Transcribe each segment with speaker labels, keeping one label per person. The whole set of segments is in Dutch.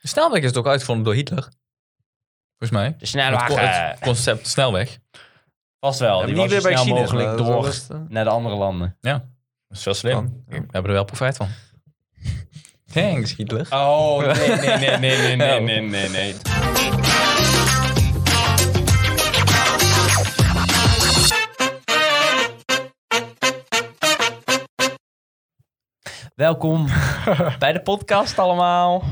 Speaker 1: De snelweg is toch uitgevonden door Hitler? Volgens mij.
Speaker 2: De
Speaker 1: Het co-
Speaker 2: snelwagen.
Speaker 1: Het concept snelweg.
Speaker 2: Vast wel. Die was zo snel mogelijk door naar de andere landen.
Speaker 1: Dat is wel slim.
Speaker 3: Kan,
Speaker 1: Oh, We
Speaker 3: ja.
Speaker 1: hebben er wel profijt van. Thanks, Hitler.
Speaker 2: Oh, nee, nee, nee, nee,
Speaker 1: nee,
Speaker 2: nee, nee, nee. Welkom bij de podcast allemaal.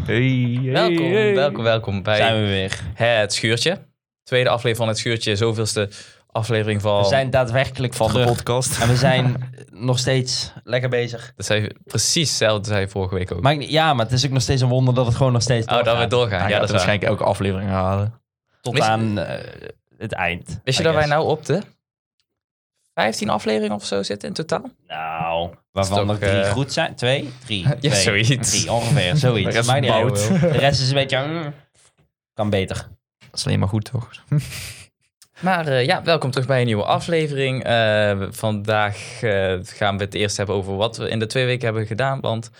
Speaker 1: welkom, welkom, welkom bij
Speaker 2: Zijn we weer.
Speaker 1: Het Schuurtje. Tweede aflevering van Het Schuurtje. Zoveelste aflevering van...
Speaker 2: We zijn daadwerkelijk van
Speaker 3: Van de
Speaker 2: terug.
Speaker 3: podcast.
Speaker 2: En we zijn nog steeds lekker bezig.
Speaker 1: Dat zei precies hetzelfde zei vorige week ook.
Speaker 2: Maakt niet- ja, maar het is ook nog steeds een wonder dat het gewoon nog steeds
Speaker 1: oh, dat we
Speaker 2: doorgaat.
Speaker 1: doorgaan. Ja,
Speaker 3: Hij gaat
Speaker 1: dat is waar.
Speaker 3: waarschijnlijk elke aflevering herhalen.
Speaker 2: Tot
Speaker 1: Wist-
Speaker 2: aan eh, het eind.
Speaker 1: Wist je
Speaker 2: I
Speaker 1: dat wij
Speaker 2: guess.
Speaker 1: nou op de 15 afleveringen of zo zitten in totaal?
Speaker 2: Nou,
Speaker 1: Dat
Speaker 2: waarvan
Speaker 1: is toch,
Speaker 2: er drie
Speaker 1: eh,
Speaker 2: goed zijn. Twee? Drie.
Speaker 1: Ja,
Speaker 2: twee,
Speaker 1: zoiets.
Speaker 2: Drie, ongeveer. Zoiets.
Speaker 3: De rest
Speaker 2: Maakt niet uit.
Speaker 3: bouwt.
Speaker 2: De rest is een beetje... mm, kan beter.
Speaker 3: Dat is alleen maar goed, toch?
Speaker 1: Maar eh, ja, welkom terug bij een nieuwe aflevering. Eh, vandaag eh, gaan we het eerst hebben over wat we in de twee weken hebben gedaan. Want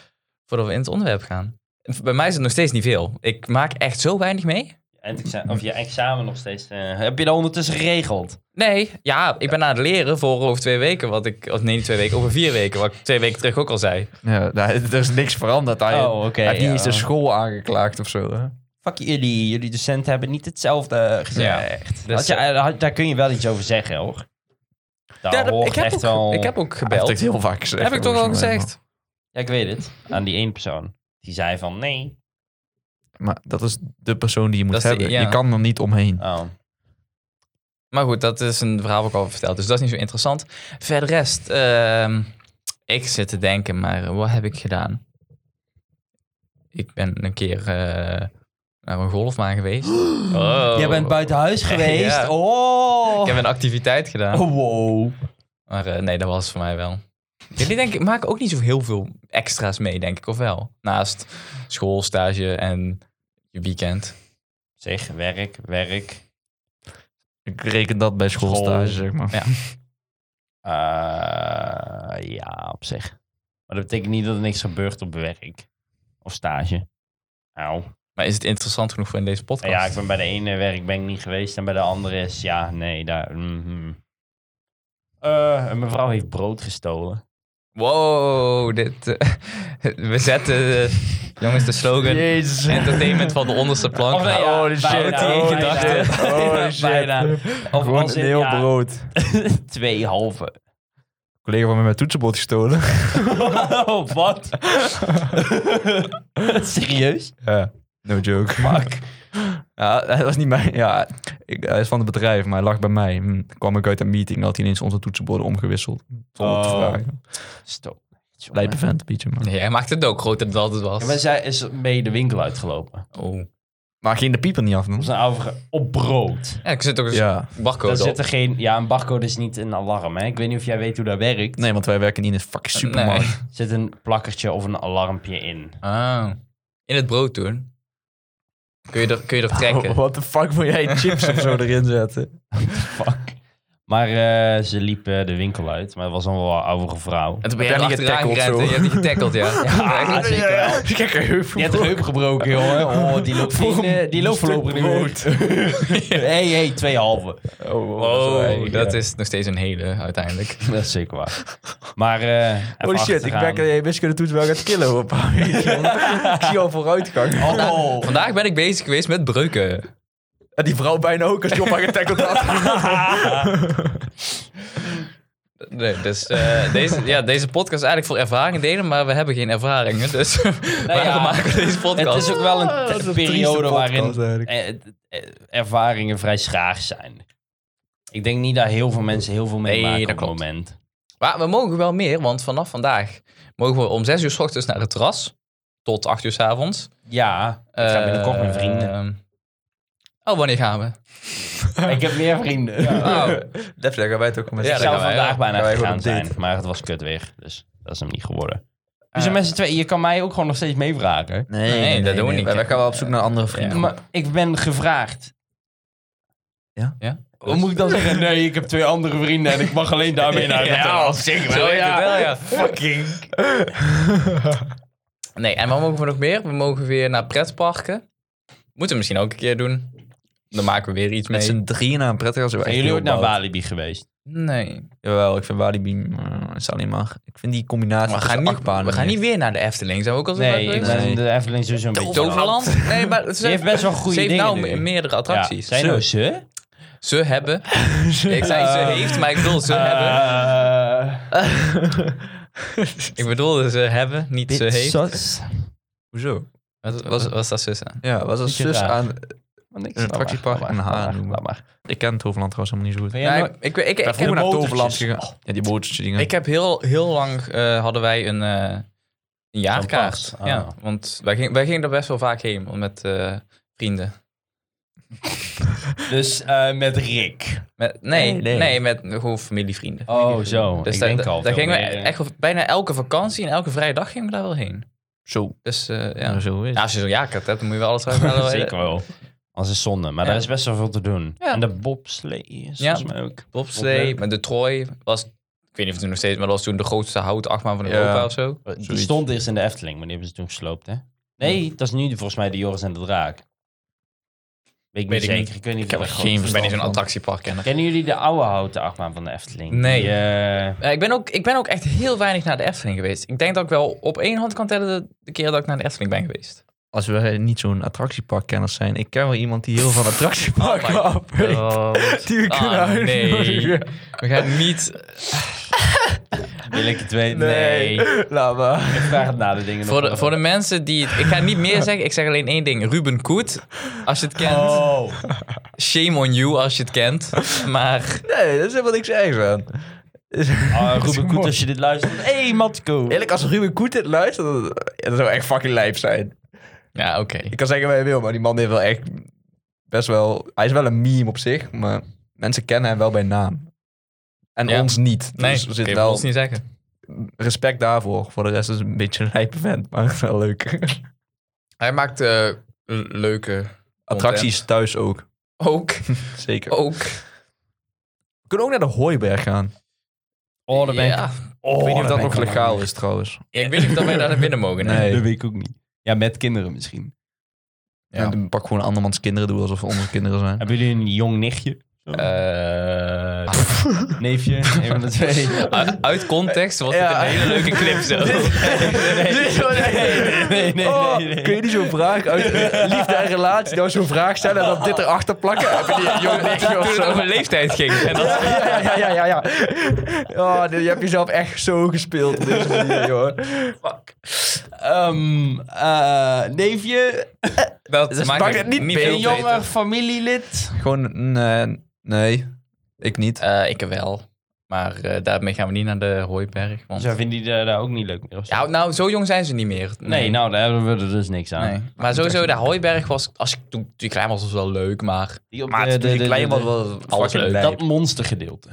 Speaker 1: voordat we in het onderwerp gaan. Bij mij is het nog steeds niet veel. Ik maak echt zo weinig mee.
Speaker 2: En exa- of je examen nog steeds... eh, heb je dat ondertussen geregeld?
Speaker 1: Nee, ja, ik ben aan het leren voor over twee weken. Wat ik, of nee, niet twee weken, over vier weken. Wat ik twee weken terug ook al zei.
Speaker 3: Ja, daar, er is niks veranderd.
Speaker 1: Ah,
Speaker 3: Hij,
Speaker 2: Oh, oké,
Speaker 3: hij- die
Speaker 2: ja.
Speaker 3: is
Speaker 1: dus-
Speaker 3: de school aangeklaagd of zo. Hè?
Speaker 2: Fuck jullie. Jullie docenten hebben niet hetzelfde gezegd.
Speaker 1: Dus,
Speaker 2: Had je, had- daar kun je wel iets over zeggen, hoor. Daar
Speaker 1: Ja, dat-
Speaker 2: hoort
Speaker 1: ik, heb
Speaker 2: echt
Speaker 1: ook,
Speaker 2: wel...
Speaker 1: ik heb ook
Speaker 3: Hij heeft
Speaker 1: gebeld.
Speaker 3: het heel vaak gezegd.
Speaker 1: Heb ik toch al
Speaker 3: volgens mij,
Speaker 1: gezegd?
Speaker 2: Ja, ik weet het. Aan die één persoon. Die zei van nee.
Speaker 3: Maar, maar dat is de persoon die je moet
Speaker 1: Dat is de-
Speaker 3: hebben.
Speaker 1: ja.
Speaker 3: Je kan er niet omheen.
Speaker 2: Oh.
Speaker 1: Maar goed, dat is een verhaal ook al verteld. Dus dat is niet zo interessant. Verder rest, ehm, ik zit te denken, maar eh, wat heb ik gedaan? Ik ben een keer eh, naar een golfbaan geweest. Oh.
Speaker 2: Jij bent buiten huis geweest.
Speaker 1: Ja.
Speaker 2: Oh.
Speaker 1: Ik heb een activiteit gedaan.
Speaker 2: Oh, wow.
Speaker 1: Maar eh, nee, dat was het voor mij wel. Jullie denk ik, maken ook niet zo heel veel extra's mee, denk ik, of wel? Naast school, stage en je weekend.
Speaker 2: Zeg, werk, werk.
Speaker 3: Ik reken dat bij schoolstage,
Speaker 2: School.
Speaker 3: zeg maar.
Speaker 2: Eh, ja, op zich. Maar dat betekent niet dat er niks gebeurt op werk. Of stage. Nou,
Speaker 1: Maar is het interessant genoeg voor in deze podcast?
Speaker 2: ja, ik ben bij de ene werk ben ik niet geweest en bij de andere is, ja, nee, daar... mhm. Eh, een mevrouw heeft brood gestolen.
Speaker 1: Wow, dit, eh, we zetten, eh, jongens, de slogan
Speaker 3: Jezus. eh,
Speaker 1: entertainment van de onderste plank.
Speaker 2: Of nee, ja,
Speaker 3: Holy shit.
Speaker 2: bijna,
Speaker 1: Holy
Speaker 2: bijna,
Speaker 1: shit.
Speaker 2: bijna,
Speaker 3: Holy shit.
Speaker 2: bijna. Of
Speaker 3: Gewoon
Speaker 2: als
Speaker 3: een
Speaker 2: in,
Speaker 3: heel
Speaker 2: ja,
Speaker 3: brood.
Speaker 2: twee halve.
Speaker 3: Een collega van mij mijn toetsenbord gestolen.
Speaker 2: oh, wat? Serieus?
Speaker 3: Ja, no joke.
Speaker 2: Fuck.
Speaker 3: Ja, dat was niet mijn. Ja, ik, hij is van het bedrijf, maar hij lag bij mij. Hm, Toen kwam ik uit een meeting en had hij ineens onze toetsenborden omgewisseld. Zonder te
Speaker 2: Oh.
Speaker 3: vragen.
Speaker 2: Stop.
Speaker 3: Lijpe vent, Pietje. Maar.
Speaker 1: Nee, hij maakt het ook groter dan het
Speaker 2: Ja,
Speaker 1: was.
Speaker 2: maar zij is mee de winkel uitgelopen.
Speaker 1: Oh.
Speaker 3: maar ging de pieper niet af,
Speaker 2: Op
Speaker 3: man?
Speaker 2: zijn overige... Op brood.
Speaker 1: Ja, ik zit ook eens
Speaker 3: Ja.
Speaker 1: barcode
Speaker 2: Daar
Speaker 1: op.
Speaker 2: zit er geen... Ja, een barcode is niet een alarm, hè. Ik weet niet of jij weet hoe dat werkt.
Speaker 3: Nee, want wij werken niet in een fucking supermarkt.
Speaker 1: Nee.
Speaker 2: Er zit een plakkertje of een alarmpje in.
Speaker 1: Ah, in het brood doen. Kun je er, kun je er trekken.
Speaker 3: Wat de fuck wil jij chips of zo erin zetten?
Speaker 2: Fuck. Maar eh, ze liep eh, de winkel uit. Maar het was een wel oudere vrouw.
Speaker 1: En toen ben
Speaker 3: Heb
Speaker 1: jij
Speaker 3: jij niet
Speaker 1: achteraan
Speaker 3: getackled,
Speaker 1: gerend en
Speaker 3: zo?
Speaker 1: je hebt die getackled, ja.
Speaker 2: Ja, zeker wel.
Speaker 3: Gekke heup.
Speaker 2: Die heeft een heup gebroken, jongen. Oh, die loopt,
Speaker 3: Voor
Speaker 2: geen, eh,
Speaker 3: een
Speaker 2: die loopt
Speaker 3: stuk
Speaker 2: voorlopig niet meer. Hé, hé, twee halve.
Speaker 3: Oh, oh,
Speaker 1: Oh, dat
Speaker 3: ja.
Speaker 1: is nog steeds een hele uiteindelijk.
Speaker 2: Dat is zeker waar. Maar eh even
Speaker 3: Holy Oh, shit, ik
Speaker 2: achteraan.
Speaker 3: werk aan je wiskunde toets wel gaat killen op. ik zie al vooruitgang.
Speaker 2: Oh,
Speaker 1: Vandaag ben ik bezig geweest met breuken.
Speaker 3: En die vrouw bijna ook als Joppa getackled had.
Speaker 1: Nee, dus eh, deze, ja, deze podcast is eigenlijk voor ervaringen delen, maar we hebben geen ervaringen. Dus waarom
Speaker 2: Nou ja,
Speaker 1: maken we deze podcast?
Speaker 2: het is ook wel een,
Speaker 3: Dat is een
Speaker 2: periode
Speaker 3: trieste
Speaker 2: waarin
Speaker 3: podcast eigenlijk.
Speaker 2: eh, eh, ervaringen vrij schaars zijn. Ik denk niet dat heel veel mensen heel veel meemaken
Speaker 1: Nee,
Speaker 2: op
Speaker 1: dat
Speaker 2: het
Speaker 1: klopt.
Speaker 2: moment.
Speaker 1: Maar we mogen wel meer, want vanaf vandaag mogen we om 6 uur s ochtends naar het terras. Tot 8 uur s avonds.
Speaker 2: Ja, eh, ik ga binnenkort met
Speaker 1: met
Speaker 2: vrienden.
Speaker 1: Oh, wanneer gaan we?
Speaker 2: ik heb meer vrienden.
Speaker 1: Oh,
Speaker 3: Dat zeggen wij het ook al met
Speaker 1: Ja,
Speaker 2: Ik
Speaker 1: dat
Speaker 3: z'n
Speaker 1: gaan
Speaker 2: zou
Speaker 1: wij,
Speaker 2: vandaag
Speaker 1: ja.
Speaker 2: bijna
Speaker 3: Gaan wij gewoon
Speaker 2: gegaan
Speaker 3: op date.
Speaker 2: zijn, maar het was kut weer. Dus dat is hem niet geworden.
Speaker 1: Eh.
Speaker 2: Dus zijn mensen twee, je kan mij ook gewoon nog steeds meevragen.
Speaker 3: Nee,
Speaker 1: nee, dat doen we niet.
Speaker 3: Wij, wij gaan wel op zoek naar andere vrienden.
Speaker 2: Maar ik ben gevraagd.
Speaker 1: ja.
Speaker 2: Hoe moet ik dan zeggen? Nee, ik heb twee andere vrienden en ik mag alleen daarmee naar huis.
Speaker 1: Ja,
Speaker 2: zeker
Speaker 1: Zo heet het wel, ja.
Speaker 2: Fucking.
Speaker 1: Nee, en wat mogen we nog meer? We mogen weer naar pretparken. Moeten we misschien ook een keer doen. Dan maken we weer iets
Speaker 3: Met
Speaker 1: mee.
Speaker 3: z'n drieën naar een prettig
Speaker 2: Zijn jullie ooit naar Walibi geweest?
Speaker 1: Nee.
Speaker 3: Jawel, ik vind Walibi eh, is alleen maar... Ik vind die combinatie
Speaker 1: We gaan,
Speaker 3: tussen
Speaker 1: niet,
Speaker 3: achtbanen
Speaker 1: we gaan
Speaker 3: niet-
Speaker 1: niet weer naar de Efteling. Zijn we ook al zo vaak
Speaker 2: Nee, ik
Speaker 1: geweest?
Speaker 2: ben
Speaker 3: Nee.
Speaker 2: de Efteling sowieso een beetje...
Speaker 1: Toverland? Nee, maar ze
Speaker 2: Ze heeft best wel goede
Speaker 1: ze heeft
Speaker 2: dingen
Speaker 1: nou
Speaker 2: nu.
Speaker 1: me- meerdere attracties.
Speaker 2: Ja, zijn
Speaker 1: ze,
Speaker 2: nou ze?
Speaker 1: ze hebben. ik zei ze heeft, maar ik bedoel
Speaker 2: Eh,
Speaker 1: ze hebben.
Speaker 2: hebben...
Speaker 1: Ik bedoelde ze hebben, niet ze heeft.
Speaker 2: Sus.
Speaker 3: Hoezo?
Speaker 1: Wat was, was dat zus aan?
Speaker 3: Ja, was dat
Speaker 2: Beetje
Speaker 3: zus
Speaker 2: raar.
Speaker 3: aan...
Speaker 2: Want ik
Speaker 3: Een attractiepark in Haar noemen.
Speaker 2: Laat maar.
Speaker 3: Ik ken Toverland trouwens helemaal niet zo goed.
Speaker 2: Ben
Speaker 1: Ja,
Speaker 2: jij
Speaker 1: ik,
Speaker 2: nooit-
Speaker 1: Nou, ik, ik, Oh. ik,
Speaker 3: Ik ben
Speaker 1: ik,
Speaker 2: de
Speaker 3: vroeger naar
Speaker 2: botertjes.
Speaker 3: Toverland gegaan. Ja, die botertjes dingen.
Speaker 1: heb heel, heel lang eh, hadden wij een, eh, een jaarkaart.
Speaker 2: Een pas, ah.
Speaker 1: Ja, want wij, ging, wij gingen er best wel vaak heen met eh, vrienden.
Speaker 2: Dus eh, met Rick.
Speaker 1: Met, nee,
Speaker 3: Nee,
Speaker 1: nee,
Speaker 3: nee.
Speaker 1: met gewoon familievrienden.
Speaker 2: Oh, zo.
Speaker 1: Dus
Speaker 2: ik
Speaker 1: daar-
Speaker 2: denk
Speaker 1: daar-
Speaker 2: al.
Speaker 1: daar
Speaker 2: veel
Speaker 1: gingen we
Speaker 2: meer.
Speaker 1: echt wel- bijna elke vakantie en elke vrije dag gingen we daar wel heen.
Speaker 3: Zo.
Speaker 1: Dus eh, ja.
Speaker 3: Ja, zo is
Speaker 1: Ja, als je zo'n jaarkaart hebt, dan moet je wel alles wel- wel-
Speaker 2: Zeker wel. Als is zonde. Maar
Speaker 1: Ja.
Speaker 2: daar is best wel veel te doen.
Speaker 1: Ja.
Speaker 2: En de bobslee is
Speaker 1: Ja.
Speaker 2: volgens mij ook.
Speaker 1: Bobslee, met de Troy was, ik weet niet of het toen nog steeds, maar dat was toen de grootste houten achtbaan van
Speaker 3: Ja.
Speaker 1: Europa of zo.
Speaker 2: Eh, Die
Speaker 3: Zoiets.
Speaker 2: stond eerst in de Efteling, maar die hebben ze toen gesloopt, hè? Nee, dat is nu volgens mij de Joris en de Draak. Weet ik
Speaker 1: Weet
Speaker 2: niet
Speaker 1: ik
Speaker 2: zeker. Ik weet niet
Speaker 1: Ik heb
Speaker 2: of
Speaker 1: er
Speaker 2: dat
Speaker 1: geen
Speaker 2: groot
Speaker 1: Ik ben niet zo'n
Speaker 2: verstand van.
Speaker 1: attractiepark kennen.
Speaker 2: Kennen jullie de oude houten achtbaan van de Efteling?
Speaker 1: Nee.
Speaker 2: Die, eh,
Speaker 1: ik, ben ook, ik ben ook echt heel weinig naar de Efteling geweest. Ik denk dat ik wel op één hand kan tellen de, de keer dat ik naar de Efteling ben geweest.
Speaker 3: Als we niet zo'n attractieparkkenners zijn. Ik ken wel iemand die heel van attractieparken
Speaker 1: Oh my
Speaker 3: af weet. Die we kunnen
Speaker 1: Ah, nee.
Speaker 3: uitnodigen.
Speaker 1: We gaan niet...
Speaker 2: wil ik het weten?
Speaker 1: Nee.
Speaker 2: Nee.
Speaker 3: Laat maar.
Speaker 2: Ik vraag het na de dingen
Speaker 1: Voor
Speaker 2: nog
Speaker 1: de,
Speaker 2: wel.
Speaker 1: voor de mensen die... het- ik ga niet meer zeggen, ik zeg alleen één ding. Ruben Koet, als je het kent.
Speaker 2: Oh.
Speaker 1: Shame on you als je het kent. Maar
Speaker 3: Nee, dat is helemaal niks ergs aan.
Speaker 2: Ah,
Speaker 3: Dat is
Speaker 2: Ruben
Speaker 3: mooi.
Speaker 2: Koet, als je dit luistert. hey, Matko.
Speaker 3: Eerlijk, als Ruben Koet dit luistert, dat, ja, dat zou echt fucking lijp zijn.
Speaker 1: ja, oké.
Speaker 3: Ik kan zeggen wat je wil, maar die man heeft wel echt best wel... Hij is wel een meme op zich, maar mensen kennen hem wel bij naam. En
Speaker 1: Ja.
Speaker 3: ons niet.
Speaker 1: Nee,
Speaker 3: Dus er
Speaker 1: kun
Speaker 3: zit
Speaker 1: je
Speaker 3: wel
Speaker 1: ons niet zeggen.
Speaker 3: respect daarvoor. Voor de rest is het een beetje een lijpe vent, maar wel leuk.
Speaker 1: Hij maakt eh, l- leuke...
Speaker 3: Attracties thuis ook,
Speaker 1: Ook,
Speaker 3: zeker.
Speaker 1: ook.
Speaker 3: We kunnen ook naar de Hooiberg gaan.
Speaker 2: Oh, daar ben ik...
Speaker 1: Ja.
Speaker 2: Oh,
Speaker 3: ik weet niet
Speaker 2: daar
Speaker 3: of dat
Speaker 2: ben
Speaker 3: nog
Speaker 2: ik wel
Speaker 3: legaal
Speaker 2: mee.
Speaker 3: is trouwens.
Speaker 1: Ja, ik weet niet of dat wij daar naar binnen mogen. hè.
Speaker 3: Nee.
Speaker 2: Dat weet ik ook niet. Ja, met kinderen misschien.
Speaker 1: Ja.
Speaker 3: En dan pak gewoon andermans kinderen, doen alsof we onze kinderen zijn.
Speaker 2: Hebben jullie een jong nichtje?
Speaker 1: Eh,
Speaker 2: Neefje? Een van de twee.
Speaker 1: u- Eh, uit context was het
Speaker 3: Ja.
Speaker 1: een hele leuke clip zo.
Speaker 2: nee, nee, nee,
Speaker 3: Oh,
Speaker 2: nee, nee.
Speaker 3: Kun je niet zo'n vraag uit liefde en relatie nou zo'n vraag stellen en dan dit erachter plakken? Heb je die jong nichtje of
Speaker 1: Toen het
Speaker 3: zo?
Speaker 1: over leeftijd ging. En dat,
Speaker 3: Ja, ja, ja, ja, ja. Oh, dit- je hebt jezelf echt zo gespeeld op deze manier, joh.
Speaker 2: Fuck. Ehm, eh, neefje?
Speaker 1: dat
Speaker 3: Dus
Speaker 1: maakt
Speaker 3: maakt
Speaker 1: het
Speaker 3: het niet
Speaker 1: niet
Speaker 3: beter.
Speaker 1: veel
Speaker 2: Een jonger
Speaker 1: jonger.
Speaker 2: familielid?
Speaker 3: Gewoon, nee, nee, ik niet.
Speaker 1: Eh, ik wel. Maar eh, daarmee gaan we niet naar de Hooiberg. Want...
Speaker 2: Zo vinden die daar daar ook niet leuk meer. of zo?
Speaker 1: Ja, nou, zo jong zijn ze niet meer.
Speaker 2: nee, nou, daar hebben we er dus niks aan.
Speaker 1: Nee. Maar sowieso, de Hooiberg was, als ik toen, toen ik klein was, was wel leuk, maar...
Speaker 2: Die op
Speaker 3: Maar
Speaker 2: de-
Speaker 3: toen
Speaker 2: de-
Speaker 3: ik
Speaker 2: de-
Speaker 3: klein
Speaker 2: de-
Speaker 3: was, was het
Speaker 1: Alles
Speaker 3: fucking
Speaker 1: leuk.
Speaker 3: lijp.
Speaker 2: Dat monstergedeelte.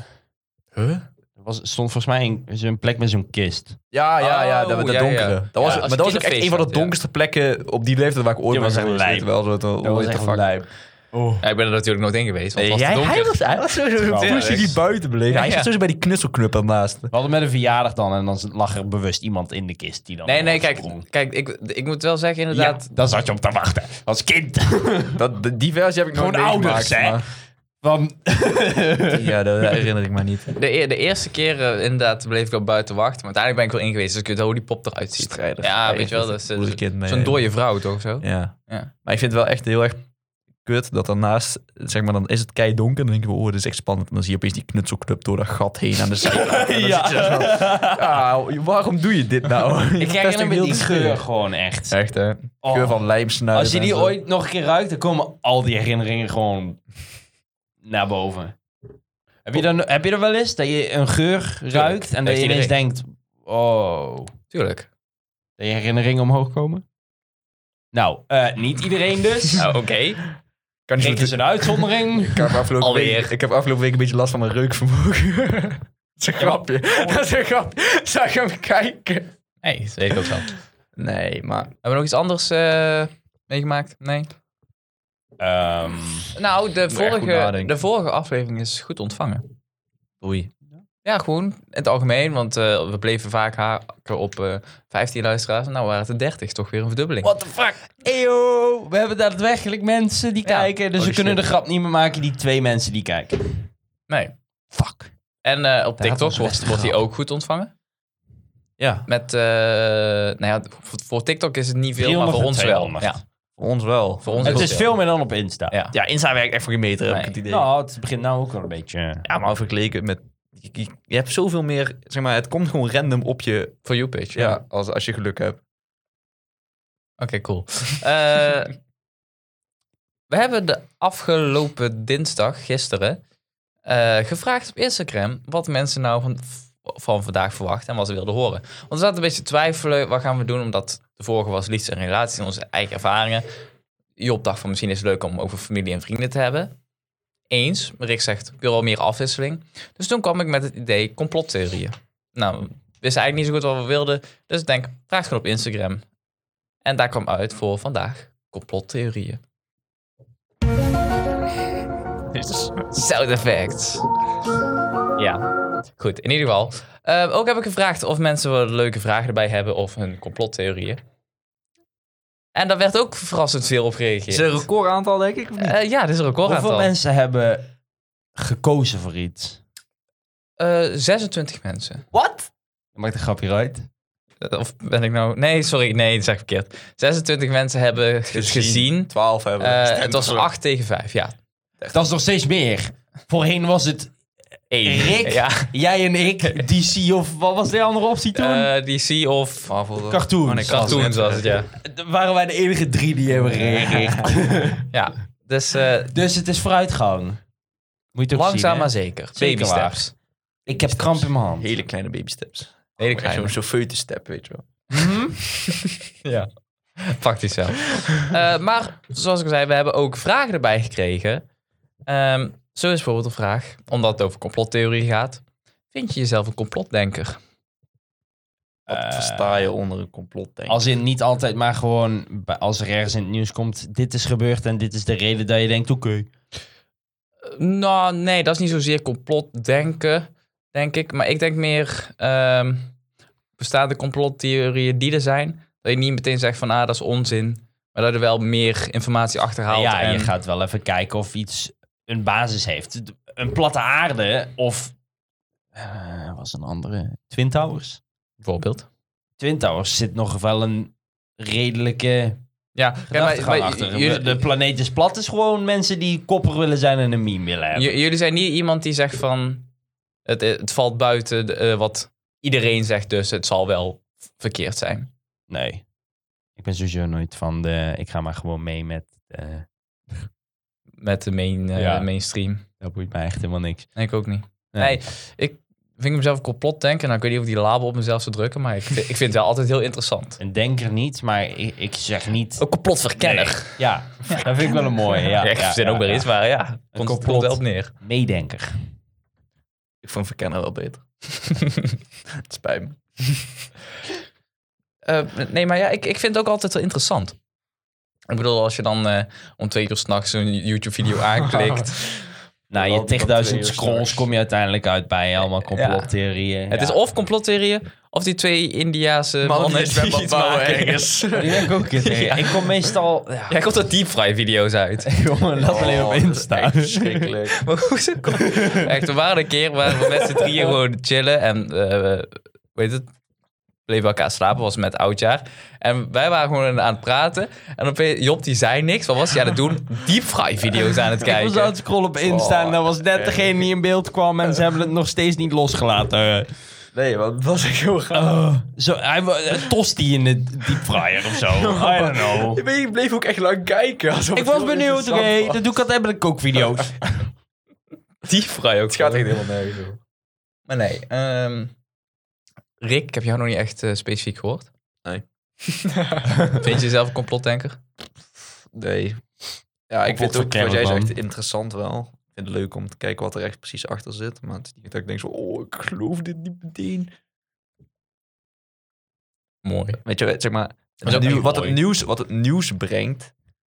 Speaker 2: Er was, stond volgens mij een, zo'n plek met zo'n kist.
Speaker 3: Ja, ja, ja, dat,
Speaker 1: Oh,
Speaker 3: dat
Speaker 1: ja, ja.
Speaker 3: donkere.
Speaker 1: Ja,
Speaker 3: Dat was,
Speaker 1: als
Speaker 3: maar dat was ook echt
Speaker 1: kinderfeest
Speaker 3: een van de
Speaker 1: had, ja.
Speaker 3: donkerste plekken op die leeftijd waar ik ooit
Speaker 2: Die
Speaker 3: ben
Speaker 2: was echt
Speaker 3: geweest.
Speaker 2: lijp.
Speaker 3: Wel, zo,
Speaker 2: Dat was echt een lijp. Oh.
Speaker 1: Ja, ik ben er natuurlijk nooit in geweest, want het was te donker.
Speaker 3: hij was, hij was sowieso een
Speaker 2: Trouwens.
Speaker 3: poesje die buiten bleef. Hij
Speaker 1: Ja.
Speaker 3: zat sowieso bij die knutselknup ernaast.
Speaker 2: We hadden met een verjaardag dan en dan lag er bewust iemand in de kist die dan.
Speaker 1: Nee, nee, kijk,
Speaker 2: sprong.
Speaker 1: kijk ik, ik moet wel zeggen
Speaker 2: Ja,
Speaker 1: inderdaad...
Speaker 2: daar zat je op te wachten. Als kind.
Speaker 3: Dat, de- die versie heb ik
Speaker 2: Gewoon
Speaker 3: nooit
Speaker 2: ouders, hè?
Speaker 3: meegemaakt,
Speaker 2: Van...
Speaker 3: maar- Ja, dat herinner ik me niet.
Speaker 1: De, e- de eerste keer eh, inderdaad bleef ik al buiten wachten, maar uiteindelijk ben ik wel ingeweest, dus ik weet hoe die pop eruit ziet.
Speaker 3: Strijder.
Speaker 1: Ja, weet je wel, dat is,
Speaker 3: Hoe
Speaker 1: dat
Speaker 3: een
Speaker 1: is
Speaker 3: kind mee.
Speaker 1: zo'n dode vrouw toch zo?
Speaker 3: Ja.
Speaker 1: Ja.
Speaker 3: Maar ik vind het wel echt heel erg kut dat daarnaast, zeg maar, dan is het kei donker. En dan denk ik, oh, dit is echt spannend. En dan zie je opeens die knutselknup door dat gat heen aan de zijkant. En dan
Speaker 2: Ja.
Speaker 3: zit je zo van, ah, waarom doe je dit nou?
Speaker 2: Ik krijg helemaal die geur gewoon echt.
Speaker 3: Echt, hè?
Speaker 2: Oh.
Speaker 3: Geur van lijmsnuit.
Speaker 2: Als je die ooit nog een keer ruikt, dan komen al die herinneringen gewoon naar boven. Heb je dan, heb je er wel eens dat je een geur ruikt en dat
Speaker 1: Heeft
Speaker 2: je ineens
Speaker 1: iedereen.
Speaker 2: denkt, oh,
Speaker 1: Tuurlijk.
Speaker 2: dat je herinneringen omhoog komen? Nou, eh, niet iedereen dus.
Speaker 1: Nou, oké.
Speaker 3: Kan
Speaker 2: Rick is een uitzondering.
Speaker 3: Ik heb, afgelopen
Speaker 1: Alweer.
Speaker 3: week, ik heb afgelopen week een beetje last van mijn reukvermogen. dat is een grapje. Dat is een grapje. Zag hem kijken.
Speaker 1: Nee, dat weet ik ook wel. Hebben
Speaker 3: Nee, maar...
Speaker 1: we nog iets anders eh, meegemaakt? Nee?
Speaker 2: Ehm,
Speaker 1: Nou, de
Speaker 3: goed
Speaker 1: vorige,
Speaker 3: nadenken.
Speaker 1: de vorige aflevering is goed ontvangen.
Speaker 3: Oei.
Speaker 1: Ja, gewoon in het algemeen, want eh, we bleven vaak haken op eh 15 luisteraars. Nou waren het er 30, toch weer een verdubbeling.
Speaker 2: What the fuck? Eyo, we hebben daadwerkelijk mensen die
Speaker 1: Ja.
Speaker 2: kijken. Dus
Speaker 1: Oh,
Speaker 2: we kunnen de
Speaker 1: shit.
Speaker 2: grap niet meer maken die twee mensen die kijken.
Speaker 1: Nee.
Speaker 2: Fuck.
Speaker 1: En eh, op
Speaker 2: Daar had
Speaker 1: TikTok
Speaker 2: ons
Speaker 1: wordt,
Speaker 2: best
Speaker 1: wordt die
Speaker 2: gehad.
Speaker 1: ook goed ontvangen.
Speaker 2: Ja.
Speaker 1: Met, eh, nou ja, voor, voor TikTok is het niet veel, maar
Speaker 2: 300
Speaker 1: voor
Speaker 2: en
Speaker 1: ons wel.
Speaker 2: 200.
Speaker 1: Ja,
Speaker 3: Voor ons wel.
Speaker 1: voor ons
Speaker 2: Het
Speaker 1: wel.
Speaker 2: is veel meer dan op Insta.
Speaker 1: Ja.
Speaker 3: Ja, Insta werkt echt voor geen meter, heb
Speaker 1: Nee.
Speaker 3: ik het idee.
Speaker 2: Nou, het begint nou ook wel een beetje...
Speaker 3: Ja, maar vergeleken met... Je, je- je hebt zoveel meer... Zeg maar, het komt gewoon random op je...
Speaker 1: Voor you page. ja.
Speaker 3: Ja, als, als je geluk hebt.
Speaker 1: Oké, cool. Eh, we hebben de afgelopen dinsdag, gisteren, eh, gevraagd op Instagram wat mensen nou van, van vandaag verwachten en wat ze wilden horen. Want we zaten een beetje te twijfelen, wat gaan we doen? Omdat de vorige was liefst en relaties en onze eigen ervaringen. Job dacht van misschien is het leuk om over familie en vrienden te hebben. Eens. Rick zegt, ik wil wel meer afwisseling. Dus toen kwam ik met het idee complottheorieën. Nou, we wisten eigenlijk niet zo goed wat we wilden. Dus ik denk, vraag het gewoon op Instagram. En daar kwam uit voor vandaag complottheorieën. Sound effects. Ja, goed. In ieder geval. eh, ook heb ik gevraagd of mensen wel leuke vragen erbij hebben of hun complottheorieën. En daar werd ook verrassend veel op gereageerd.
Speaker 3: recordaantal, denk ik? Of niet?
Speaker 1: Eh, ja, dit is een recordaantal.
Speaker 2: Hoeveel mensen hebben gekozen voor iets?
Speaker 1: Eh, 26 mensen.
Speaker 2: Wat? Maakt een grapje uit.
Speaker 1: Eh, Of ben ik nou... Nee, sorry. Nee, dat zeg ik verkeerd. 26 mensen hebben het gezien.
Speaker 3: Twaalf hebben.
Speaker 1: Eh,
Speaker 3: Stem
Speaker 1: het was
Speaker 3: voor.
Speaker 1: 8 tegen 5, ja.
Speaker 2: Dat is nog steeds meer. Voorheen was het
Speaker 1: Eén.
Speaker 2: Rick?
Speaker 1: Ja.
Speaker 2: jij en ik, DC of wat was de andere optie toen?
Speaker 1: Eh, DC of
Speaker 3: Marvel, toch?
Speaker 2: Cartoons. Eh,
Speaker 3: Oh, nee,
Speaker 1: cartoons was het, ja.
Speaker 2: D- waren wij de enige drie die hebben gereageerd.
Speaker 1: Ja, dus eh,
Speaker 2: dus het is vooruitgang. Moet je ook
Speaker 1: langzaam
Speaker 2: zien, hè?
Speaker 1: maar zeker.
Speaker 2: Zeker
Speaker 1: Baby
Speaker 2: waar.
Speaker 1: steps.
Speaker 2: Ik heb kramp in mijn hand.
Speaker 3: Hele kleine baby steps.
Speaker 1: Hele
Speaker 3: Echt zo'n
Speaker 1: kleine.
Speaker 3: zo'n foetus step, weet je wel.
Speaker 1: Ja. Praktisch wel. Eh, maar zoals ik al zei, we hebben ook vragen erbij gekregen. Ehm, zo is bijvoorbeeld een vraag, omdat het over complottheorie gaat. Vind je jezelf een complotdenker?
Speaker 3: Wat
Speaker 2: Eh,
Speaker 3: versta je onder een complot, denk ik?
Speaker 2: Als in niet altijd, maar gewoon bij- als er ergens in het nieuws komt: dit is gebeurd en dit is de reden dat je denkt: oké.
Speaker 1: Eh, nou, nee, dat is niet zozeer complotdenken, denk ik. Maar ik denk meer, ehm bestaan de complottheorieën die er zijn, dat je niet meteen zegt van, ah, dat is onzin. Maar dat er wel meer informatie achterhaalt.
Speaker 2: Ja,
Speaker 1: en-
Speaker 2: je gaat wel even kijken of iets een basis heeft. D- Een platte aarde of. eh was een andere? Twin Towers.
Speaker 1: Bijvoorbeeld.
Speaker 2: Twin Towers zit nog wel een redelijke
Speaker 1: Ja, kijk,
Speaker 2: gedachtegang
Speaker 1: maar- maar
Speaker 2: achter.
Speaker 1: jullie-
Speaker 2: de planeet is plat, is gewoon mensen die kopper willen zijn en een meme willen hebben.
Speaker 1: j- jullie zijn niet iemand die zegt van... Het, het valt buiten de- eh, wat iedereen zegt, dus het zal wel verkeerd zijn.
Speaker 2: Nee. Ik ben sowieso nooit van de. Ik ga maar gewoon mee met. eh,
Speaker 1: Met de main, eh,
Speaker 2: Ja.
Speaker 1: mainstream.
Speaker 2: dat boeit mij echt helemaal niks.
Speaker 1: Nee, ik ook niet.
Speaker 2: Nee.
Speaker 1: Nee, ik vind mezelf een complotdenker. Nou, ik weet niet of ik die label op mezelf zou drukken, maar ik, vind- ik vind het wel altijd heel interessant.
Speaker 2: Een denker niet, maar ik, ik zeg niet.
Speaker 1: Ook complotverkenner.
Speaker 2: Nee. Ja, dat vind ik wel een mooie. Ja,
Speaker 1: Ja, ik verzin ook
Speaker 2: ja,
Speaker 1: weer
Speaker 2: ja.
Speaker 1: iets, maar ja, komt het
Speaker 2: complot.
Speaker 1: wel op neer.
Speaker 2: Meedenker.
Speaker 3: Ik vond verkennen wel beter. het spijt me.
Speaker 1: Eh, nee, maar ja, ik, ik vind het ook altijd wel interessant. Ik bedoel, als je dan eh, om twee uur s'nachts een YouTube-video aanklikt...
Speaker 2: Nou,
Speaker 3: Dan
Speaker 2: je
Speaker 3: loop ik op
Speaker 2: tigduizend
Speaker 3: twee uur
Speaker 2: scrolls
Speaker 3: straks.
Speaker 2: kom je uiteindelijk uit bij allemaal complottheorieën.
Speaker 1: Het is of complottheorieën, of die twee Indiaanse mannen, die iets maken.
Speaker 2: Die denk ik ook een keer tegen. Ik kom meestal... Ja, Oh,
Speaker 1: Jij komt er deepfry video's uit.
Speaker 2: jongen, laat alleen
Speaker 3: Oh,
Speaker 2: op Insta.
Speaker 3: Verschrikkelijk.
Speaker 1: Maar hoe ze komt- Echt, we waren een keer waar we met z'n drieën gewoon chillen en weet weet het, bleven elkaar slapen, was met oudjaar. En wij waren gewoon aan het praten en opeens, Job die zei niks, wat was hij aan het doen? Deepfry video's aan het
Speaker 2: Ik was aan
Speaker 1: kijken.
Speaker 2: het scrollen op Insta en dat was net degene die in beeld kwam en ze hebben het nog steeds niet losgelaten.
Speaker 3: Nee, want het was echt heel gaaf.
Speaker 2: Oh, zo, hij wa- eh, tost die in de deepfryer of zo. I don't know.
Speaker 3: Ik, weet, ik bleef ook echt lang kijken. alsof
Speaker 2: Ik
Speaker 3: het
Speaker 2: was
Speaker 3: heel
Speaker 2: benieuwd, oké.
Speaker 3: interessant was.
Speaker 2: dat doe ik altijd bij de kookvideo's.
Speaker 1: Deepfry ook.
Speaker 3: Het gaat echt helemaal nergens over.
Speaker 1: Maar nee, ehm, Rick, ik heb jou nog niet echt eh, specifiek gehoord.
Speaker 3: Nee.
Speaker 1: Vind je jezelf een complotdenker?
Speaker 3: Nee. Ja, ik
Speaker 2: Wordt
Speaker 3: vind het ook, wat jij
Speaker 2: verkennen
Speaker 3: zegt, interessant wel. Ik vind het leuk om te kijken wat er echt precies achter zit. Maar het is niet dat ik denk zo, oh, ik geloof dit niet meteen.
Speaker 1: Mooi.
Speaker 3: Weet je, zeg maar,
Speaker 1: is ook
Speaker 3: nieuw-
Speaker 1: echt
Speaker 3: wat, het
Speaker 1: mooi.
Speaker 3: nieuws, wat het nieuws brengt,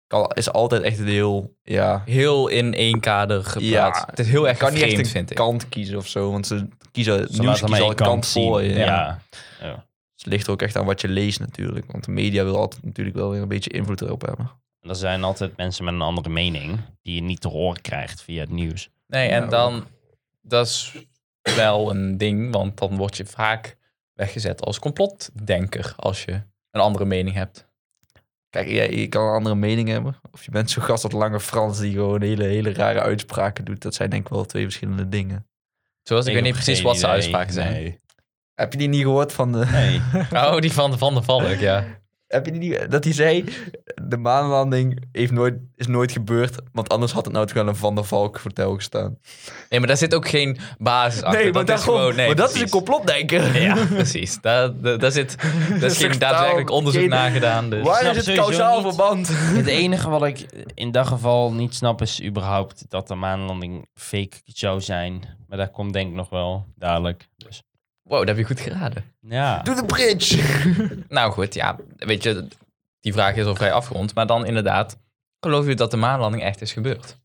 Speaker 3: kan, is altijd echt een heel, ja,
Speaker 1: Heel in één kader geplaatst.
Speaker 3: Ja,
Speaker 1: het is heel erg
Speaker 3: kan niet
Speaker 1: vreemd,
Speaker 3: echt een
Speaker 1: vind ik.
Speaker 3: kant kiezen of zo, want ze kiezen,
Speaker 2: Ze
Speaker 3: nieuws
Speaker 2: laten maar
Speaker 3: kiezen al
Speaker 2: één kant
Speaker 3: kant voor
Speaker 2: zien.
Speaker 3: je.
Speaker 2: Ja.
Speaker 3: Ja. Dus Het ligt er ook echt aan wat je leest natuurlijk, want de media wil altijd natuurlijk wel weer een beetje invloed erop hebben.
Speaker 2: En Er zijn altijd mensen met een andere mening die je niet te horen krijgt via het nieuws.
Speaker 1: Nee, en
Speaker 3: Ja,
Speaker 1: dan, dat is wel een ding, want dan word je vaak weggezet als complotdenker als je een andere mening hebt.
Speaker 3: Kijk, je, je kan een andere mening hebben. Of je bent zo'n gast dat Lange Frans die gewoon hele, hele rare uitspraken doet. Dat zijn denk ik wel twee verschillende dingen.
Speaker 1: Zoals ik, weet niet
Speaker 2: heb
Speaker 1: precies
Speaker 2: geen
Speaker 1: wat zijn
Speaker 2: idee.
Speaker 1: uitspraken zijn.
Speaker 2: Nee.
Speaker 3: Heb je die niet gehoord van de...
Speaker 2: Nee.
Speaker 1: Oh, die van Van der Valk, ja.
Speaker 3: Heb je die niet... Dat hij zei, de maanlanding heeft nooit, is nooit gebeurd. Want anders had het nou toch wel een Van der Valk vertel gestaan.
Speaker 1: Nee, maar daar zit ook geen basis achter. dat is gewoon, nee,
Speaker 3: maar dat is een
Speaker 1: precies.
Speaker 3: complotdenker.
Speaker 1: Ja, precies. Daar, daar, daar zit, daar
Speaker 3: Dat
Speaker 1: is
Speaker 3: is
Speaker 1: geen
Speaker 3: echt
Speaker 1: daadwerkelijk
Speaker 3: taal.
Speaker 1: onderzoek
Speaker 3: Geen-
Speaker 1: naar gedaan. Dus.
Speaker 3: Waar
Speaker 2: snap
Speaker 3: is het
Speaker 2: sowieso
Speaker 3: kausaal
Speaker 2: niet.
Speaker 3: verband?
Speaker 2: Het enige wat ik in dat geval niet snap is überhaupt dat de maanlanding fake zou zijn. Maar dat komt denk ik nog wel dadelijk. Dus,
Speaker 1: Wow, dat heb je goed geraden.
Speaker 2: ja.
Speaker 3: Doe de bridge.
Speaker 1: Nou goed, ja, weet je, die vraag is al vrij afgerond. Maar dan inderdaad, geloof je dat de maanlanding echt is gebeurd?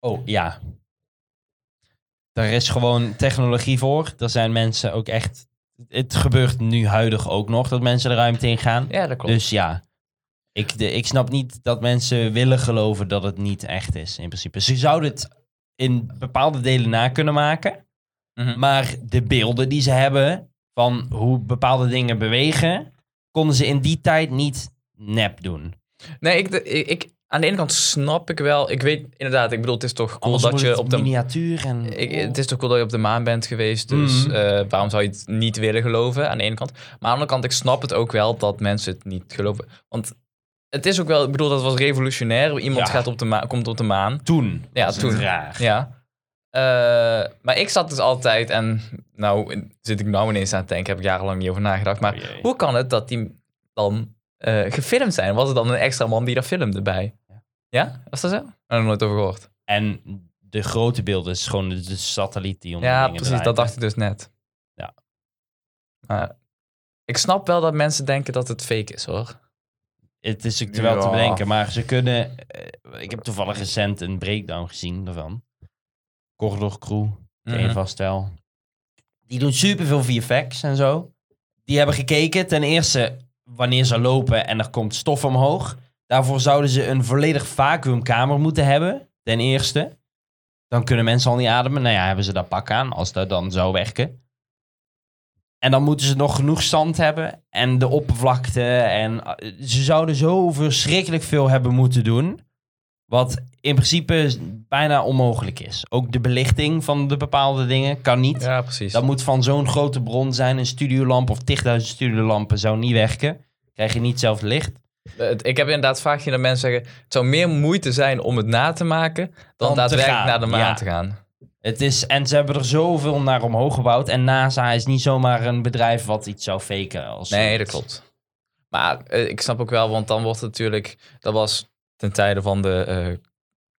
Speaker 2: Oh ja. Er is gewoon technologie voor. Er zijn mensen ook echt. Het gebeurt nu huidig ook nog dat mensen de ruimte in gaan.
Speaker 1: Ja, dat klopt.
Speaker 2: Dus ja. Ik, de, ik snap niet dat mensen willen geloven dat het niet echt is, in principe. Ze zouden het in bepaalde delen na kunnen maken.
Speaker 1: Mhm.
Speaker 2: Maar de beelden die ze hebben van hoe bepaalde dingen bewegen, konden ze in die tijd niet nep doen.
Speaker 1: Nee, ik, ik, ik- aan de ene kant snap ik wel. Ik weet inderdaad, ik bedoel, het is toch cool
Speaker 2: Anders
Speaker 1: dat
Speaker 2: wordt
Speaker 1: je
Speaker 2: het
Speaker 1: op de
Speaker 2: miniatuur en... oh.
Speaker 1: Ik, het is toch cool dat je op de maan bent geweest, dus
Speaker 2: Mhm.
Speaker 1: eh, waarom zou je het niet willen geloven aan de ene kant? Maar aan de andere kant, ik snap het ook wel dat mensen het niet geloven. Want het is ook wel, ik bedoel, dat was revolutionair. Iemand
Speaker 2: Ja.
Speaker 1: gaat op de maan, komt op de maan.
Speaker 2: toen.
Speaker 1: Ja,
Speaker 2: was het
Speaker 1: toen.
Speaker 2: Raar.
Speaker 1: Ja. Eh, maar ik zat dus altijd, en nou zit ik nou ineens aan het denken, heb ik jarenlang niet over nagedacht. Maar
Speaker 2: Oh jee.
Speaker 1: hoe kan het dat die dan eh, gefilmd zijn? Was er dan een extra man die daar filmde bij? Ja?
Speaker 2: Ja.
Speaker 1: Was dat zo? Ik heb er nooit over gehoord.
Speaker 2: En de grote beelden is gewoon de, de satelliet die onder
Speaker 1: Ja,
Speaker 2: de dingen
Speaker 1: precies.
Speaker 2: draait,
Speaker 1: Dat
Speaker 2: hè.
Speaker 1: dacht ik dus net.
Speaker 2: Ja.
Speaker 1: Maar ik snap wel dat mensen denken dat het fake is, hoor.
Speaker 2: Het is ook wel te
Speaker 3: Ja.
Speaker 2: bedenken, maar ze kunnen... eh, ik heb toevallig recent een breakdown gezien daarvan. Corridor Crew, de
Speaker 1: Mhm.
Speaker 2: een vaststel. Die doen superveel VFX en zo. Die hebben gekeken ten eerste wanneer ze lopen en er komt stof omhoog. Daarvoor zouden ze een volledig vacuümkamer moeten hebben, ten eerste. Dan kunnen mensen al niet ademen. Nou ja, hebben ze dat pak aan, als dat dan zou werken. En dan moeten ze nog genoeg zand hebben en de oppervlakte. En eh, ze zouden zo verschrikkelijk veel hebben moeten doen. Wat in principe bijna onmogelijk is. Ook de belichting van de bepaalde dingen kan niet.
Speaker 1: Ja, precies.
Speaker 2: Dat moet van zo'n grote bron zijn. Een studiolamp of 10.000 studiolampen zou niet werken. Krijg je niet zelf licht.
Speaker 1: Eh, Ik heb inderdaad vaak gezien dat mensen zeggen... het zou meer moeite zijn om het na te maken... dan
Speaker 2: te
Speaker 1: daadwerkelijk
Speaker 2: gaan,
Speaker 1: naar de maan
Speaker 2: ja.
Speaker 1: te gaan.
Speaker 2: Het is, en ze hebben er zoveel naar omhoog gebouwd. En NASA is niet zomaar een bedrijf wat iets zou faken. Als eh,
Speaker 1: Nee, dat klopt. Maar eh, ik snap ook wel, want dan wordt het natuurlijk... Dat was ten tijde van de eh,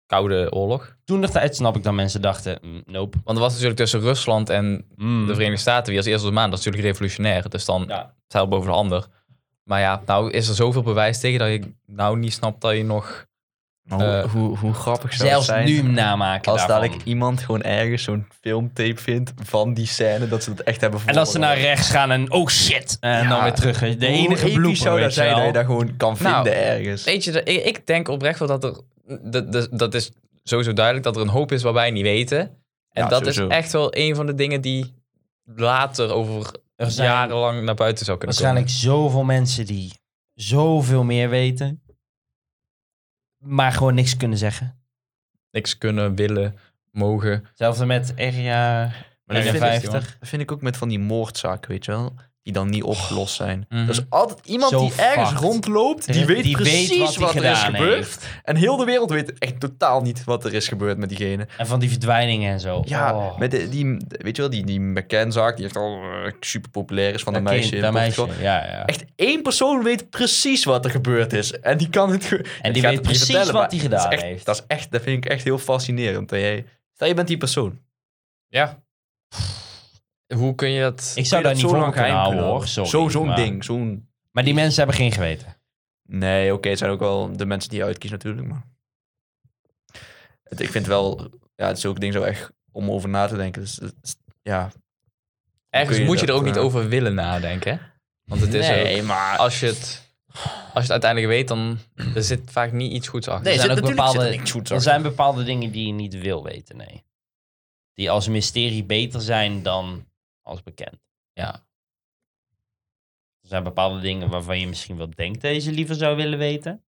Speaker 1: Koude Oorlog.
Speaker 2: Toen de tijd snap ik dat mensen dachten, mm, nope.
Speaker 1: Want er was natuurlijk tussen Rusland en
Speaker 2: Mm.
Speaker 1: de Verenigde Staten... wie als eerste op de maan, dat is natuurlijk revolutionair. Dus dan
Speaker 2: Ja.
Speaker 1: zeil boven de ander. Maar ja, nou is er zoveel bewijs tegen dat ik nou niet snap dat je nog...
Speaker 3: Hoe,
Speaker 1: Eh,
Speaker 3: hoe, hoe grappig zou het
Speaker 2: Zelfs
Speaker 3: zijn
Speaker 2: nu hem namaken
Speaker 3: als
Speaker 2: daarvan.
Speaker 3: dadelijk iemand gewoon ergens zo'n filmtape vindt van die scène, dat ze dat echt hebben
Speaker 2: En als ze naar
Speaker 3: voorbereid.
Speaker 2: rechts gaan en oh shit. En
Speaker 3: Ja.
Speaker 2: dan weer terug. De
Speaker 3: Hoe
Speaker 2: enige
Speaker 3: episch
Speaker 2: bloeper,
Speaker 3: zou
Speaker 2: weet
Speaker 3: dat
Speaker 2: je
Speaker 3: zijn dat je
Speaker 2: wel.
Speaker 3: dat gewoon kan
Speaker 1: Nou,
Speaker 3: vinden ergens.
Speaker 1: Weet je, ik, ik denk oprecht wel dat er... Dat, dat, dat is sowieso duidelijk dat er een hoop is wat wij niet weten. En
Speaker 3: Ja,
Speaker 1: dat is
Speaker 3: sowieso.
Speaker 1: echt wel een van de dingen die later over
Speaker 2: Er zijn
Speaker 1: jarenlang naar buiten zou kunnen
Speaker 2: waarschijnlijk zoveel mensen die zoveel meer weten. Maar gewoon niks kunnen zeggen.
Speaker 1: komen. Niks kunnen, willen, mogen.
Speaker 2: Hetzelfde met RIA
Speaker 3: dat vind ik-
Speaker 2: 51.
Speaker 3: Dat vind ik ook met van die moordzaak, weet je wel. Die dan niet opgelost zijn.
Speaker 1: Mhm.
Speaker 3: Dat is altijd iemand
Speaker 2: Oh, Zo
Speaker 3: die ergens
Speaker 2: fucked.
Speaker 3: rondloopt, die weet precies
Speaker 2: hij
Speaker 3: wat, er is
Speaker 2: gedaan
Speaker 3: gebeurd.
Speaker 2: heeft.
Speaker 3: En heel de wereld weet echt totaal niet wat er is gebeurd met diegene.
Speaker 2: En van die verdwijningen en zo.
Speaker 3: Ja,
Speaker 2: Oh.
Speaker 3: met de- die, weet je wel, die, die McCann-zaak, die echt al super populair is van de
Speaker 2: Dat
Speaker 3: meisje.
Speaker 2: kind,
Speaker 3: in
Speaker 2: dat
Speaker 3: Portugal.
Speaker 2: meisje, ja, ja.
Speaker 3: Echt één persoon weet precies wat er gebeurd is. En die kan het. ge-
Speaker 2: En
Speaker 3: ik
Speaker 2: die
Speaker 3: ga
Speaker 2: weet
Speaker 3: het niet
Speaker 2: precies
Speaker 3: vertellen,
Speaker 2: wat
Speaker 3: maar
Speaker 2: die
Speaker 3: dat is
Speaker 2: gedaan
Speaker 3: echt-
Speaker 2: heeft.
Speaker 3: Dat, is echt, dat vind ik echt heel fascinerend. Dat jij, stel, je bent die persoon.
Speaker 1: Ja. Hoe kun je dat...
Speaker 2: Ik zou
Speaker 3: Kun
Speaker 2: daar
Speaker 3: je
Speaker 2: niet voor me kunnen
Speaker 3: geheim
Speaker 2: houden
Speaker 3: kunnen
Speaker 2: hoor.
Speaker 3: houden?
Speaker 2: sorry,
Speaker 3: Zo, zo'n
Speaker 2: maar-
Speaker 3: ding. Zo'n
Speaker 2: Maar die mensen hebben geen geweten.
Speaker 3: Nee, oké, het zijn ook wel de mensen die je uitkiest natuurlijk. Maar het, ik vind wel, ja, het is ook ding zo echt om over na te denken. Dus, het is- ja.
Speaker 1: Ergens
Speaker 3: Kun je
Speaker 1: moet je er
Speaker 3: dat,
Speaker 1: ook niet
Speaker 3: eh,
Speaker 1: over willen nadenken. hè? Want het is
Speaker 3: nee,
Speaker 1: ook-
Speaker 3: maar
Speaker 1: als je het, als je het uiteindelijk weet, dan er zit vaak niet iets goeds achter.
Speaker 2: Nee,
Speaker 1: Er
Speaker 2: zit-
Speaker 1: zijn ook
Speaker 2: natuurlijk
Speaker 1: bepaalde...
Speaker 2: zit er Er zijn bepaalde dingen die je niet wil weten, nee. Die als mysterie beter zijn dan als bekend.
Speaker 1: Ja.
Speaker 2: Er zijn bepaalde dingen waarvan je misschien wel denkt dat je ze liever zou willen weten.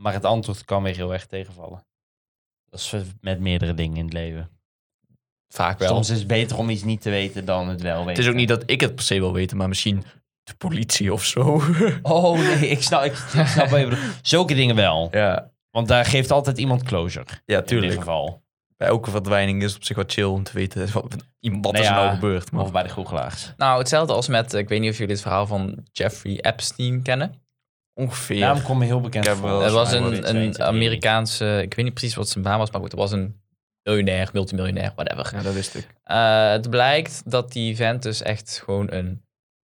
Speaker 2: Maar het antwoord kan weer heel erg tegenvallen. Dat is met meerdere dingen in het leven.
Speaker 1: Vaak wel.
Speaker 2: Soms is het beter om iets niet te weten dan het wel weten.
Speaker 3: Het is ook niet dat ik het per se wil weten, maar misschien de politie of zo.
Speaker 2: Oh nee, ik snap, ik, ik snap wat je bedoelt. Zulke dingen wel.
Speaker 3: ja,
Speaker 2: Want daar geeft altijd iemand closure.
Speaker 3: ja,
Speaker 2: In
Speaker 3: tuurlijk.
Speaker 2: dit geval.
Speaker 3: Bij elke verdwijning is het op zich wat chill om te weten wat, wat
Speaker 2: Nou
Speaker 3: is er nou
Speaker 2: ja,
Speaker 3: gebeurd. Maar
Speaker 2: Of bij de goochelaars.
Speaker 1: Nou, hetzelfde als met, ik weet niet of jullie het verhaal van Jeffrey Epstein kennen.
Speaker 3: ongeveer.
Speaker 2: Naam komt me heel bekend
Speaker 3: Ik heb
Speaker 2: voor.
Speaker 3: wel-
Speaker 1: Het was
Speaker 3: mij wel
Speaker 1: een, een Amerikaanse, ik weet niet precies wat zijn baan was, maar goed, het was een miljonair, multimiljonair, whatever.
Speaker 3: ja, dat wist ik.
Speaker 1: Eh, het blijkt dat die vent dus echt gewoon een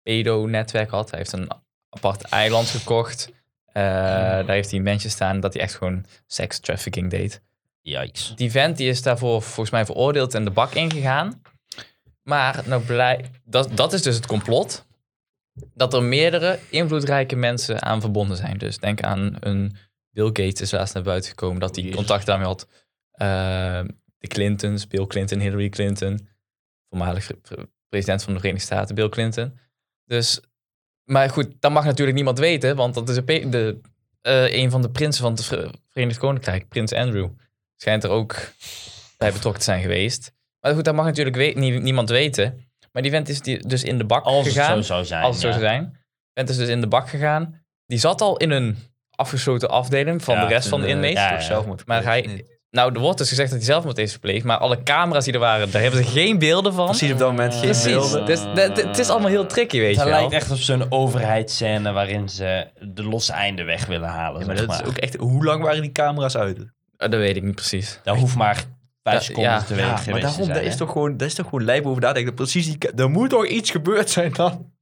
Speaker 1: pedo-netwerk had. Hij heeft een apart eiland gekocht. Eh, Daar heeft hij mensen staan dat hij echt gewoon sex trafficking deed.
Speaker 2: Yikes.
Speaker 1: Die vent die is daarvoor volgens mij veroordeeld en de bak ingegaan. Maar nou blijkt, dat, dat is dus het complot. Dat er meerdere invloedrijke mensen aan verbonden zijn. Dus denk aan een Bill Gates is laatst naar buiten gekomen dat hij
Speaker 2: Jezus.
Speaker 1: contact daarmee had. Eh, de Clintons, Bill Clinton, Hillary Clinton. Voormalig pre- pre- president van de Verenigde Staten, Bill Clinton. Dus, maar goed, dat mag natuurlijk niemand weten, want dat is een, pe- de, eh, een van de prinsen van het Ver- Verenigd Koninkrijk, Prins Andrew. Schijnt er ook bij betrokken te zijn geweest. Maar goed, dat mag natuurlijk we- nie- niemand weten. Maar die vent is die, dus in de bak
Speaker 2: Als het
Speaker 1: gegaan.
Speaker 2: zo zou zijn.
Speaker 1: Als het
Speaker 2: ja.
Speaker 1: zo zou zijn. Bent is dus in de bak gegaan. Die zat al in een afgesloten afdeling van
Speaker 2: Ja,
Speaker 1: de rest van de
Speaker 3: Een, eh,
Speaker 1: inmates.
Speaker 2: ja,
Speaker 3: toch
Speaker 2: ja.
Speaker 3: zelfmoord
Speaker 1: Maar
Speaker 3: gepleegd,
Speaker 1: hij-
Speaker 3: niet?
Speaker 1: Nou, er wordt dus gezegd dat hij zelfmoord heeft gepleegd. Maar alle camera's die er waren, daar hebben ze geen beelden van.
Speaker 3: Precies op dat moment geen
Speaker 1: Precies.
Speaker 3: beelden.
Speaker 1: Dus dat- het is allemaal heel tricky, weet
Speaker 2: Het
Speaker 1: je wel.
Speaker 2: lijkt echt op zo'n overheidsscène waarin ze de losse einde weg willen halen.
Speaker 3: Ja, maar
Speaker 2: zeg
Speaker 3: dat is
Speaker 2: maar.
Speaker 3: ook echt, hoe lang waren die camera's uit?
Speaker 1: Eh, Dat weet ik niet precies.
Speaker 2: Dat hoeft maar vijf
Speaker 1: Ja,
Speaker 2: seconden
Speaker 1: ja.
Speaker 2: te weten
Speaker 3: maar
Speaker 2: geweest
Speaker 3: daarom,
Speaker 2: te
Speaker 3: dat
Speaker 2: zijn.
Speaker 3: is
Speaker 2: hè?
Speaker 3: toch gewoon, dat is toch gewoon lijp over nadenken. Precies, die, ka- er moet toch iets gebeurd zijn dan?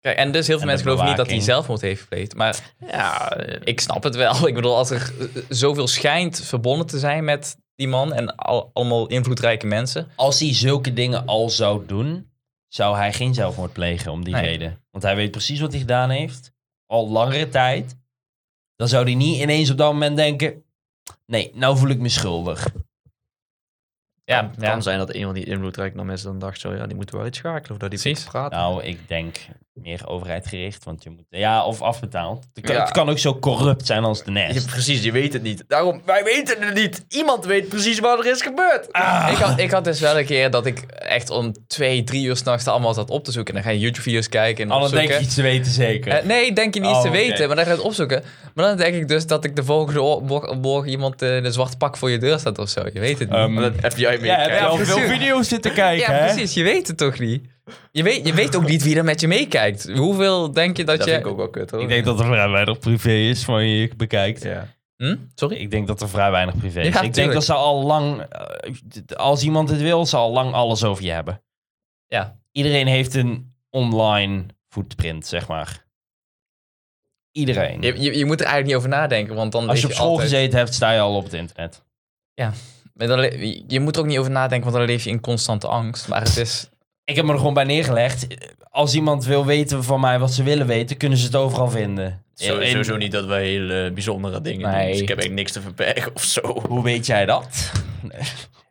Speaker 1: Kijk, en dus heel veel
Speaker 2: En
Speaker 1: mensen
Speaker 2: de
Speaker 1: geloven niet dat hij
Speaker 2: bewaking.
Speaker 1: zelfmoord heeft gepleegd. Maar
Speaker 3: Ja, eh,
Speaker 1: ik snap het wel. Ik bedoel, als er eh, zoveel schijnt verbonden te zijn met die man en al- allemaal invloedrijke mensen.
Speaker 2: Als hij zulke dingen al zou doen, zou hij geen zelfmoord plegen om die
Speaker 1: Nee.
Speaker 2: reden. Want hij weet precies wat hij gedaan heeft. Al langere tijd. Dan zou hij niet ineens op dat moment denken... Nee, nou voel ik me schuldig.
Speaker 1: Ja,
Speaker 3: kan,
Speaker 1: ja.
Speaker 3: kan zijn dat een van die invloedrijke dan mensen dan dacht zo, ja, die moeten wel iets schakelen of dat die
Speaker 1: Precies.
Speaker 3: moet praten.
Speaker 2: Nou, ik denk meer overheid gericht, want je moet... Ja, of afbetaald. Het kan,
Speaker 3: Ja.
Speaker 2: het kan ook zo corrupt zijn als de E
Speaker 3: Je-
Speaker 2: nest.
Speaker 3: precies, je weet het niet. Daarom, wij weten het niet. Iemand weet precies wat er is gebeurd.
Speaker 1: Ik had, ik had dus wel een keer dat ik echt om twee, drie uur s'nachts allemaal zat op te zoeken. En dan ga je YouTube-video's kijken en
Speaker 2: Anders Oh, denk
Speaker 1: opzoeken.
Speaker 2: je iets te weten zeker.
Speaker 1: Eh, nee, denk je niet
Speaker 2: Oh,
Speaker 1: eens te
Speaker 2: oké.
Speaker 1: weten, maar dan ga je het opzoeken. Maar dan denk ik dus dat ik de volgende oor- mor- morgen iemand eh, in een zwart pak voor je deur staat of zo. Je weet het niet.
Speaker 2: Ehm,
Speaker 3: Maar dat FBI mee.
Speaker 2: ja, heb je al
Speaker 1: precies.
Speaker 2: veel video's zitten kijken,
Speaker 1: ja,
Speaker 2: hè?
Speaker 1: precies. Je weet het toch niet. Je weet, je weet ook niet wie er met je meekijkt. Hoeveel denk je dat,
Speaker 3: Dat
Speaker 1: je...
Speaker 3: vind ik ook wel kut hoor.
Speaker 2: Ik denk dat er vrij weinig privé is van je bekijkt.
Speaker 3: Ja.
Speaker 1: Hm? Sorry?
Speaker 2: Ik denk dat er vrij weinig privé is.
Speaker 1: Ja,
Speaker 2: ik denk
Speaker 1: tuurlijk.
Speaker 2: dat ze al lang, eh, d- als iemand het wil, ze al lang alles over je hebben.
Speaker 1: Ja.
Speaker 2: Iedereen heeft een online footprint, zeg maar. Iedereen.
Speaker 1: Je, je, je moet er eigenlijk niet over nadenken, want dan
Speaker 2: als
Speaker 1: weet
Speaker 2: je op school
Speaker 1: altijd-
Speaker 2: gezeten hebt, sta je al op het internet.
Speaker 1: Maar dan le- je moet er ook niet over nadenken, want dan leef je in constante angst. Maar het is...
Speaker 2: Ik heb me er gewoon bij neergelegd. Als iemand wil weten van mij wat ze willen weten, kunnen ze het overal vinden. In-
Speaker 3: Sowieso niet dat wij hele bijzondere dingen
Speaker 1: Nee.
Speaker 3: doen. Dus ik heb echt niks te verbergen of zo.
Speaker 2: Hoe weet jij dat?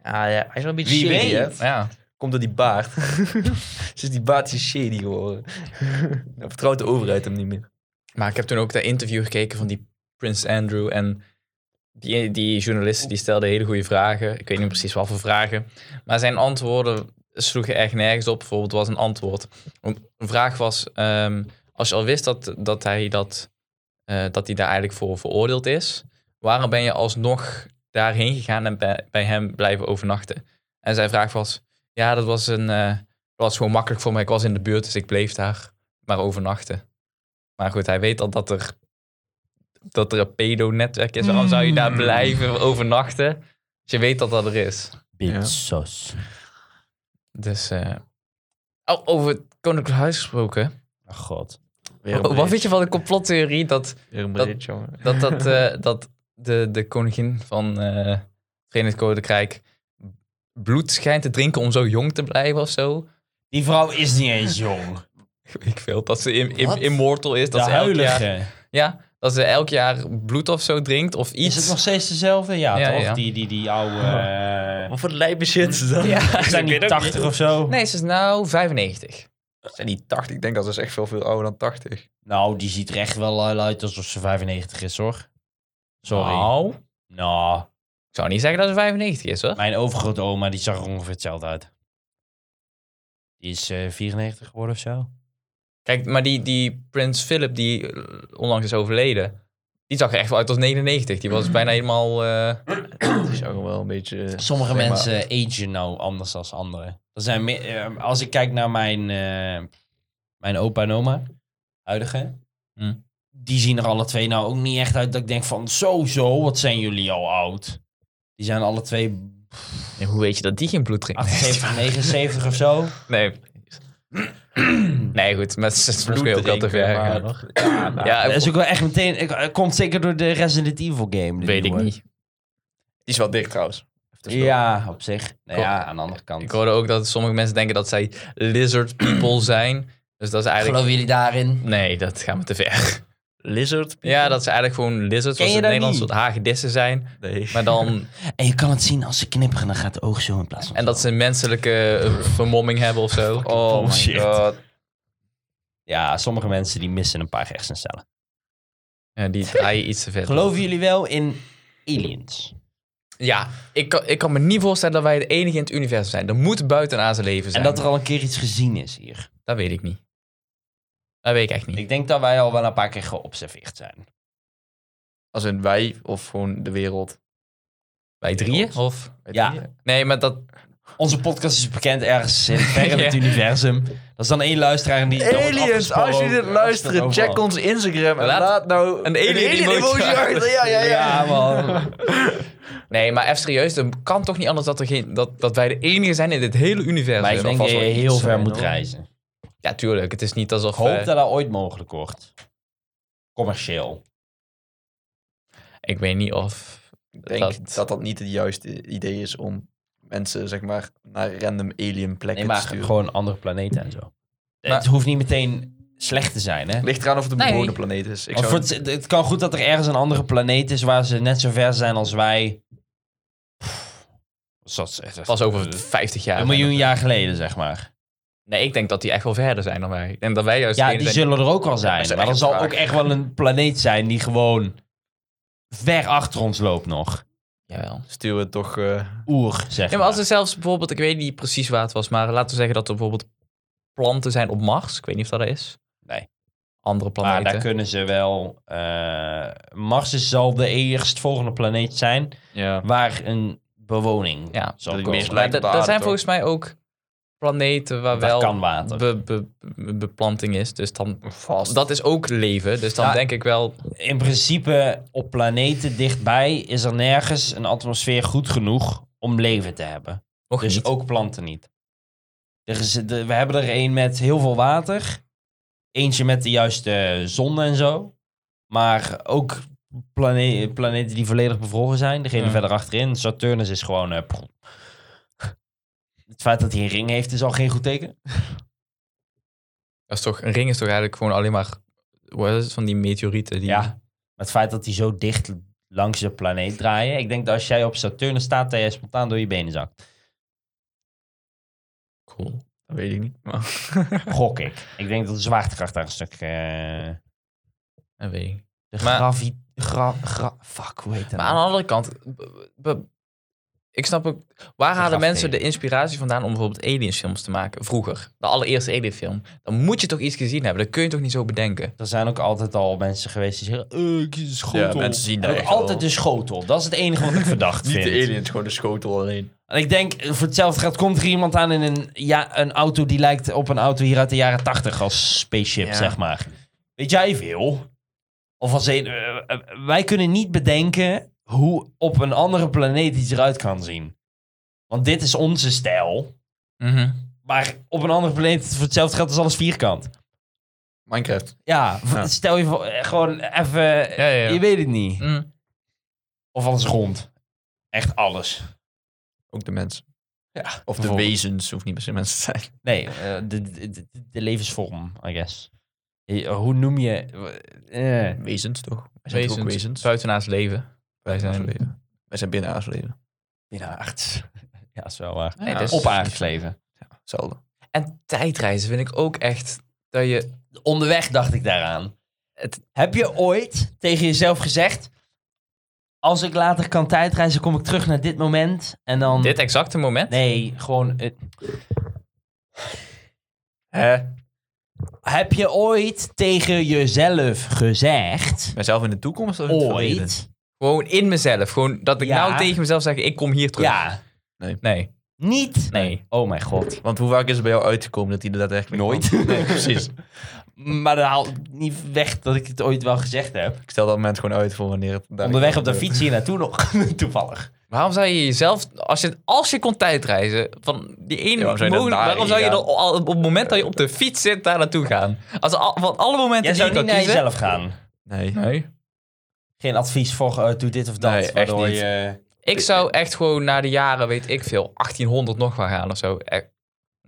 Speaker 3: Ja, ja, hij is wel een beetje
Speaker 2: Wie
Speaker 3: shady,
Speaker 2: weet?
Speaker 3: hè?
Speaker 1: Ja.
Speaker 3: Komt door die baard. dus die baard is shady geworden. Dan vertrouwt de overheid hem niet meer.
Speaker 1: Maar ik heb toen ook dat interview gekeken van die Prins Andrew. En die, die journalisten die stelden hele goede vragen. Ik weet niet precies wat voor vragen. Maar zijn antwoorden sloegen echt nergens op. Bijvoorbeeld was een antwoord. Een een vraag was, ehm, als je al wist dat, dat, hij dat, eh, dat hij daar eigenlijk voor veroordeeld is. Waarom ben je alsnog daarheen gegaan en bij, bij hem blijven overnachten? En zijn vraag was, ja dat was, een, eh, dat was gewoon makkelijk voor mij. Ik was in de buurt, dus ik bleef daar maar overnachten. Maar goed, hij weet al dat er, dat er een pedo-netwerk is. Waarom zou je daar
Speaker 2: Hmm.
Speaker 3: Mm.
Speaker 1: blijven overnachten? Als je weet dat dat er is.
Speaker 3: Ja.
Speaker 2: Bitsos.
Speaker 1: Dus, eh, oh, over het Koninklijk Huis gesproken.
Speaker 2: Ach god.
Speaker 3: Weer een
Speaker 1: Wat
Speaker 3: bridge.
Speaker 1: vind je van de complottheorie dat,
Speaker 3: Weer een
Speaker 1: dat-
Speaker 3: bridge, jongen.
Speaker 1: dat, dat, eh, dat de, de koningin van eh, het Verenigd Koninkrijk bloed schijnt te drinken om zo jong te blijven of zo?
Speaker 2: Die vrouw is niet eens jong.
Speaker 1: Weet Ik veel dat ze im, im,
Speaker 3: Wat?
Speaker 1: immortal is, dat
Speaker 2: de
Speaker 1: ze elk
Speaker 2: huilige.
Speaker 1: jaar, ja, dat ze elk jaar bloed of zo drinkt of
Speaker 2: Is
Speaker 1: iets.
Speaker 2: het nog steeds dezelfde? Ja,
Speaker 1: Ja,
Speaker 2: toch?
Speaker 1: ja.
Speaker 2: Die, die, die oude... eh,
Speaker 3: Wat voor lijpe shit is dat?
Speaker 1: Ja.
Speaker 2: zijn die 80 of zo?
Speaker 1: Nee, ze is nou 95.
Speaker 3: Zijn die 80? Ik denk dat ze echt veel, veel ouder dan 80.
Speaker 2: Nou, die ziet er echt wel uit alsof ze 95 is, hoor. Sorry. Nou,
Speaker 1: Nou, ik zou niet zeggen dat ze 95 is hoor.
Speaker 2: mijn overgrootoma die zag er ongeveer hetzelfde uit. Die is eh, 94 geworden of zo.
Speaker 1: Kijk, maar die, die prins Philip die eh, onlangs is overleden, die zag er echt wel uit als 99. Die was bijna helemaal... eh,
Speaker 3: Die is ook wel een beetje... eh,
Speaker 2: Sommige
Speaker 3: Nee, maar-
Speaker 2: mensen agen nou anders dan anderen. Er zijn meer, eh, als ik kijk naar mijn, eh, mijn opa en oma, huidige,
Speaker 1: Hm.
Speaker 2: die zien er alle twee nou ook niet echt uit dat ik denk van zo zo, wat zijn jullie al oud. Die zijn alle twee
Speaker 1: En hoe weet je dat die geen bloed drinkt?
Speaker 2: 78, 79 of zo.
Speaker 1: Nee. Nee, goed, maar het is bloed ook wel te ver. gaan.
Speaker 3: Ja, nou,
Speaker 1: Ja,
Speaker 2: Dat is ook wel echt meteen, ik- het komt zeker door de Resident Evil game.
Speaker 1: weet ik
Speaker 2: nieuwe.
Speaker 1: niet.
Speaker 3: Die is wel dik trouwens. Even tussendoor.
Speaker 2: Ja, op zich. Nou
Speaker 1: Kom.
Speaker 2: ja, aan de andere kant.
Speaker 1: Ik hoorde ook dat sommige mensen denken dat zij lizard people zijn. Dus dat is eigenlijk...
Speaker 2: Geloven jullie daarin?
Speaker 1: Nee, dat gaan we te ver.
Speaker 3: Lizard?
Speaker 1: Ja, dat ze eigenlijk gewoon lizards,
Speaker 2: Ken
Speaker 1: zoals
Speaker 2: je
Speaker 1: in
Speaker 2: dat
Speaker 1: Nederland,
Speaker 2: niet?
Speaker 1: soort hagedissen zijn.
Speaker 3: Nee.
Speaker 1: Maar dan
Speaker 2: En je kan het zien als ze knipperen, dan gaat het oog zo in plaats van
Speaker 1: En dat ze een menselijke eh, vermomming hebben of zo.
Speaker 3: Oh my
Speaker 2: Bullshit.
Speaker 3: god.
Speaker 2: Ja, sommige mensen die missen een paar hersencellen.
Speaker 1: Ja, die draaien iets te ver.
Speaker 2: Geloven jullie wel in aliens?
Speaker 1: Ja, ik kan, ik kan me niet voorstellen dat wij de enige in het universum zijn. Er moet buitenaardse leven
Speaker 2: En
Speaker 1: zijn.
Speaker 2: dat er al een keer iets gezien is hier.
Speaker 1: Dat weet ik niet. Dat weet ik echt niet.
Speaker 2: Ik denk dat wij al wel een paar keer geobserveerd zijn.
Speaker 3: Als in wij of gewoon de wereld.
Speaker 1: Wij drieën? Of?
Speaker 3: Weet
Speaker 2: Ja.
Speaker 3: je?
Speaker 1: Nee, maar dat...
Speaker 2: Onze podcast is bekend ergens in ver in het
Speaker 1: Ja.
Speaker 2: universum. Dat is dan één luisteraar en die... dat wordt
Speaker 3: Aliens,
Speaker 2: afgesproken
Speaker 3: als jullie dit
Speaker 2: overal.
Speaker 3: luisteren, check ons Instagram en
Speaker 1: Laat
Speaker 3: laat, nou
Speaker 1: een alien emoji achter.
Speaker 3: Ja, ja, ja.
Speaker 2: Ja, man.
Speaker 1: Nee, maar even serieus. Het kan toch niet anders dat, er geen, dat, dat wij de enige zijn in dit hele universum.
Speaker 2: Maar ik denk dat
Speaker 1: Alvast
Speaker 2: je
Speaker 1: wel iets
Speaker 2: heel ver
Speaker 1: zijn,
Speaker 2: moet
Speaker 1: hoor.
Speaker 2: reizen.
Speaker 1: Ja, tuurlijk. Het is niet alsof...
Speaker 2: Ik hoop
Speaker 1: eh,
Speaker 2: dat dat ooit mogelijk wordt. Commercieel.
Speaker 1: Ik weet niet of...
Speaker 3: Ik denk
Speaker 1: Dat-
Speaker 3: dat... dat niet het juiste idee is om mensen, zeg maar, naar random alien plekken
Speaker 2: Nee, maar
Speaker 3: te sturen.
Speaker 2: gewoon andere planeten en zo.
Speaker 1: Maar-
Speaker 2: het hoeft niet meteen slecht te zijn, hè?
Speaker 3: Het ligt eraan of het een
Speaker 1: Nee.
Speaker 3: bewoonde planeet is. Ik
Speaker 2: Want
Speaker 3: zou...
Speaker 2: voor het, het kan goed dat er ergens een andere planeet is waar ze net zo ver zijn als wij. Pff, Zoals, ze-
Speaker 1: Pas over 50 jaar.
Speaker 2: een miljoen jaar geleden, zeg maar.
Speaker 1: Nee, ik denk dat die echt wel verder zijn dan wij. En dat wij juist
Speaker 2: Ja,
Speaker 1: degene
Speaker 2: die
Speaker 1: zijn
Speaker 2: zullen er ook wel zijn.
Speaker 3: ze zijn
Speaker 2: maar er
Speaker 3: echt
Speaker 2: zal
Speaker 3: traag.
Speaker 2: ook echt wel een planeet zijn die gewoon ver achter ons loopt nog.
Speaker 1: Jawel.
Speaker 3: Sturen we toch... eh,
Speaker 2: Oer, zeg
Speaker 1: Ja, maar als er zelfs bijvoorbeeld, ik weet niet precies waar het was, maar laten we zeggen dat er bijvoorbeeld planten zijn op Mars. Ik weet niet of dat er is.
Speaker 2: Nee.
Speaker 1: Andere
Speaker 2: Maar
Speaker 1: planeten.
Speaker 2: daar kunnen ze wel... eh, Mars is zal de eerstvolgende planeet zijn
Speaker 3: ja.
Speaker 2: waar een bewoning
Speaker 1: Ja,
Speaker 2: zal
Speaker 3: dat het
Speaker 2: komen.
Speaker 3: meest
Speaker 1: Maar
Speaker 3: lijkt
Speaker 1: da-
Speaker 3: op de
Speaker 1: daar
Speaker 3: aarde,
Speaker 1: zijn
Speaker 3: toch?
Speaker 1: volgens mij ook planeten waar
Speaker 2: Daar
Speaker 1: wel
Speaker 2: kan water.
Speaker 1: be- be- be- beplanting is. Dus dan,
Speaker 3: Vast.
Speaker 1: dat is ook leven. Dus dan
Speaker 2: Ja.
Speaker 1: denk ik wel,
Speaker 2: in principe op planeten dichtbij is er nergens een atmosfeer goed genoeg om leven te hebben.
Speaker 1: nog
Speaker 2: Dus
Speaker 1: niet.
Speaker 2: ook planten niet. Er is, de- we hebben er een met heel veel water. Eentje met de juiste zon en zo. Maar ook plane- planeten die volledig bevroren zijn. Degene
Speaker 1: Ja.
Speaker 2: verder achterin. Saturnus is gewoon... eh, pff. het feit dat hij een ring heeft is al geen goed teken.
Speaker 1: Dat is toch, een ring is toch eigenlijk gewoon alleen maar, hoe is het, van die meteorieten. Die,
Speaker 2: Ja. Maar het feit dat hij zo dicht langs de planeet draaien. Ik denk dat als jij op Saturnus staat, dat jij spontaan door je benen zakt.
Speaker 1: Cool.
Speaker 3: Dat weet ik niet. Maar...
Speaker 2: Gok ik. Ik denk dat de zwaartekracht daar een stuk. eh,
Speaker 1: Dat weet ik niet.
Speaker 2: de
Speaker 1: Maar-
Speaker 2: gravi. Gra, gra- fuck, hoe heet dat?
Speaker 1: Maar
Speaker 2: nou?
Speaker 1: aan de andere kant, be- be- ik snap ook, waar halen
Speaker 2: gaf
Speaker 1: mensen
Speaker 2: tegen.
Speaker 1: de inspiratie vandaan om bijvoorbeeld aliensfilms te maken? Vroeger, de allereerste alienfilm. Dan moet je toch iets gezien hebben, dat kun je toch niet zo bedenken?
Speaker 2: Er zijn ook altijd al mensen geweest die zeggen. eh, ik zie een schotel.
Speaker 3: Ja, mensen zien
Speaker 2: En
Speaker 3: dat
Speaker 2: ook
Speaker 3: echt wel.
Speaker 2: altijd de schotel. Dat is het enige wat ik verdacht
Speaker 3: Niet
Speaker 2: vind.
Speaker 3: de aliens, gewoon de schotel alleen.
Speaker 2: En ik denk, eh, voor hetzelfde geld komt er iemand aan in een, ja, een auto die lijkt op een auto hier uit de jaren 80 als spaceship,
Speaker 3: Ja.
Speaker 2: zeg maar. Weet jij veel? Of als een, eh, eh, wij kunnen niet bedenken hoe op een andere planeet iets eruit kan zien. Want dit is onze
Speaker 1: Mhm.
Speaker 2: stijl. Maar op een andere planeet, voor hetzelfde geld, is alles vierkant.
Speaker 3: Minecraft.
Speaker 2: Ja, v-
Speaker 3: Ja.
Speaker 2: stel je voor, eh, gewoon even...
Speaker 1: Ja, ja, ja.
Speaker 2: Je weet het niet.
Speaker 1: Mm.
Speaker 2: Of alles rond. Echt alles.
Speaker 3: Ook de mens.
Speaker 2: Ja,
Speaker 3: Of de
Speaker 2: bijvoorbeeld.
Speaker 3: wezens, hoeft niet per se mensen te zijn.
Speaker 2: Nee, eh, de, de, de- de levensvorm, I guess. Eh, Hoe noem je... eh,
Speaker 3: Wezens toch? Wij zijn toch
Speaker 1: Wezens,
Speaker 3: ook wezens.
Speaker 1: Buitenaars leven. Wij zijn-
Speaker 3: leven. Wij zijn binnen leven.
Speaker 2: Binnen aards. Ja, is wel waar.
Speaker 1: Nee, dat is-
Speaker 2: Op aards leven.
Speaker 3: Hetzelfde.
Speaker 1: En tijdreizen vind ik ook echt dat je...
Speaker 2: Onderweg dacht ik daaraan. Het- Heb je ooit tegen jezelf gezegd... Als ik later kan tijdreizen, kom ik terug naar dit moment. En dan...
Speaker 1: Dit exacte moment?
Speaker 2: Nee, gewoon... eh,
Speaker 3: Hè?
Speaker 2: heb je ooit tegen jezelf gezegd...
Speaker 3: Mijzelf in de toekomst of in het verleden?
Speaker 2: Ooit?
Speaker 1: Gewoon in mezelf. Gewoon dat ik
Speaker 2: Ja.
Speaker 1: nou tegen mezelf zeg, ik kom hier terug.
Speaker 2: Ja.
Speaker 1: Nee.
Speaker 2: Niet?
Speaker 1: Nee.
Speaker 2: Oh mijn god.
Speaker 3: Want hoe vaak is het bij jou uitgekomen dat hij er daadwerkelijk
Speaker 2: Nooit.
Speaker 3: kwam? Nee, precies.
Speaker 2: Maar dat haalt niet weg dat ik het ooit wel gezegd heb.
Speaker 3: Ik stel dat moment gewoon uit voor wanneer het... daar-
Speaker 2: Onderweg op de fiets hier naartoe nog. Toevallig.
Speaker 1: Waarom zou je jezelf, als je, als je kon tijdreizen, van die ene
Speaker 3: Ja, waarom zou je
Speaker 1: mogelijk-
Speaker 3: daar
Speaker 1: waarom zou je
Speaker 3: heen
Speaker 1: dan al- op het moment dat je op de fiets zit daar naartoe gaan? Als al, van alle momenten
Speaker 2: Jij
Speaker 1: die
Speaker 2: zou
Speaker 1: dus je
Speaker 2: niet
Speaker 1: kan
Speaker 2: naar
Speaker 1: kiezen.
Speaker 2: jezelf gaan.
Speaker 3: Nee.
Speaker 1: Nee.
Speaker 2: Geen advies voor eh, doe dit of dat.
Speaker 3: Nee, echt
Speaker 2: waardoor
Speaker 3: niet.
Speaker 2: je-
Speaker 1: Ik zou echt gewoon naar de jaren, weet ik veel, 1800 nog wel gaan of zo. Eh,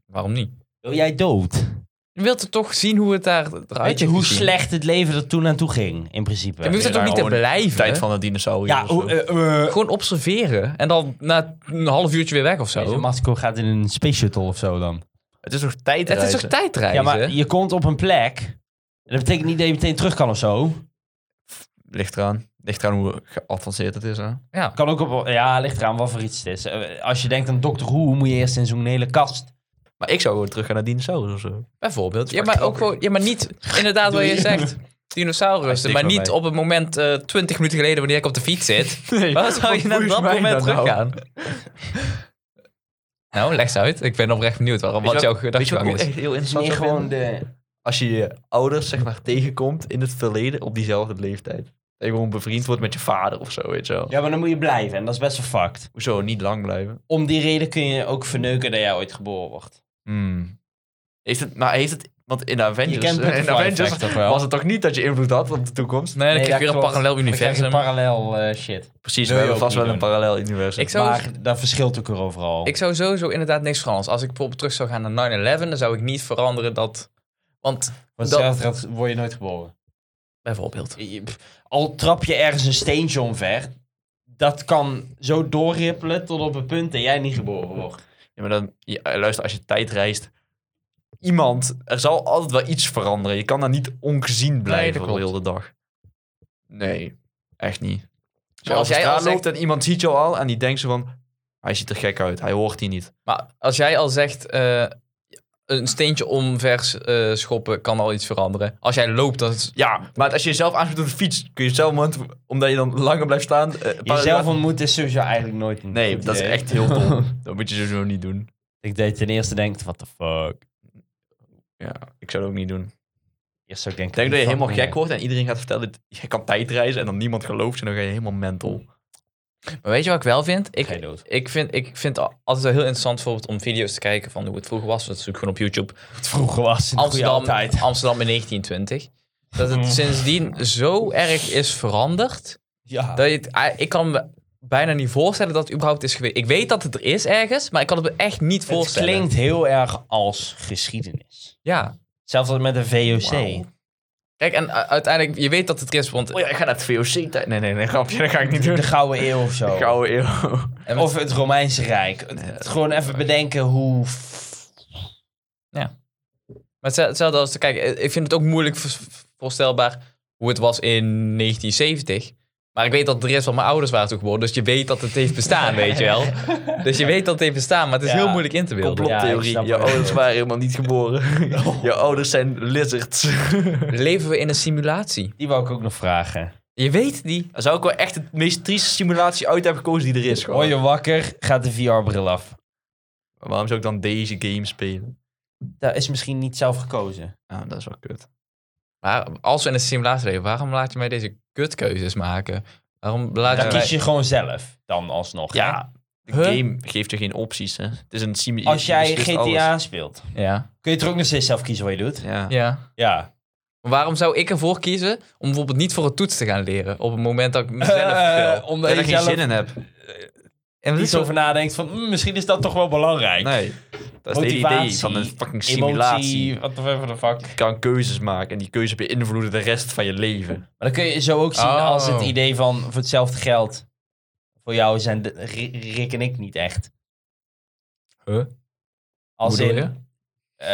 Speaker 1: waarom niet?
Speaker 2: Wil jij dood?
Speaker 1: Je wilt er toch zien hoe het daar eruit
Speaker 2: Weet je
Speaker 1: heeft
Speaker 2: hoe
Speaker 1: gezien.
Speaker 2: slecht het leven er toen aan toe ging, in principe.
Speaker 1: En je hoeft er
Speaker 3: Ja,
Speaker 1: toch niet te
Speaker 3: gewoon
Speaker 1: blijven?
Speaker 3: Tijd van de dinosauriërs.
Speaker 2: ja,
Speaker 3: of zo.
Speaker 2: hoe, eh, eh,
Speaker 1: Gewoon observeren. En dan na een half uurtje weer weg of
Speaker 2: deze
Speaker 1: zo.
Speaker 2: Masco gaat in een space shuttle of zo dan.
Speaker 3: Het is toch
Speaker 1: Het
Speaker 3: tijdreizen?
Speaker 1: is toch tijdreizen?
Speaker 2: Ja, maar je komt op een plek. En dat betekent niet dat je meteen terug kan of zo.
Speaker 3: Ligt eraan. Ligt eraan hoe geavanceerd het is, hè?
Speaker 2: Kan ook op, ja, ligt eraan wat voor iets het is. Eh, Als je denkt aan Doctor Who, moet je eerst in zo'n hele kast.
Speaker 3: Maar ik zou gewoon terug gaan naar dinosaurus of zo.
Speaker 1: Bijvoorbeeld. Ja,
Speaker 3: maar
Speaker 1: maar ook
Speaker 3: grappig.
Speaker 1: gewoon, ja, maar niet inderdaad wat je zegt. Dinosaurussen,
Speaker 3: Stikt
Speaker 1: maar
Speaker 3: wel
Speaker 1: niet
Speaker 3: mee.
Speaker 1: op het moment eh 20 minuten geleden wanneer ik op de fiets zit.
Speaker 3: Nee,
Speaker 1: Waar zou je naar dat moment teruggaan? Nou, leg ze uit. Ik ben oprecht benieuwd waarom, wat jouw gedachtegang is.
Speaker 3: echt heel interessant
Speaker 2: Meer
Speaker 3: zou
Speaker 2: gewoon
Speaker 3: vinden?
Speaker 2: de...
Speaker 3: Als je je ouders zeg maar tegenkomt in het verleden op diezelfde leeftijd. Dat je gewoon bevriend wordt met je vader of zo, weet je wel.
Speaker 2: Ja, maar dan moet je blijven. En dat is best wel fucked.
Speaker 3: Hoezo, niet lang blijven.
Speaker 2: Om die reden kun je ook verneuken dat jij ooit geboren wordt.
Speaker 3: Hmm. Heeft het, maar heeft het... Want in de Avengers, eh,
Speaker 2: Je kent
Speaker 3: in de
Speaker 2: Butterfly
Speaker 3: Avengers
Speaker 2: Effect toch wel?
Speaker 3: was het toch niet dat je invloed had op de toekomst?
Speaker 1: Nee, dan
Speaker 2: Nee,
Speaker 1: krijg je
Speaker 2: dat
Speaker 1: weer een
Speaker 2: klopt.
Speaker 1: parallel
Speaker 2: Dan krijg je
Speaker 1: universum.
Speaker 2: parallel eh, shit.
Speaker 3: Precies,
Speaker 2: Wil
Speaker 3: we
Speaker 2: je
Speaker 3: hebben
Speaker 2: ook
Speaker 3: vast wel
Speaker 2: niet
Speaker 3: een
Speaker 2: doen.
Speaker 3: parallel universum.
Speaker 1: Ik zou,
Speaker 2: Maar dat verschilt ook weer overal.
Speaker 1: ik zou sowieso inderdaad niks veranderen. Als ik bijvoorbeeld terug zou gaan naar 9-11, dan zou ik niet veranderen dat... Want,
Speaker 2: Want
Speaker 1: dat-
Speaker 2: zelfs dat... word je nooit geboren.
Speaker 1: bijvoorbeeld...
Speaker 2: Je- pff, Al trap je ergens een steentje omver, dat kan zo doorrippelen tot op het punt dat jij niet geboren wordt.
Speaker 3: Ja, maar dan, ja, luister, als je tijd reist, iemand, er zal altijd wel iets veranderen. Je kan daar niet ongezien blijven
Speaker 1: dat
Speaker 3: voor
Speaker 1: klopt.
Speaker 3: heel de dag. Nee, echt niet.
Speaker 1: Maar
Speaker 3: Als,
Speaker 1: als jij
Speaker 3: je
Speaker 1: al
Speaker 3: straat
Speaker 1: zegt-
Speaker 3: loopt en iemand ziet jou al en die denkt zo van, hij ziet er gek uit, hij hoort hier niet.
Speaker 1: Maar als jij al zegt, eh, een steentje omver eh, schoppen kan al iets veranderen. Als jij loopt, dan is-
Speaker 3: Ja, maar als je jezelf aanspreekt op de fiets, kun je zelf, want- omdat je dan langer blijft staan... eh,
Speaker 2: Jezelf ontmoeten is sowieso eigenlijk nooit een
Speaker 3: Nee,
Speaker 2: goed
Speaker 3: dat is
Speaker 2: idee.
Speaker 3: echt heel dom. Dat moet je sowieso niet doen.
Speaker 2: Ik deed ten eerste denk, what the fuck.
Speaker 3: Ja, ik zou dat ook niet doen.
Speaker 2: Eerst zou ik denken,
Speaker 3: Ik denk dat
Speaker 2: fuck
Speaker 3: je helemaal
Speaker 2: ben
Speaker 3: gek
Speaker 2: ik?
Speaker 3: wordt en iedereen gaat vertellen, je kan tijdreizen en dan niemand gelooft je en dan ga je helemaal mental.
Speaker 1: Maar weet je wat ik wel vind?
Speaker 2: Ga je
Speaker 1: Ik,
Speaker 2: dood.
Speaker 1: ik vind, ik vind al- altijd wel heel interessant bijvoorbeeld om video's te kijken van hoe het vroeger was. Dat is natuurlijk gewoon op YouTube.
Speaker 2: Het vroeger was in de goede
Speaker 1: Amsterdam,
Speaker 2: oude tijd.
Speaker 1: Amsterdam in 1920. Dat
Speaker 2: Mm.
Speaker 1: het sindsdien zo erg is veranderd.
Speaker 2: Ja.
Speaker 1: Dat je het, ah, ik kan me bijna niet voorstellen dat het überhaupt is geweest. Ik weet dat het er is ergens, maar ik kan het me echt niet
Speaker 2: Het
Speaker 1: voorstellen.
Speaker 2: klinkt heel erg als geschiedenis.
Speaker 1: Ja.
Speaker 2: Zelfs als met een VOC.
Speaker 3: Wauw.
Speaker 1: Kijk, en eh, uiteindelijk, je weet dat het er is, want...
Speaker 3: Oh ja, ik ga naar het VOC tijd. Nee, nee, nee, grapje, dat ga ik niet doen.
Speaker 2: De Gouden Eeuw of zo.
Speaker 3: Gouden eeuw.
Speaker 1: en met-
Speaker 2: Of het Romeinse Rijk. Het- het gewoon even bedenken hoe... f-
Speaker 1: Maar het- hetzelfde als, kijk, eh, ik vind het ook moeilijk vo- voorstelbaar hoe het was in 1970. Maar ik weet dat de rest van mijn ouders waren toen geboren, dus je weet dat het heeft bestaan, weet je wel. Dus je weet dat het heeft bestaan, maar het is
Speaker 2: Ja.
Speaker 1: heel moeilijk in te beelden.
Speaker 2: Complot.
Speaker 3: Complottheorie.
Speaker 2: Ja, ik snap
Speaker 3: je
Speaker 2: het.
Speaker 3: ouders waren helemaal niet geboren. Je ouders zijn lizards.
Speaker 1: Leven we in een simulatie?
Speaker 2: Die wou ik ook nog vragen.
Speaker 1: Je weet die.
Speaker 3: Dan zou ik wel echt de meest trieste simulatie uit hebben gekozen die er is.
Speaker 2: Hoor
Speaker 3: Gewoon.
Speaker 2: je wakker, gaat de VR-bril af.
Speaker 3: Waarom zou ik dan deze game spelen?
Speaker 2: Dat is misschien niet zelf gekozen.
Speaker 3: Ja, dat is wel kut.
Speaker 1: Maar als we in een simulatie leven, waarom laat je mij deze kutkeuzes maken? Waarom laat
Speaker 2: Dan
Speaker 1: je mij...
Speaker 2: kies je gewoon zelf, dan alsnog. hè?
Speaker 3: Ja, de
Speaker 1: Huh?
Speaker 3: game geeft je geen opties. Hè. Het is een simulatie.
Speaker 2: Als jij GTA speelt,
Speaker 1: Ja,
Speaker 2: kun je er ook nog steeds zelf kiezen wat je doet.
Speaker 3: Ja.
Speaker 1: ja.
Speaker 2: Ja.
Speaker 1: Waarom zou ik ervoor kiezen om bijvoorbeeld niet voor een toets te gaan leren op het moment dat ik mezelf
Speaker 2: Eh,
Speaker 1: wil?
Speaker 2: omdat
Speaker 3: Daar
Speaker 2: je
Speaker 3: ik geen
Speaker 2: zelf
Speaker 3: zin in heb.
Speaker 1: En dat is
Speaker 2: niet
Speaker 1: zo
Speaker 2: over nadenkt van, "Mm, misschien is dat toch wel belangrijk.
Speaker 3: Nee. Dat is het hele idee van een fucking simulatie.
Speaker 2: Emotie, wat de fuck.
Speaker 3: Je kan keuzes maken en die keuzes beïnvloeden de rest van je leven.
Speaker 2: Maar dan kun je zo ook zien
Speaker 1: Oh.
Speaker 2: als het idee van voor hetzelfde geld. Voor jou zijn de- Ri- Rick en ik niet echt.
Speaker 1: Huh?
Speaker 2: Als
Speaker 1: bedoel
Speaker 2: in,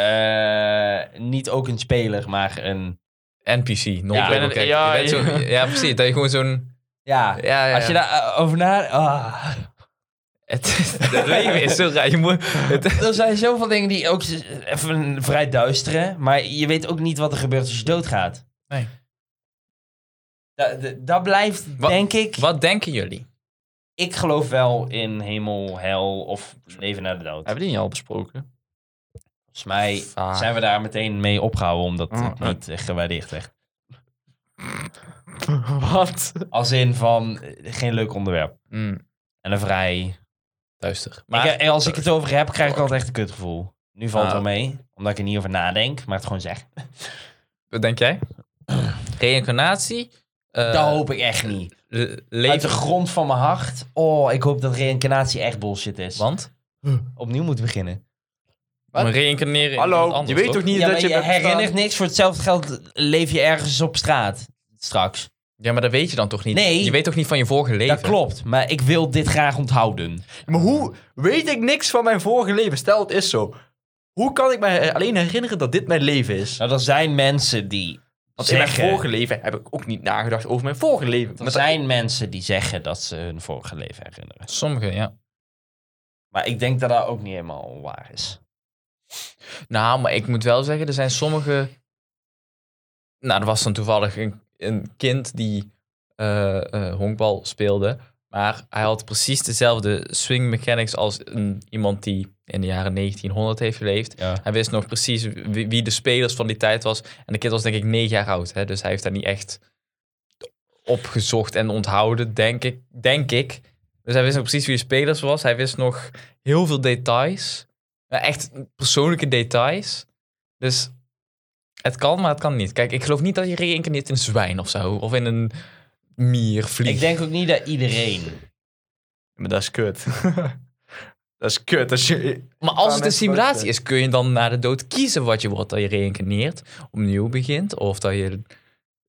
Speaker 2: eh, niet ook een speler, maar een...
Speaker 1: NPC,
Speaker 2: Ja,
Speaker 1: non-playable character.
Speaker 3: ja,
Speaker 1: Je bent
Speaker 3: ja.
Speaker 1: zo'n- ja, precies. Dat je gewoon zo'n...
Speaker 2: Ja,
Speaker 1: Ja, ja.
Speaker 2: als je
Speaker 1: ja.
Speaker 2: daarover na... ah.
Speaker 1: Het, het leven is zo raar. Je moet, het,
Speaker 2: Er zijn zoveel dingen die ook z- even vrij duisteren. Maar je weet ook niet wat er gebeurt als je doodgaat.
Speaker 1: Nee.
Speaker 2: Da- da- dat blijft,
Speaker 1: Wat-
Speaker 2: denk ik...
Speaker 1: wat denken jullie?
Speaker 2: Ik geloof wel in hemel, hel of leven na de dood.
Speaker 3: Hebben die niet al besproken?
Speaker 2: Volgens mij
Speaker 1: Vaag.
Speaker 2: zijn we daar meteen mee opgehouden omdat
Speaker 3: Oh,
Speaker 2: het
Speaker 3: eh.
Speaker 2: niet eh, gewaardeerd werd.
Speaker 3: Wat?
Speaker 2: Als in van eh, geen leuk onderwerp.
Speaker 1: Hmm,
Speaker 2: En een vrij.
Speaker 1: Duister.
Speaker 2: Maar
Speaker 1: Maar
Speaker 2: als ik het over heb, krijg ik altijd echt een kutgevoel. Nu valt het
Speaker 3: Ah.
Speaker 2: wel mee, omdat ik er niet over nadenk, maar het gewoon zeg.
Speaker 1: wat denk jij? Reïncarnatie? Eh,
Speaker 2: dat hoop ik echt niet.
Speaker 1: le-
Speaker 2: Uit de
Speaker 1: leven?
Speaker 2: grond van mijn hart. Oh, ik hoop dat reïncarnatie echt bullshit is.
Speaker 1: Want?
Speaker 2: Opnieuw moeten beginnen.
Speaker 3: Wat?
Speaker 1: Maar reïncarneren in
Speaker 3: Hallo,
Speaker 1: iemand
Speaker 3: je
Speaker 1: anders,
Speaker 3: weet toch niet
Speaker 2: Ja,
Speaker 3: dat
Speaker 2: maar
Speaker 3: je...
Speaker 2: je
Speaker 3: bent bestaan?
Speaker 2: herinnert niks. Voor hetzelfde geld leef je ergens op straat. Straks.
Speaker 1: Ja, maar dat weet je dan toch niet?
Speaker 2: Nee.
Speaker 1: Je weet toch niet van je vorige leven?
Speaker 2: Dat klopt. Maar ik wil dit graag onthouden.
Speaker 3: Maar hoe weet ik niks van mijn vorige leven? Stel, het is zo. Hoe kan ik mij alleen herinneren dat dit mijn leven is?
Speaker 2: Nou, er zijn mensen die
Speaker 3: Want in
Speaker 2: zeggen...
Speaker 3: mijn vorige leven heb ik ook niet nagedacht over mijn vorige leven.
Speaker 2: Er zijn mensen die zeggen dat ze hun vorige leven herinneren.
Speaker 1: Sommigen, ja.
Speaker 2: Maar ik denk dat dat ook niet helemaal waar is.
Speaker 1: Nou, maar ik moet wel zeggen, er zijn sommige... Nou, er was dan toevallig een, een kind die eh, eh, honkbal speelde. Maar hij had precies dezelfde swing mechanics als een, iemand die in de jaren 1900 heeft geleefd.
Speaker 2: Ja.
Speaker 1: Hij wist nog precies wie, wie de spelers van die tijd was. En de kind was denk ik negen jaar oud. Hè? Dus hij heeft daar niet echt opgezocht en onthouden, denk ik. Denk ik. Dus hij wist nog precies wie de spelers was. Hij wist nog heel veel details. Ja, echt persoonlijke details. Dus het kan, maar het kan niet. Kijk, ik geloof niet dat je reïncarneert in een zwijn of zo. Of in een mier, vlieg.
Speaker 2: Ik denk ook niet dat iedereen...
Speaker 3: Maar dat is kut. dat is kut. Als je...
Speaker 1: Maar als
Speaker 3: Waar
Speaker 1: het een
Speaker 3: mensen
Speaker 1: simulatie
Speaker 3: fouten.
Speaker 1: is, kun je dan na de dood kiezen wat je wordt. Dat je reïncarneert, opnieuw begint, of dat je eh,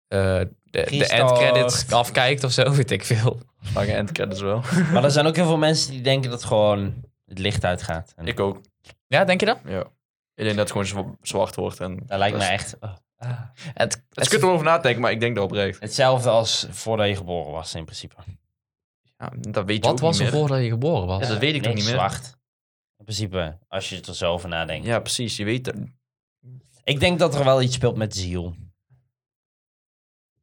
Speaker 1: de, de
Speaker 2: Restart.
Speaker 1: endcredits afkijkt of zo, weet ik veel.
Speaker 3: Lange endcredits wel.
Speaker 2: Maar er zijn ook heel veel mensen die denken dat gewoon het licht uitgaat. En
Speaker 3: Ik ook.
Speaker 1: Ja, denk je dat?
Speaker 3: Ja. Ik denk dat het gewoon zwa- zwart wordt. En
Speaker 2: dat lijkt me
Speaker 3: is-
Speaker 2: echt... oh, ah.
Speaker 1: Het, het,
Speaker 3: Het is kut om over na te denken, maar ik denk dat oprecht.
Speaker 2: Hetzelfde als voordat je geboren was, in principe.
Speaker 3: Ja, dat weet je
Speaker 1: wat was er voordat je geboren was?
Speaker 3: Ja, dat weet ik nog
Speaker 2: Niks
Speaker 3: niet meer.
Speaker 2: zwart. In principe, als je er zo over nadenkt.
Speaker 3: Ja, precies. Je weet dat.
Speaker 2: Ik denk dat er wel iets speelt met ziel.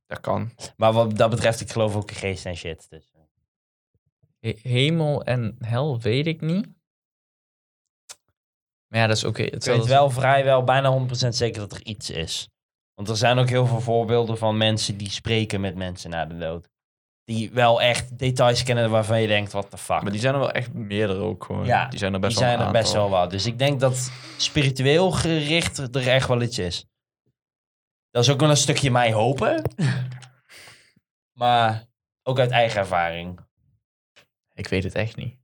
Speaker 3: Dat kan.
Speaker 2: Maar wat dat betreft, ik geloof ook in geesten en shit. Dus.
Speaker 1: He- Hemel en hel, weet ik niet. Maar ja, dat is oké.
Speaker 2: Ik weet
Speaker 1: Hetzelfde
Speaker 2: wel vrijwel bijna 100% zeker dat er iets is. Want er zijn ook heel veel voorbeelden van mensen die spreken met mensen na de dood. Die wel echt details kennen waarvan je denkt, wat the fuck.
Speaker 3: Maar die zijn er wel echt meerdere ook gewoon.
Speaker 2: Ja,
Speaker 3: die zijn er
Speaker 2: Die
Speaker 3: best wel
Speaker 2: zijn
Speaker 3: een
Speaker 2: er best
Speaker 3: aantal.
Speaker 2: wel wat. Dus ik denk dat spiritueel gericht er echt wel iets is. Dat is ook wel een stukje mij hopen. maar ook uit eigen ervaring.
Speaker 1: Ik weet het echt niet.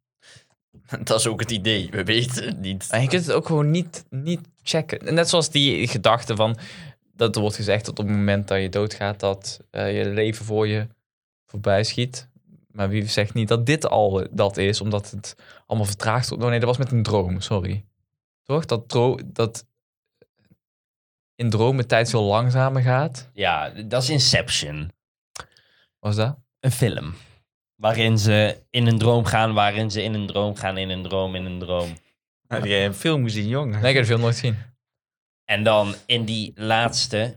Speaker 3: Dat is ook het idee. We weten het niet.
Speaker 1: En je kunt het ook gewoon niet, niet checken. Net zoals die gedachte van... Dat er wordt gezegd dat op het moment dat je doodgaat... dat eh, je leven voor je voorbij schiet. Maar wie zegt niet dat dit al dat is... omdat het allemaal vertraagd wordt. Oh nee, dat was met een droom, sorry. Toch? Dat, dro dat in dromen tijd veel langzamer gaat.
Speaker 2: Ja, dat is Inception.
Speaker 1: Was dat?
Speaker 2: Een film. Waarin ze in een droom gaan, waarin ze in een droom gaan, in een droom, in een droom.
Speaker 3: Heb jij een film gezien, jongen?
Speaker 1: Nee, ik heb de film nooit gezien.
Speaker 2: En dan in die laatste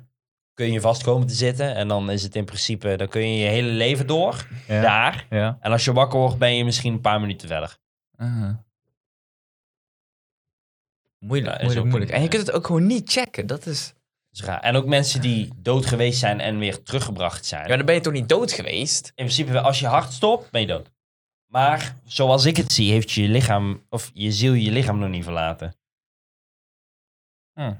Speaker 2: kun je vast komen te zitten. En dan is het in principe, dan kun je je hele leven door.
Speaker 1: Ja.
Speaker 2: Daar.
Speaker 1: Ja.
Speaker 2: En als je wakker wordt, ben je misschien een paar minuten verder.
Speaker 1: Aha.
Speaker 2: Ja,
Speaker 1: Moeilijk,
Speaker 2: is ook
Speaker 1: moeilijk,
Speaker 2: een-
Speaker 1: moeilijk. En je kunt het ook gewoon niet checken. Dat is...
Speaker 2: Dat is raar. En ook mensen die dood geweest zijn en weer teruggebracht zijn.
Speaker 1: Ja, maar dan ben je toch niet dood geweest?
Speaker 2: In principe, als je hart stopt, ben je dood. Maar zoals ik het zie, heeft je lichaam, of je ziel je lichaam nog niet verlaten.
Speaker 1: Hm.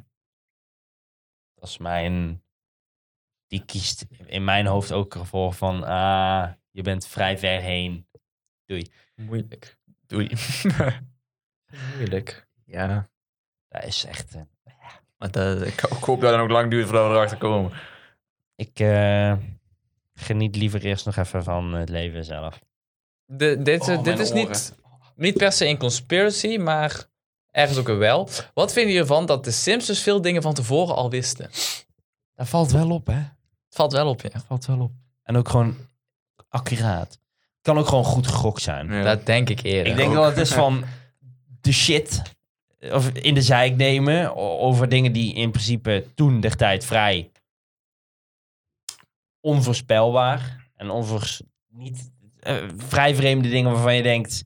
Speaker 2: Dat is mijn die kiest in mijn hoofd ook ervoor van, ah, je bent vrij ver heen.
Speaker 1: Moeilijk.
Speaker 3: Doei.
Speaker 1: Moeilijk.
Speaker 3: ja.
Speaker 2: Dat is echt... eh,
Speaker 3: Maar dat, ik, ik hoop dat het nog lang duurt voordat we erachter komen.
Speaker 2: ik eh, geniet liever eerst nog even van het leven zelf.
Speaker 1: De, dit eh,
Speaker 3: Oh,
Speaker 1: dit
Speaker 3: mijn
Speaker 1: is
Speaker 3: oren.
Speaker 1: niet, niet per se een conspiracy, maar ergens ook een wel. Wat vinden jullie ervan dat de Simpsons veel dingen van tevoren al wisten?
Speaker 2: Dat valt wel op, hè?
Speaker 1: Het valt wel op, ja.
Speaker 2: Dat valt wel op. En ook gewoon accuraat. Kan ook gewoon goed gegokt zijn.
Speaker 3: Ja.
Speaker 1: Dat denk ik eerder.
Speaker 2: Ik denk
Speaker 3: ook.
Speaker 2: dat het is van de shit of in de zeik nemen o- over dingen die in principe toen der tijd vrij onvoorspelbaar en onvoors, niet, eh, vrij vreemde dingen waarvan je denkt,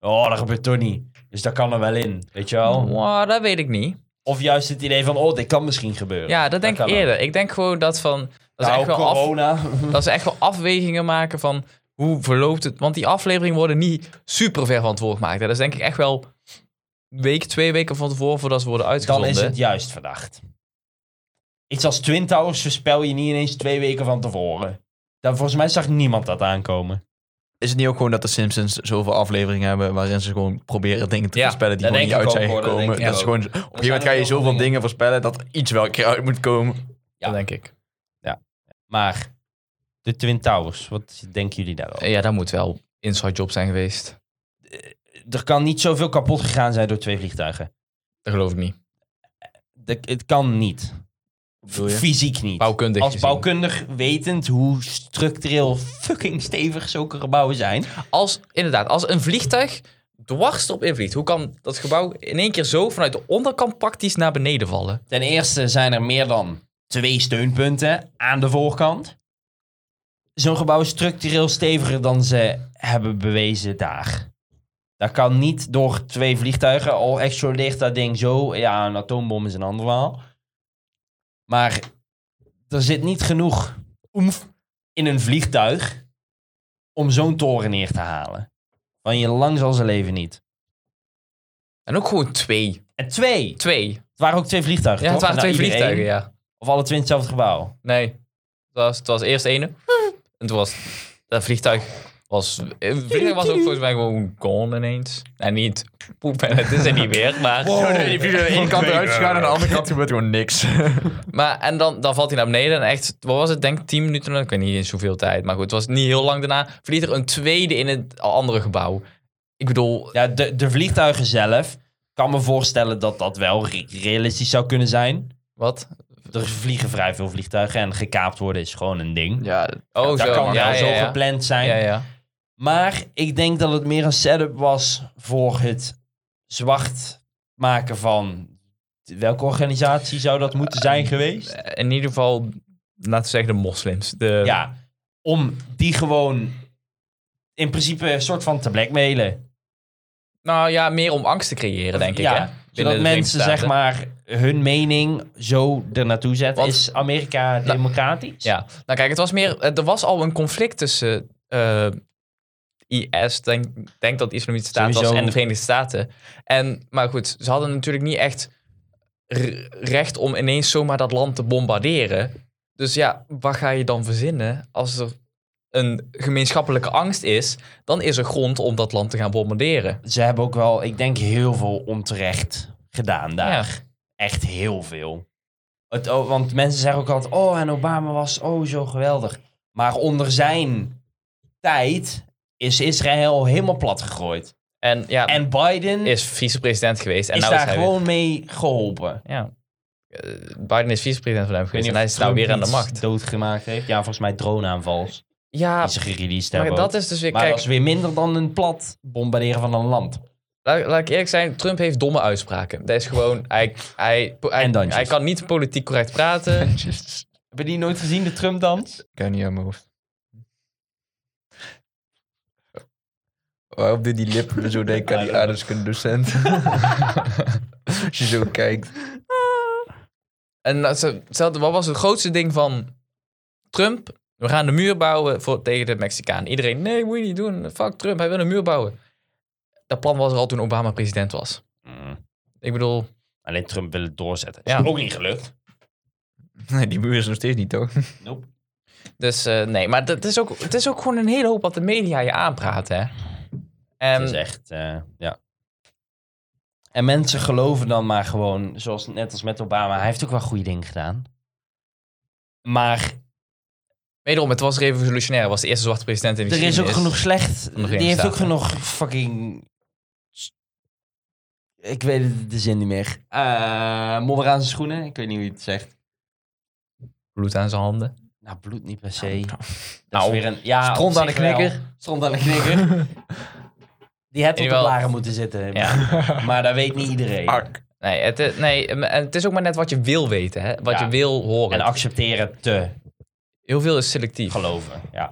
Speaker 2: oh, dat gebeurt toch niet. Dus dat kan er wel in, weet je wel?
Speaker 1: Mwah, Oh, dat weet ik niet.
Speaker 2: Of juist het idee van, oh, dit kan misschien gebeuren.
Speaker 1: Ja, dat denk
Speaker 2: kan
Speaker 1: ik
Speaker 2: ook.
Speaker 1: eerder. Ik denk gewoon dat van... Dat is
Speaker 2: Nou,
Speaker 1: echt wel af,
Speaker 2: corona.
Speaker 1: Dat ze echt wel afwegingen maken van hoe verloopt het. Want die afleveringen worden niet super ver van tevoren gemaakt. Dat is denk ik echt wel week, twee weken van tevoren voordat ze worden
Speaker 2: Dan
Speaker 1: uitgezonden.
Speaker 2: is het juist verdacht. Iets als Twin Towers voorspel je niet ineens twee weken van tevoren. Dan, volgens mij zag niemand dat aankomen.
Speaker 3: Is het niet ook gewoon dat de Simpsons zoveel afleveringen hebben waarin ze gewoon proberen dingen te
Speaker 1: Ja,
Speaker 3: voorspellen die
Speaker 2: dat
Speaker 3: gewoon niet
Speaker 2: denk
Speaker 3: uit
Speaker 2: ik
Speaker 3: zijn
Speaker 2: ook, hoor, dat
Speaker 3: gekomen?
Speaker 2: denk
Speaker 3: Dat,
Speaker 2: ik
Speaker 3: is
Speaker 2: ook.
Speaker 3: gewoon, op een gegeven
Speaker 2: zijn
Speaker 3: moment ga je
Speaker 2: heel veel
Speaker 3: zoveel
Speaker 2: dingen.
Speaker 3: dingen voorspellen dat iets wel een keer uit moet komen.
Speaker 1: Dat denk ik.
Speaker 2: Maar de Twin Towers, wat denken jullie daarover?
Speaker 1: Ja, dat moet wel inside job zijn geweest.
Speaker 2: Er kan niet zoveel kapot gegaan zijn door twee vliegtuigen.
Speaker 1: Dat geloof ik niet.
Speaker 2: De- het kan niet.
Speaker 3: bedoel je?
Speaker 2: Fysiek niet.
Speaker 1: Bouwkundig
Speaker 2: Als
Speaker 1: gezien.
Speaker 2: bouwkundig wetend hoe structureel fucking stevig zulke gebouwen zijn.
Speaker 1: Als, inderdaad, als een vliegtuig dwars erop invliegt, hoe kan dat gebouw in één keer zo vanuit de onderkant praktisch naar beneden vallen?
Speaker 2: Ten eerste zijn er meer dan twee steunpunten aan de voorkant. Zo'n gebouw is structureel steviger dan ze hebben bewezen daar. Dat kan niet door twee vliegtuigen. Al explodeert dat ding zo. Ja, een atoombom is een ander verhaal. Maar er zit niet genoeg oemf in een vliegtuig om zo'n toren neer te halen. Van je lang zal ze leven niet.
Speaker 1: En ook gewoon twee.
Speaker 2: En twee. Het
Speaker 1: Twee.
Speaker 2: waren ook twee vliegtuigen,
Speaker 1: Ja, het
Speaker 2: toch?
Speaker 1: waren
Speaker 2: Nou,
Speaker 1: twee
Speaker 2: iedereen.
Speaker 1: vliegtuigen, ja.
Speaker 2: Of alle twee in hetzelfde gebouw.
Speaker 1: Nee. Het was, het was eerst ene. En toen was dat vliegtuig. Was, het vliegtuig was ook volgens mij gewoon gone ineens. En niet poep en het is er niet meer. Maar,
Speaker 3: de ene kant eruit gegaan en de andere kant gebeurt gewoon niks.
Speaker 1: maar en dan, dan valt hij naar beneden. En echt, wat was het? Denk 10 minuten. Ik weet niet eens hoeveel tijd. Maar goed, het was niet heel lang daarna. Vliegt er een tweede in het andere gebouw. Ik bedoel,
Speaker 2: Ja, de, de vliegtuigen zelf. kan me voorstellen dat dat wel re- realistisch zou kunnen zijn.
Speaker 1: wat?
Speaker 2: Er vliegen vrij veel vliegtuigen en gekaapt worden is gewoon een ding.
Speaker 3: Ja,
Speaker 1: Oh,
Speaker 2: dat
Speaker 1: zo.
Speaker 2: kan
Speaker 1: ja,
Speaker 2: wel
Speaker 1: ja,
Speaker 2: zo
Speaker 1: ja.
Speaker 2: gepland zijn.
Speaker 1: Ja, ja.
Speaker 2: Maar ik denk dat het meer een setup was voor het zwart maken van. Welke organisatie zou dat moeten zijn geweest?
Speaker 1: In ieder geval, laten we zeggen, de moslims. De,
Speaker 2: Ja, om die gewoon in principe een soort van te blackmailen.
Speaker 1: Nou ja, meer om angst te creëren, denk ik.
Speaker 2: ja,
Speaker 1: Hè? Binnen de
Speaker 2: Zodat mensen
Speaker 1: Verenigde
Speaker 2: zeg
Speaker 1: Staten.
Speaker 2: maar hun mening zo er naartoe zetten.
Speaker 1: Want- Nou,
Speaker 2: is Amerika democratisch?
Speaker 1: Ja, nou kijk, het was meer. eh, Er was al een conflict tussen eh, IS, denk, denk dat de Islamitische Staat was,
Speaker 2: Sowieso.
Speaker 1: en de Verenigde Staten. En, maar goed, ze hadden natuurlijk niet echt r- recht om ineens zomaar dat land te bombarderen. Dus ja, wat ga je dan verzinnen als er een gemeenschappelijke angst is? Dan is er grond om dat land te gaan bombarderen.
Speaker 2: Ze hebben ook wel, ik denk, heel veel onterecht gedaan daar.
Speaker 1: Ja.
Speaker 2: Echt heel veel. Het, oh, want mensen zeggen ook altijd, oh, en Obama was oh zo geweldig. Maar onder zijn tijd is Israël helemaal plat gegooid.
Speaker 1: En ja,
Speaker 2: En Biden is,
Speaker 1: is vicepresident geweest. En nou is
Speaker 2: daar
Speaker 1: hij
Speaker 2: gewoon mee geholpen.
Speaker 1: weer- ja. Eh, Biden is vicepresident van hem
Speaker 2: Ik weet
Speaker 1: geweest en
Speaker 2: niet
Speaker 1: hij
Speaker 2: of
Speaker 1: is nou
Speaker 2: Trump
Speaker 1: weer aan de
Speaker 2: iets
Speaker 1: macht.
Speaker 2: doodgemaakt heeft. Ja, volgens mij droneaanvals.
Speaker 1: Ja,
Speaker 2: Die ze gereleased hebben.
Speaker 1: maar
Speaker 2: ook.
Speaker 1: dat is dus weer...
Speaker 2: Maar
Speaker 1: kijk,
Speaker 2: dat is weer minder dan een plat bombarderen van een land.
Speaker 1: Laat, laat ik eerlijk zijn, Trump heeft domme uitspraken. Dat is gewoon, hij, hij, hij,
Speaker 2: En dansjes.
Speaker 1: hij kan niet politiek correct praten.
Speaker 2: Hebben die nooit gezien, de Trump-dans?
Speaker 3: Ik heb niet aan mijn hoofd. Waarom doet die lippen zo denken aan die aardrijkskundedocent? Als je zo kijkt.
Speaker 1: En dat ze- hetzelfde, wat was het grootste ding van Trump? We gaan de muur bouwen voor, tegen de Mexicaan. Iedereen, nee, moet je niet doen. Fuck Trump, hij wil een muur bouwen. Dat plan was er al toen Obama president was. Ik bedoel,
Speaker 2: Alleen Trump Mm, wil het doorzetten.
Speaker 1: Ja.
Speaker 2: ook niet gelukt.
Speaker 3: Nee, die muur is nog steeds niet, toch?
Speaker 2: Nope.
Speaker 1: Dus eh, nee, maar dat is ook, het is ook gewoon een hele hoop wat de media je aanpraat, hè. En,
Speaker 2: Het is echt, eh, ja. En mensen geloven dan maar gewoon, zoals net als met Obama, hij heeft ook wel goede dingen gedaan. Maar
Speaker 1: Wederom, het was revolutionair. Hij was de eerste zwarte president in de
Speaker 2: er is ook genoeg
Speaker 1: geschiedenis.
Speaker 2: slecht.
Speaker 1: Nog
Speaker 2: Die
Speaker 1: in
Speaker 2: heeft
Speaker 1: staat,
Speaker 2: ook
Speaker 1: hè?
Speaker 2: genoeg fucking. Ik weet het- de zin niet meer. Eh modder aan zijn schoenen. Ik weet niet hoe je het zegt.
Speaker 1: bloed aan zijn handen.
Speaker 2: Nou, bloed niet per se. Dat
Speaker 1: Nou,
Speaker 2: is weer een. Ja, op
Speaker 3: stront aan
Speaker 2: zich
Speaker 3: de
Speaker 2: wel.
Speaker 3: knikker.
Speaker 2: Stront aan de knikker. Die had op de
Speaker 1: Jawel.
Speaker 2: blaren moeten zitten.
Speaker 1: Ja.
Speaker 2: Maar dat weet niet iedereen.
Speaker 3: Ark.
Speaker 1: Nee, het, is- nee, en het is ook maar net wat je wil weten, hè. Wat
Speaker 2: Ja.
Speaker 1: je wil horen.
Speaker 2: En accepteren te
Speaker 1: Heel veel is selectief.
Speaker 2: geloven. Ja.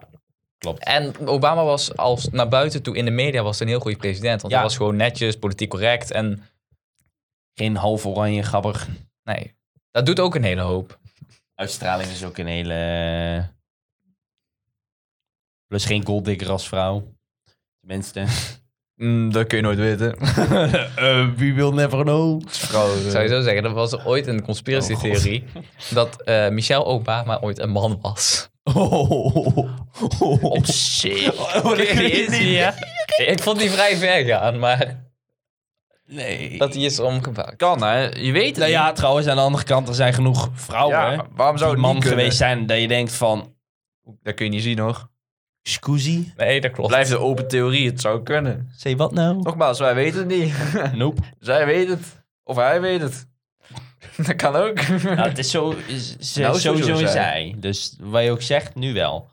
Speaker 1: En Obama was als naar buiten toe in de media was een heel goede president. Want
Speaker 2: Ja.
Speaker 1: hij was gewoon netjes, politiek correct. En
Speaker 2: Geen half oranje gabber.
Speaker 1: nee, dat doet ook een hele hoop.
Speaker 2: Uitstraling is ook een hele. Plus geen golddigger als vrouw. Tenminste.
Speaker 3: Mm, dat kun je nooit weten.
Speaker 2: Eh, we will never know.
Speaker 3: eh.
Speaker 1: Zou je zo zeggen, er was ooit een
Speaker 2: Oh,
Speaker 1: conspiracy theorie dat eh, Michelle Obama ooit een man was.
Speaker 2: Oh,
Speaker 1: shit.
Speaker 2: dat
Speaker 1: Die
Speaker 2: weet ik
Speaker 1: is
Speaker 2: niet.
Speaker 1: die, hè? Ik vond die vrij ver gaan, maar
Speaker 2: Nee.
Speaker 1: dat die is omgebouwd.
Speaker 3: Kan, hè? Je weet het
Speaker 2: Nou ja, trouwens, aan de andere kant, er zijn genoeg vrouwen
Speaker 3: ja, waarom
Speaker 2: die
Speaker 3: zou het
Speaker 2: man
Speaker 3: niet kunnen?
Speaker 2: geweest zijn dat je denkt van...
Speaker 3: Dat kun je niet zien, hoor.
Speaker 2: Scusi?
Speaker 1: Nee, dat klopt.
Speaker 3: Blijft de open theorie, het zou kunnen.
Speaker 2: Zeg wat nou?
Speaker 3: Nogmaals, wij weten het niet.
Speaker 2: Nope.
Speaker 3: Zij weet het. Of hij weet het. dat kan ook.
Speaker 2: Nou, het is zo, is- is-
Speaker 3: Nou, is
Speaker 2: sowieso
Speaker 3: sowieso
Speaker 2: een
Speaker 3: zij.
Speaker 2: zij. Dus wat je ook zegt, nu wel.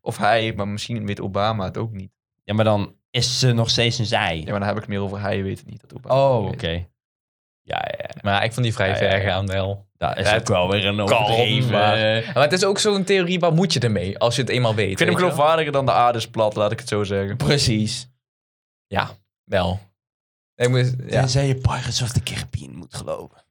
Speaker 3: Of hij, maar misschien weet Obama het ook niet.
Speaker 2: Ja, maar dan is ze nog steeds een zij.
Speaker 3: Ja, maar dan heb ik het meer over hij weet het niet. Dat Obama
Speaker 2: Oh,
Speaker 3: het
Speaker 2: oké.
Speaker 3: niet weet.
Speaker 2: Ja, ja, ja.
Speaker 1: Maar ik vond die vrij
Speaker 2: Ja, ja,
Speaker 1: ver
Speaker 2: ja.
Speaker 1: gaan wel.
Speaker 2: Dat is
Speaker 1: Ja,
Speaker 2: ook wel weer een
Speaker 1: kan,
Speaker 2: overdreven...
Speaker 1: maar- Maar het is ook zo'n theorie, waar moet je ermee als je het eenmaal weet?
Speaker 3: Ik vind
Speaker 1: weet
Speaker 3: hem
Speaker 1: je wel?
Speaker 3: geloofwaardiger dan de aarde is plat, laat ik het zo zeggen.
Speaker 2: Precies.
Speaker 1: Wel. Dus- Ik moet, ja.
Speaker 2: Tenzij je Pirates of the Caribbean moet geloven.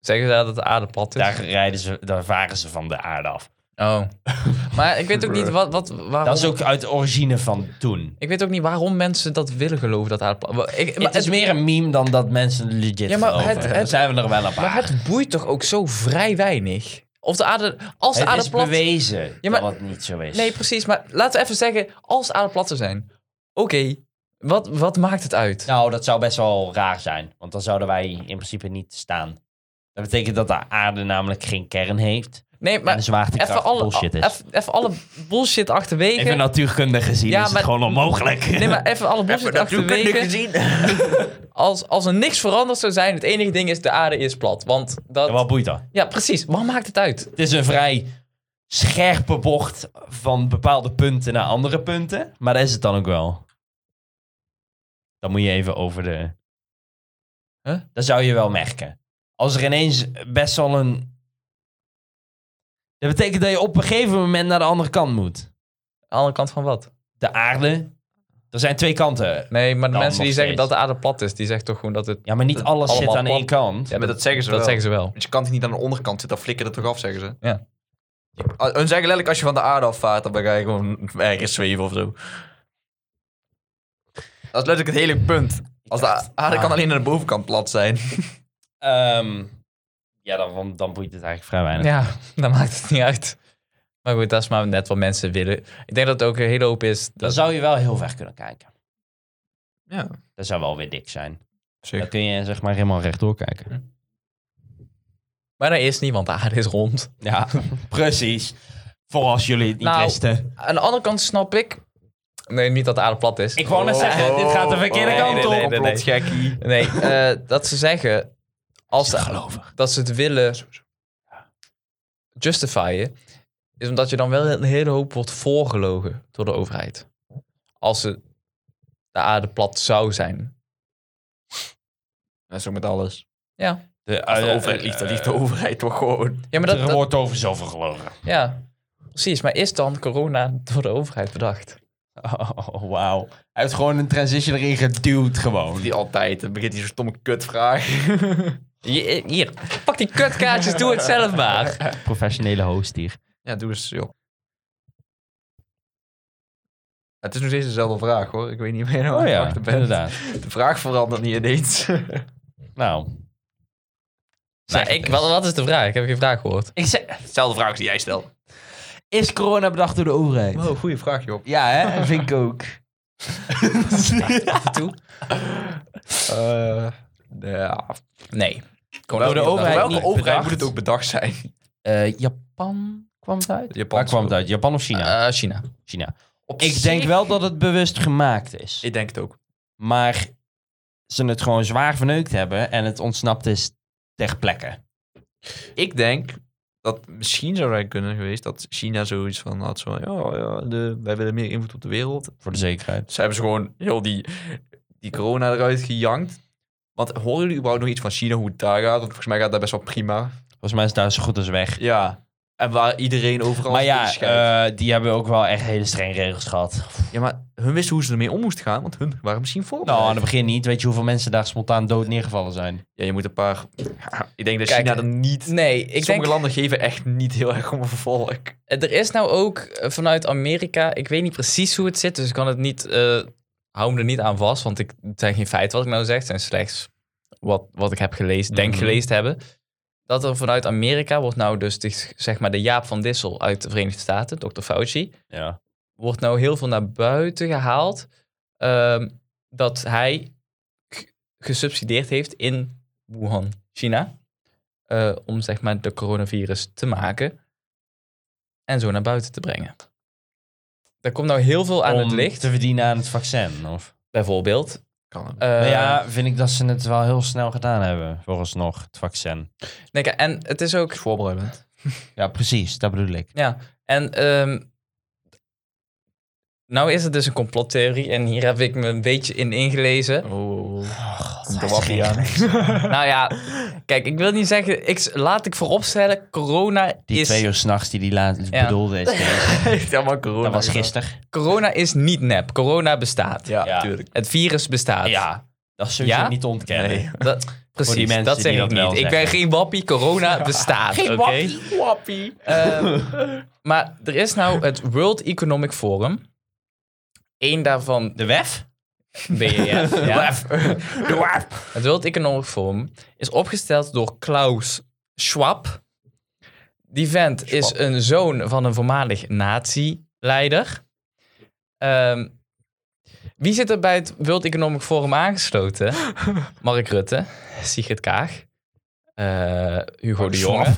Speaker 1: Zeggen ze daar dat de aarde plat is?
Speaker 2: Daar, rijden ze, daar varen ze van de aarde af.
Speaker 1: Oh. maar ik weet ook niet wat, wat, waarom...
Speaker 2: Dat is ook uit de origine van toen.
Speaker 1: Ik weet ook niet waarom mensen dat willen geloven, dat aarde plat... wa- Ik, maar,
Speaker 2: het is
Speaker 1: het,
Speaker 2: meer een meme dan dat mensen legit
Speaker 1: Ja, maar
Speaker 2: geloven.
Speaker 1: het- het-
Speaker 2: Daar zijn we er wel een paar.
Speaker 1: maar het boeit toch ook zo vrij weinig? Of de aarde... Als de
Speaker 2: Het
Speaker 1: aarde
Speaker 2: is
Speaker 1: plat...
Speaker 2: bewezen
Speaker 1: Ja, maar-
Speaker 2: dat het niet zo is.
Speaker 1: Nee, precies. Maar laten we even zeggen, als de aarde plat zou zijn. Oké, wat, wat maakt het uit?
Speaker 2: nou, dat zou best wel raar zijn. Want dan zouden wij in principe niet staan. Dat betekent dat de aarde namelijk geen kern heeft.
Speaker 1: Nee,
Speaker 2: en de
Speaker 1: maar
Speaker 2: zwaartekracht
Speaker 1: even alle,
Speaker 2: bullshit is.
Speaker 1: even, even alle bullshit achterwege.
Speaker 2: Even natuurkundig gezien
Speaker 1: Ja,
Speaker 2: is
Speaker 1: maar-
Speaker 2: het gewoon onmogelijk.
Speaker 1: Nee, maar even alle bullshit achterwege.
Speaker 3: gezien.
Speaker 1: Als, als er niks veranderd zou zijn, het enige ding is de aarde is plat. Want dat...
Speaker 2: Ja, wat boeit dat?
Speaker 1: Ja, precies. Wat maakt het uit?
Speaker 2: Het is een vrij scherpe bocht van bepaalde punten naar andere punten. Maar dat is het dan ook wel. Dan moet je even over de...
Speaker 1: Huh?
Speaker 2: Dat zou je wel merken. Als er ineens best wel een... Dat betekent dat je op een gegeven moment naar de andere kant moet.
Speaker 1: Aan de andere kant van wat?
Speaker 2: De aarde. Er zijn twee kanten.
Speaker 1: Nee, maar de
Speaker 2: Dan
Speaker 1: mensen
Speaker 2: nog
Speaker 1: die zeggen dat
Speaker 2: steeds.
Speaker 1: de aarde plat is, die zeggen toch gewoon dat het...
Speaker 2: Ja, maar niet alles zit
Speaker 1: allemaal
Speaker 2: aan
Speaker 1: plat.
Speaker 2: één kant.
Speaker 1: Ja,
Speaker 3: Maar dat zeggen ze
Speaker 1: Dat
Speaker 3: wel.
Speaker 1: zeggen ze wel.
Speaker 3: Want je kan het niet aan de onderkant zitten, dat flikkert het toch af, zeggen ze.
Speaker 1: Ja.
Speaker 3: Ah, Hun zeggen letterlijk, als je van de aarde afvaart, dan ga je gewoon ergens zweven of zo. Dat is letterlijk het hele punt. Als de a- aarde kan alleen aan de bovenkant plat zijn.
Speaker 2: Ehm, ja, dan, dan boeit het eigenlijk vrij weinig.
Speaker 1: Ja, dan maakt het niet uit. Maar goed, dat is maar net wat mensen willen. Ik denk dat het ook een hele hoop is...
Speaker 2: Dan
Speaker 1: Dat...
Speaker 2: zou je wel heel ver kunnen kijken.
Speaker 3: Ja,
Speaker 2: Dat zou wel weer dik zijn. Dan
Speaker 3: zeker.
Speaker 2: kun je zeg maar helemaal rechtdoor kijken.
Speaker 1: Maar dat is niet, want de aarde is rond.
Speaker 2: Ja, precies. Voor als jullie het niet
Speaker 1: Nou,
Speaker 2: wisten.
Speaker 1: Aan de andere kant snap ik... Nee, niet dat de aarde plat is.
Speaker 2: Ik wou net zeggen, dit gaat de verkeerde
Speaker 1: oh,
Speaker 2: kant
Speaker 1: nee,
Speaker 2: op.
Speaker 1: nee, nee, nee. Nee, eh, dat ze zeggen... Als de,
Speaker 2: Gelovig.
Speaker 1: dat ze het willen justifyen, is omdat je dan wel een hele hoop wordt voorgelogen door de overheid. Als ze de aarde plat zou zijn.
Speaker 3: Dat is ook met alles.
Speaker 1: Ja,
Speaker 2: De,
Speaker 3: Als de eh, overheid ligt, dan ligt de overheid toch gewoon.
Speaker 1: ja maar
Speaker 2: Er
Speaker 1: dat, dat-
Speaker 2: wordt over zoveel gelogen.
Speaker 1: ja, precies. Maar is dan corona door de overheid bedacht?
Speaker 2: Oh, wauw. Hij heeft gewoon een transition erin geduwd gewoon.
Speaker 3: Die altijd, dan begint die zo'n stomme kutvraag.
Speaker 1: Hier, eh, hier, pak die kutkaartjes, doe het zelf maar. Nou,
Speaker 2: professionele host hier.
Speaker 3: Ja, doe eens, joh. Het is nog steeds dezelfde vraag, hoor. Ik weet niet meer waar
Speaker 2: Oh
Speaker 3: je nou
Speaker 2: ja,
Speaker 3: achter bent.
Speaker 2: inderdaad.
Speaker 3: De vraag verandert niet ineens.
Speaker 2: Nou.
Speaker 1: Nou,
Speaker 2: Zeg het
Speaker 1: ik,
Speaker 2: eens.
Speaker 1: wat, wat is de vraag? Ik heb geen vraag gehoord.
Speaker 2: Ik zeg,
Speaker 3: Hetzelfde vraag als die jij stelt.
Speaker 2: is corona bedacht door de overheid?
Speaker 3: Wow, goede vraag, joh.
Speaker 2: Ja, hè? vind ik ook.
Speaker 3: Eh, ja.
Speaker 1: Nee.
Speaker 2: Door de overheid
Speaker 3: Welke
Speaker 2: niet
Speaker 3: overheid
Speaker 2: bedacht.
Speaker 3: moet het ook bedacht zijn?
Speaker 2: Eh, Japan kwam het uit?
Speaker 3: Japan
Speaker 2: Waar kwam het uit? Japan of China?
Speaker 1: Eh, China.
Speaker 2: China.
Speaker 3: Op
Speaker 2: Ik
Speaker 3: zich-
Speaker 2: denk wel dat het bewust gemaakt is.
Speaker 3: Ik denk het ook.
Speaker 2: Maar ze het gewoon zwaar verneukt hebben en het ontsnapt is ter plekke.
Speaker 3: Ik denk dat misschien zou zijn kunnen geweest dat China zoiets van had zo ja, ja de, wij willen meer invloed op de wereld.
Speaker 2: Voor de zekerheid.
Speaker 3: Dus hebben ze gewoon heel die, die corona eruit gejankt. Want horen jullie überhaupt nog iets van China, hoe het daar gaat? Want volgens mij gaat dat best wel prima.
Speaker 2: Volgens mij is het daar zo goed als weg.
Speaker 3: Ja. En waar iedereen overal
Speaker 2: Maar ja,
Speaker 3: tegen scheidt.
Speaker 2: eh, die hebben ook wel echt hele strenge regels gehad.
Speaker 3: ja, maar hun wisten hoe ze ermee om moesten gaan, want hun waren misschien voor.
Speaker 2: Nou, aan het begin niet. Weet je hoeveel mensen daar spontaan dood neergevallen zijn?
Speaker 3: Ja, je moet een paar. eh, Ik denk dat
Speaker 1: Kijk,
Speaker 3: China er niet.
Speaker 1: Nee, ik
Speaker 3: sommige
Speaker 1: denk...
Speaker 3: landen geven echt niet heel erg om een volk.
Speaker 1: Er is nou ook eh, vanuit Amerika, ik weet niet precies hoe het zit, dus ik kan het niet, eh, hou me er niet aan vast, want ik, het zijn geen feiten wat ik nou zeg, het zijn slechts wat, wat ik heb gelezen, denk
Speaker 3: Mhm.
Speaker 1: gelezen te hebben. Dat er vanuit Amerika wordt nou dus, de, zeg maar, de Jaap van Dissel uit de Verenigde Staten, Dr. Fauci,
Speaker 2: Ja.
Speaker 1: wordt nou heel veel naar buiten gehaald ehm, dat hij g- gesubsidieerd heeft in Wuhan, China, eh, om zeg maar de coronavirus te maken en zo naar buiten te brengen. Daar komt nou heel veel aan
Speaker 2: Om
Speaker 1: het licht,
Speaker 2: te verdienen aan het vaccin. Of?
Speaker 1: bijvoorbeeld.
Speaker 3: Kan ook.
Speaker 1: Eh,
Speaker 2: Maar Nou ja, vind ik dat ze het wel heel snel gedaan hebben. Vooralsnog, het vaccin.
Speaker 1: nee, kijk, en het is ook
Speaker 3: voorbereid bent.
Speaker 2: Ja, precies. Dat bedoel ik.
Speaker 1: Ja, en ehm, nou is het dus een complottheorie en hier heb ik me een beetje in ingelezen.
Speaker 3: Oh,
Speaker 2: Oh god,
Speaker 3: Komt de wappie aan.
Speaker 1: nou ja, kijk, ik wil niet zeggen, ik, laat ik vooropstellen, corona
Speaker 2: Die
Speaker 1: is
Speaker 2: twee uur s'nachts die die laatst
Speaker 1: Ja.
Speaker 2: bedoelde is.
Speaker 3: Heeft allemaal corona. dus
Speaker 2: Dat was
Speaker 3: gedaan.
Speaker 2: gisteren.
Speaker 1: Corona is niet nep. Corona bestaat.
Speaker 3: Ja,
Speaker 2: Ja.
Speaker 3: tuurlijk.
Speaker 1: Het virus bestaat.
Speaker 2: Ja, dat is sowieso
Speaker 1: Ja?
Speaker 2: niet te ontkennen.
Speaker 3: Nee.
Speaker 1: Dat, precies,
Speaker 2: die mensen
Speaker 1: dat zeg
Speaker 2: die
Speaker 1: ik
Speaker 2: dat wel
Speaker 1: niet. Ik ben
Speaker 2: zeggen.
Speaker 1: geen wappie, corona bestaat. Oké.
Speaker 3: wappie.
Speaker 1: Ehm, maar er is nou het World Economic Forum. Eén daarvan,
Speaker 2: De E WEF?
Speaker 1: WEF. ja. E
Speaker 2: WEF. De WEF.
Speaker 1: Het World Economic Forum is opgesteld door Klaus Schwab. Die vent is een zoon van een voormalig nazi-leider. Ehm, wie zit er bij het World Economic Forum aangesloten? Mark Rutte, Sigrid Kaag, eh, Hugo
Speaker 2: Mark
Speaker 1: de
Speaker 2: Schwab.
Speaker 1: Jonge,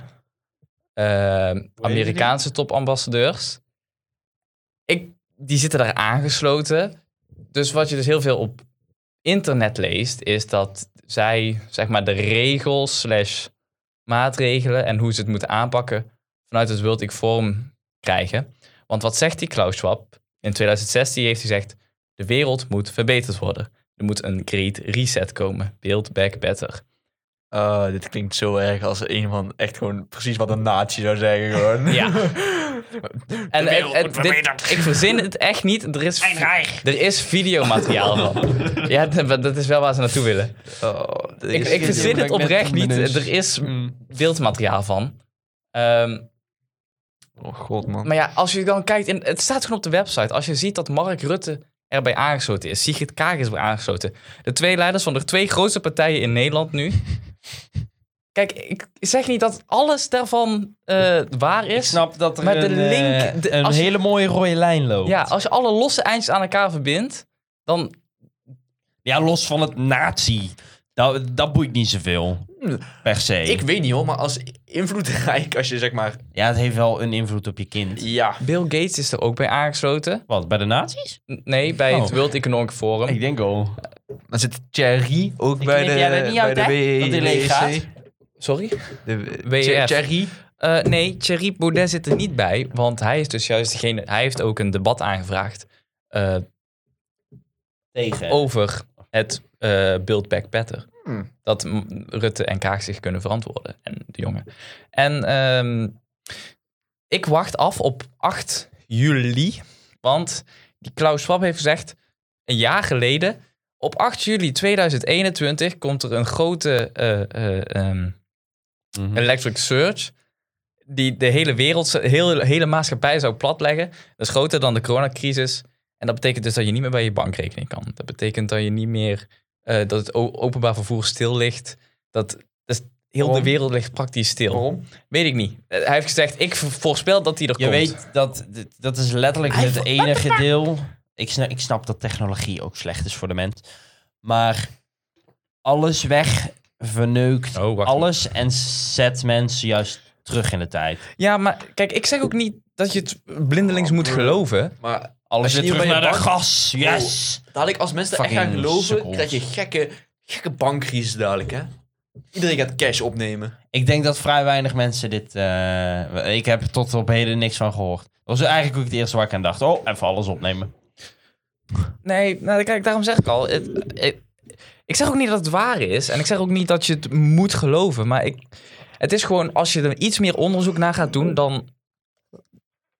Speaker 1: ehm, Amerikaanse topambassadeurs. Ik, die zitten daar aangesloten. Dus wat je dus heel veel op internet leest, is dat zij zeg maar de regels slash maatregelen en hoe ze het moeten aanpakken vanuit het World Economic Forum krijgen. Want wat zegt die Klaus Schwab? In 2016 heeft hij gezegd, de wereld moet verbeterd worden. Er moet een great reset komen. Build back better.
Speaker 3: Ah, dit klinkt zo erg als een van echt gewoon precies wat een nazi zou zeggen gewoon.
Speaker 1: Ja. En eh,
Speaker 3: wereld
Speaker 1: het- het-
Speaker 3: moet
Speaker 1: dit-
Speaker 3: verbeterd.
Speaker 1: ik verzin het echt niet. Er is,
Speaker 2: Heinrich.
Speaker 1: er is videomateriaal van. Ja, dat dat is wel waar ze naartoe willen.
Speaker 3: Oh, dit
Speaker 1: Ik,
Speaker 3: is-
Speaker 1: ik verzin het oprecht niet. Er is
Speaker 3: Mm.
Speaker 1: beeldmateriaal van. Ehm,
Speaker 3: Oh god
Speaker 2: Hm.
Speaker 3: man.
Speaker 1: maar ja, als je dan kijkt, in, het staat gewoon op de website. Als je ziet dat Mark Rutte erbij aangesloten is, Sigrid Kaag is erbij aangesloten. De twee leiders van de twee grootste partijen in Nederland nu. Kijk, ik zeg niet dat alles daarvan eh, waar
Speaker 2: Ik
Speaker 1: is.
Speaker 2: snap dat er
Speaker 1: Maar de
Speaker 2: een, eh,
Speaker 1: link- de-
Speaker 2: een
Speaker 1: als je-
Speaker 2: hele mooie rode lijn loopt.
Speaker 1: Ja, als je alle losse eindjes aan elkaar verbindt, dan
Speaker 2: Ja, los van het nazi. Dat, dat boeit niet zoveel, per se.
Speaker 3: Ik weet niet hoor, maar als invloedrijk, als je zeg maar...
Speaker 2: Ja, het heeft wel een invloed op je kind.
Speaker 3: Ja.
Speaker 1: Bill Gates is er ook bij aangesloten.
Speaker 2: Wat, bij de nazi's?
Speaker 1: N- Nee, bij het
Speaker 2: Oh.
Speaker 1: World Economic Forum.
Speaker 2: Ik denk al.
Speaker 3: Dan zit Thierry ook
Speaker 2: Ik
Speaker 3: bij
Speaker 2: knip
Speaker 3: de...
Speaker 2: jij dat niet
Speaker 3: bij
Speaker 2: uit,
Speaker 3: de
Speaker 2: hè?
Speaker 3: W-
Speaker 2: Dat die leeg
Speaker 3: WC.
Speaker 2: gaat.
Speaker 1: Sorry?
Speaker 3: De
Speaker 1: WEF.
Speaker 3: Thierry.
Speaker 1: Eh, nee, Thierry Baudet zit er niet bij, want hij is dus juist degene. Hij heeft ook een debat aangevraagd eh,
Speaker 2: Tegen.
Speaker 1: over het eh Build Back Better.
Speaker 3: Hmm.
Speaker 1: Dat m- Rutte en Kaag zich kunnen verantwoorden en de jongen. En ehm, ik wacht af op 8 juli, want die Klaus Schwab heeft gezegd een jaar geleden. Op 8 juli 2021 komt er een grote eh, eh, ehm,
Speaker 2: Mhm.
Speaker 1: Electric Surge. Die de hele wereld, de hele, hele maatschappij zou platleggen. Dat is groter dan de coronacrisis. En dat betekent dus dat je niet meer bij je bankrekening kan. Dat betekent dat je niet meer eh, dat het o- openbaar vervoer stil ligt. Dat, dus Heel de
Speaker 3: Waarom?
Speaker 1: wereld ligt praktisch stil.
Speaker 3: Waarom?
Speaker 1: Weet ik niet. Eh, Hij heeft gezegd, ik voorspel dat hij er
Speaker 2: Je
Speaker 1: komt.
Speaker 2: weet dat, dit- dat is letterlijk
Speaker 1: Hij
Speaker 2: het
Speaker 1: vo-
Speaker 2: enige deel. Ik snap, ik snap dat technologie ook slecht is voor de mens. Maar alles weg verneukt
Speaker 1: Oh, wacht.
Speaker 2: alles en zet mensen juist terug in de tijd.
Speaker 1: Ja, maar kijk, ik zeg ook niet dat je het blindelings moet geloven.
Speaker 3: Maar
Speaker 2: Alles
Speaker 3: Als je
Speaker 2: weer
Speaker 3: niet
Speaker 2: terug
Speaker 3: bij
Speaker 2: naar
Speaker 3: je
Speaker 2: de
Speaker 3: bank-
Speaker 2: gas. Yes!
Speaker 3: dadelijk als mensen er echt gaan
Speaker 2: Fucking
Speaker 3: geloven,
Speaker 2: sukkels.
Speaker 3: krijg je gekke, gekke bankcrisis dadelijk, hè? Iedereen gaat cash opnemen.
Speaker 2: Ik denk dat vrij weinig mensen dit... eh, ik heb tot op heden niks van gehoord. Dat was eigenlijk ook het eerste waar ik aan dacht. Oh, even alles opnemen.
Speaker 1: Nee, nou, kijk, daarom zeg ik al. het- ik, ik zeg ook niet dat het waar is. En ik zeg ook niet dat je het moet geloven. Maar ik, het is gewoon, als je er iets meer onderzoek naar gaat doen, dan...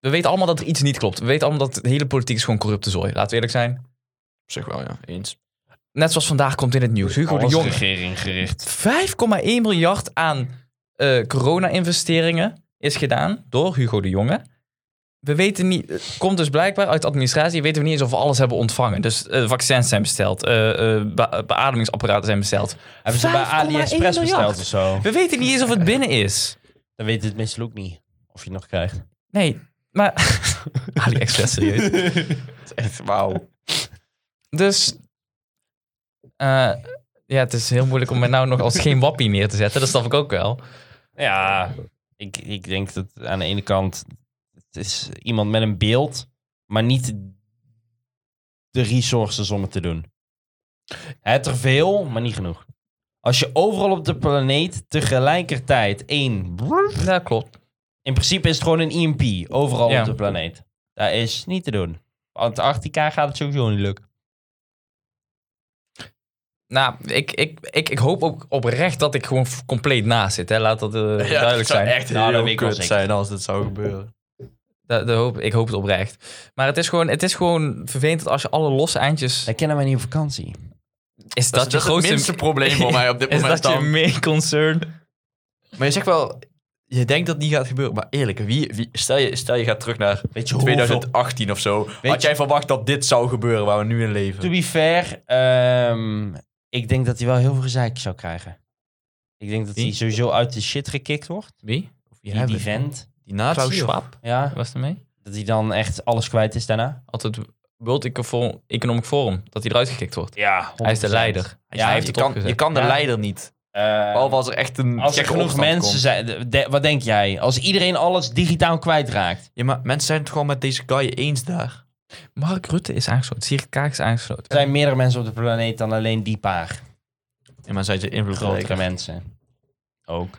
Speaker 1: We weten allemaal dat er iets niet klopt. We weten allemaal dat de hele politiek is gewoon corrupte zooi. Laten we eerlijk zijn.
Speaker 3: Op zich wel, ja. Eens.
Speaker 1: Net zoals vandaag komt in het nieuws. Hugo de
Speaker 2: Alles
Speaker 1: Jong.
Speaker 2: regering gericht.
Speaker 1: 5,1 miljard aan eh, corona-investeringen is gedaan door Hugo de Jonge. We weten niet, het komt dus blijkbaar uit de administratie, weten we niet eens of we alles hebben ontvangen. Dus eh, vaccins zijn besteld, eh, eh, be- beademingsapparaten zijn besteld.
Speaker 2: Hebben ze bij
Speaker 1: 5,1
Speaker 2: AliExpress besteld
Speaker 1: miljard.
Speaker 2: of zo?
Speaker 1: We weten niet eens of het binnen is.
Speaker 2: Dan weet het meestal ook niet of je het nog krijgt.
Speaker 1: Nee, maar AliExpress serieus.
Speaker 3: Echt, wauw.
Speaker 1: Dus eh, ja, het is heel moeilijk om mij nou nog als geen wappie neer te zetten. Dat snap ik ook wel.
Speaker 2: Ja, Ah, ik, ik denk dat aan de ene kant... Het is iemand met een beeld, maar niet de resources om het te doen. Het er veel, maar niet genoeg. Als je overal op de planeet tegelijkertijd één...
Speaker 1: Dat klopt.
Speaker 2: In principe is het gewoon een EMP, overal
Speaker 1: Ja.
Speaker 2: op de planeet. Dat is niet te doen. Antarctica gaat het sowieso niet lukken.
Speaker 1: Nou, ik, ik, ik, ik hoop ook oprecht dat ik gewoon f- compleet naast zit. Hè. Laat dat eh, duidelijk zijn.
Speaker 3: echt
Speaker 2: Nou, dat weet ik wel zeker.
Speaker 3: zijn als dit zou gebeuren.
Speaker 1: Dat, dat hoop, ik hoop het oprecht. Maar het is, gewoon, het is gewoon vervelend dat als je alle losse eindjes...
Speaker 2: Wij kennen maar niet op vakantie.
Speaker 1: Is
Speaker 3: Dat,
Speaker 1: dat,
Speaker 3: is
Speaker 1: je
Speaker 3: het
Speaker 1: grootste...
Speaker 3: minste probleem voor mij op dit
Speaker 1: is
Speaker 3: moment.
Speaker 1: dat je
Speaker 3: dan.
Speaker 1: main concern?
Speaker 3: Maar je zegt wel, je denkt dat het niet gaat gebeuren. Maar eerlijk, wie, wie, stel, je, stel je gaat terug naar
Speaker 2: Weet je
Speaker 3: 2018 of zo. had
Speaker 2: je-
Speaker 3: jij verwacht dat dit zou gebeuren waar we nu in
Speaker 2: To
Speaker 3: leven?
Speaker 2: be fair, ehm, ik denk dat hij wel heel veel gezeik zou krijgen. Ik denk dat
Speaker 1: Wie?
Speaker 2: hij sowieso uit de shit gekikt wordt.
Speaker 1: Wie?
Speaker 3: Die,
Speaker 2: die, die vent.
Speaker 3: die natie,
Speaker 1: Klaus
Speaker 3: of-
Speaker 1: Schwab
Speaker 2: Ja,
Speaker 1: was er mee.
Speaker 2: dat hij dan echt alles kwijt is daarna.
Speaker 1: Altijd World Eco- Economic Forum. Dat hij eruit gekikt wordt.
Speaker 2: Ja,
Speaker 1: Hij is de leider.
Speaker 3: Ja,
Speaker 1: hij heeft
Speaker 3: je,
Speaker 1: het
Speaker 3: kan,
Speaker 1: opgezet.
Speaker 3: je kan de
Speaker 2: Ja.
Speaker 3: leider niet.
Speaker 2: Eh,
Speaker 3: Al was er echt een
Speaker 2: als er
Speaker 3: gekke
Speaker 2: genoeg
Speaker 3: opstand
Speaker 2: mensen
Speaker 3: komt.
Speaker 2: zijn, de- de- wat denk jij? Als iedereen alles digitaal kwijtraakt.
Speaker 3: Ja, maar mensen zijn het gewoon met deze guy eens daar.
Speaker 1: Mark Rutte is aangesloten. Sirik Kaag is aangesloten.
Speaker 2: Er zijn meerdere mensen op de planeet dan alleen die paar
Speaker 3: Ja, maar zijn ze invloedrijk.
Speaker 2: grotere mensen. Ook.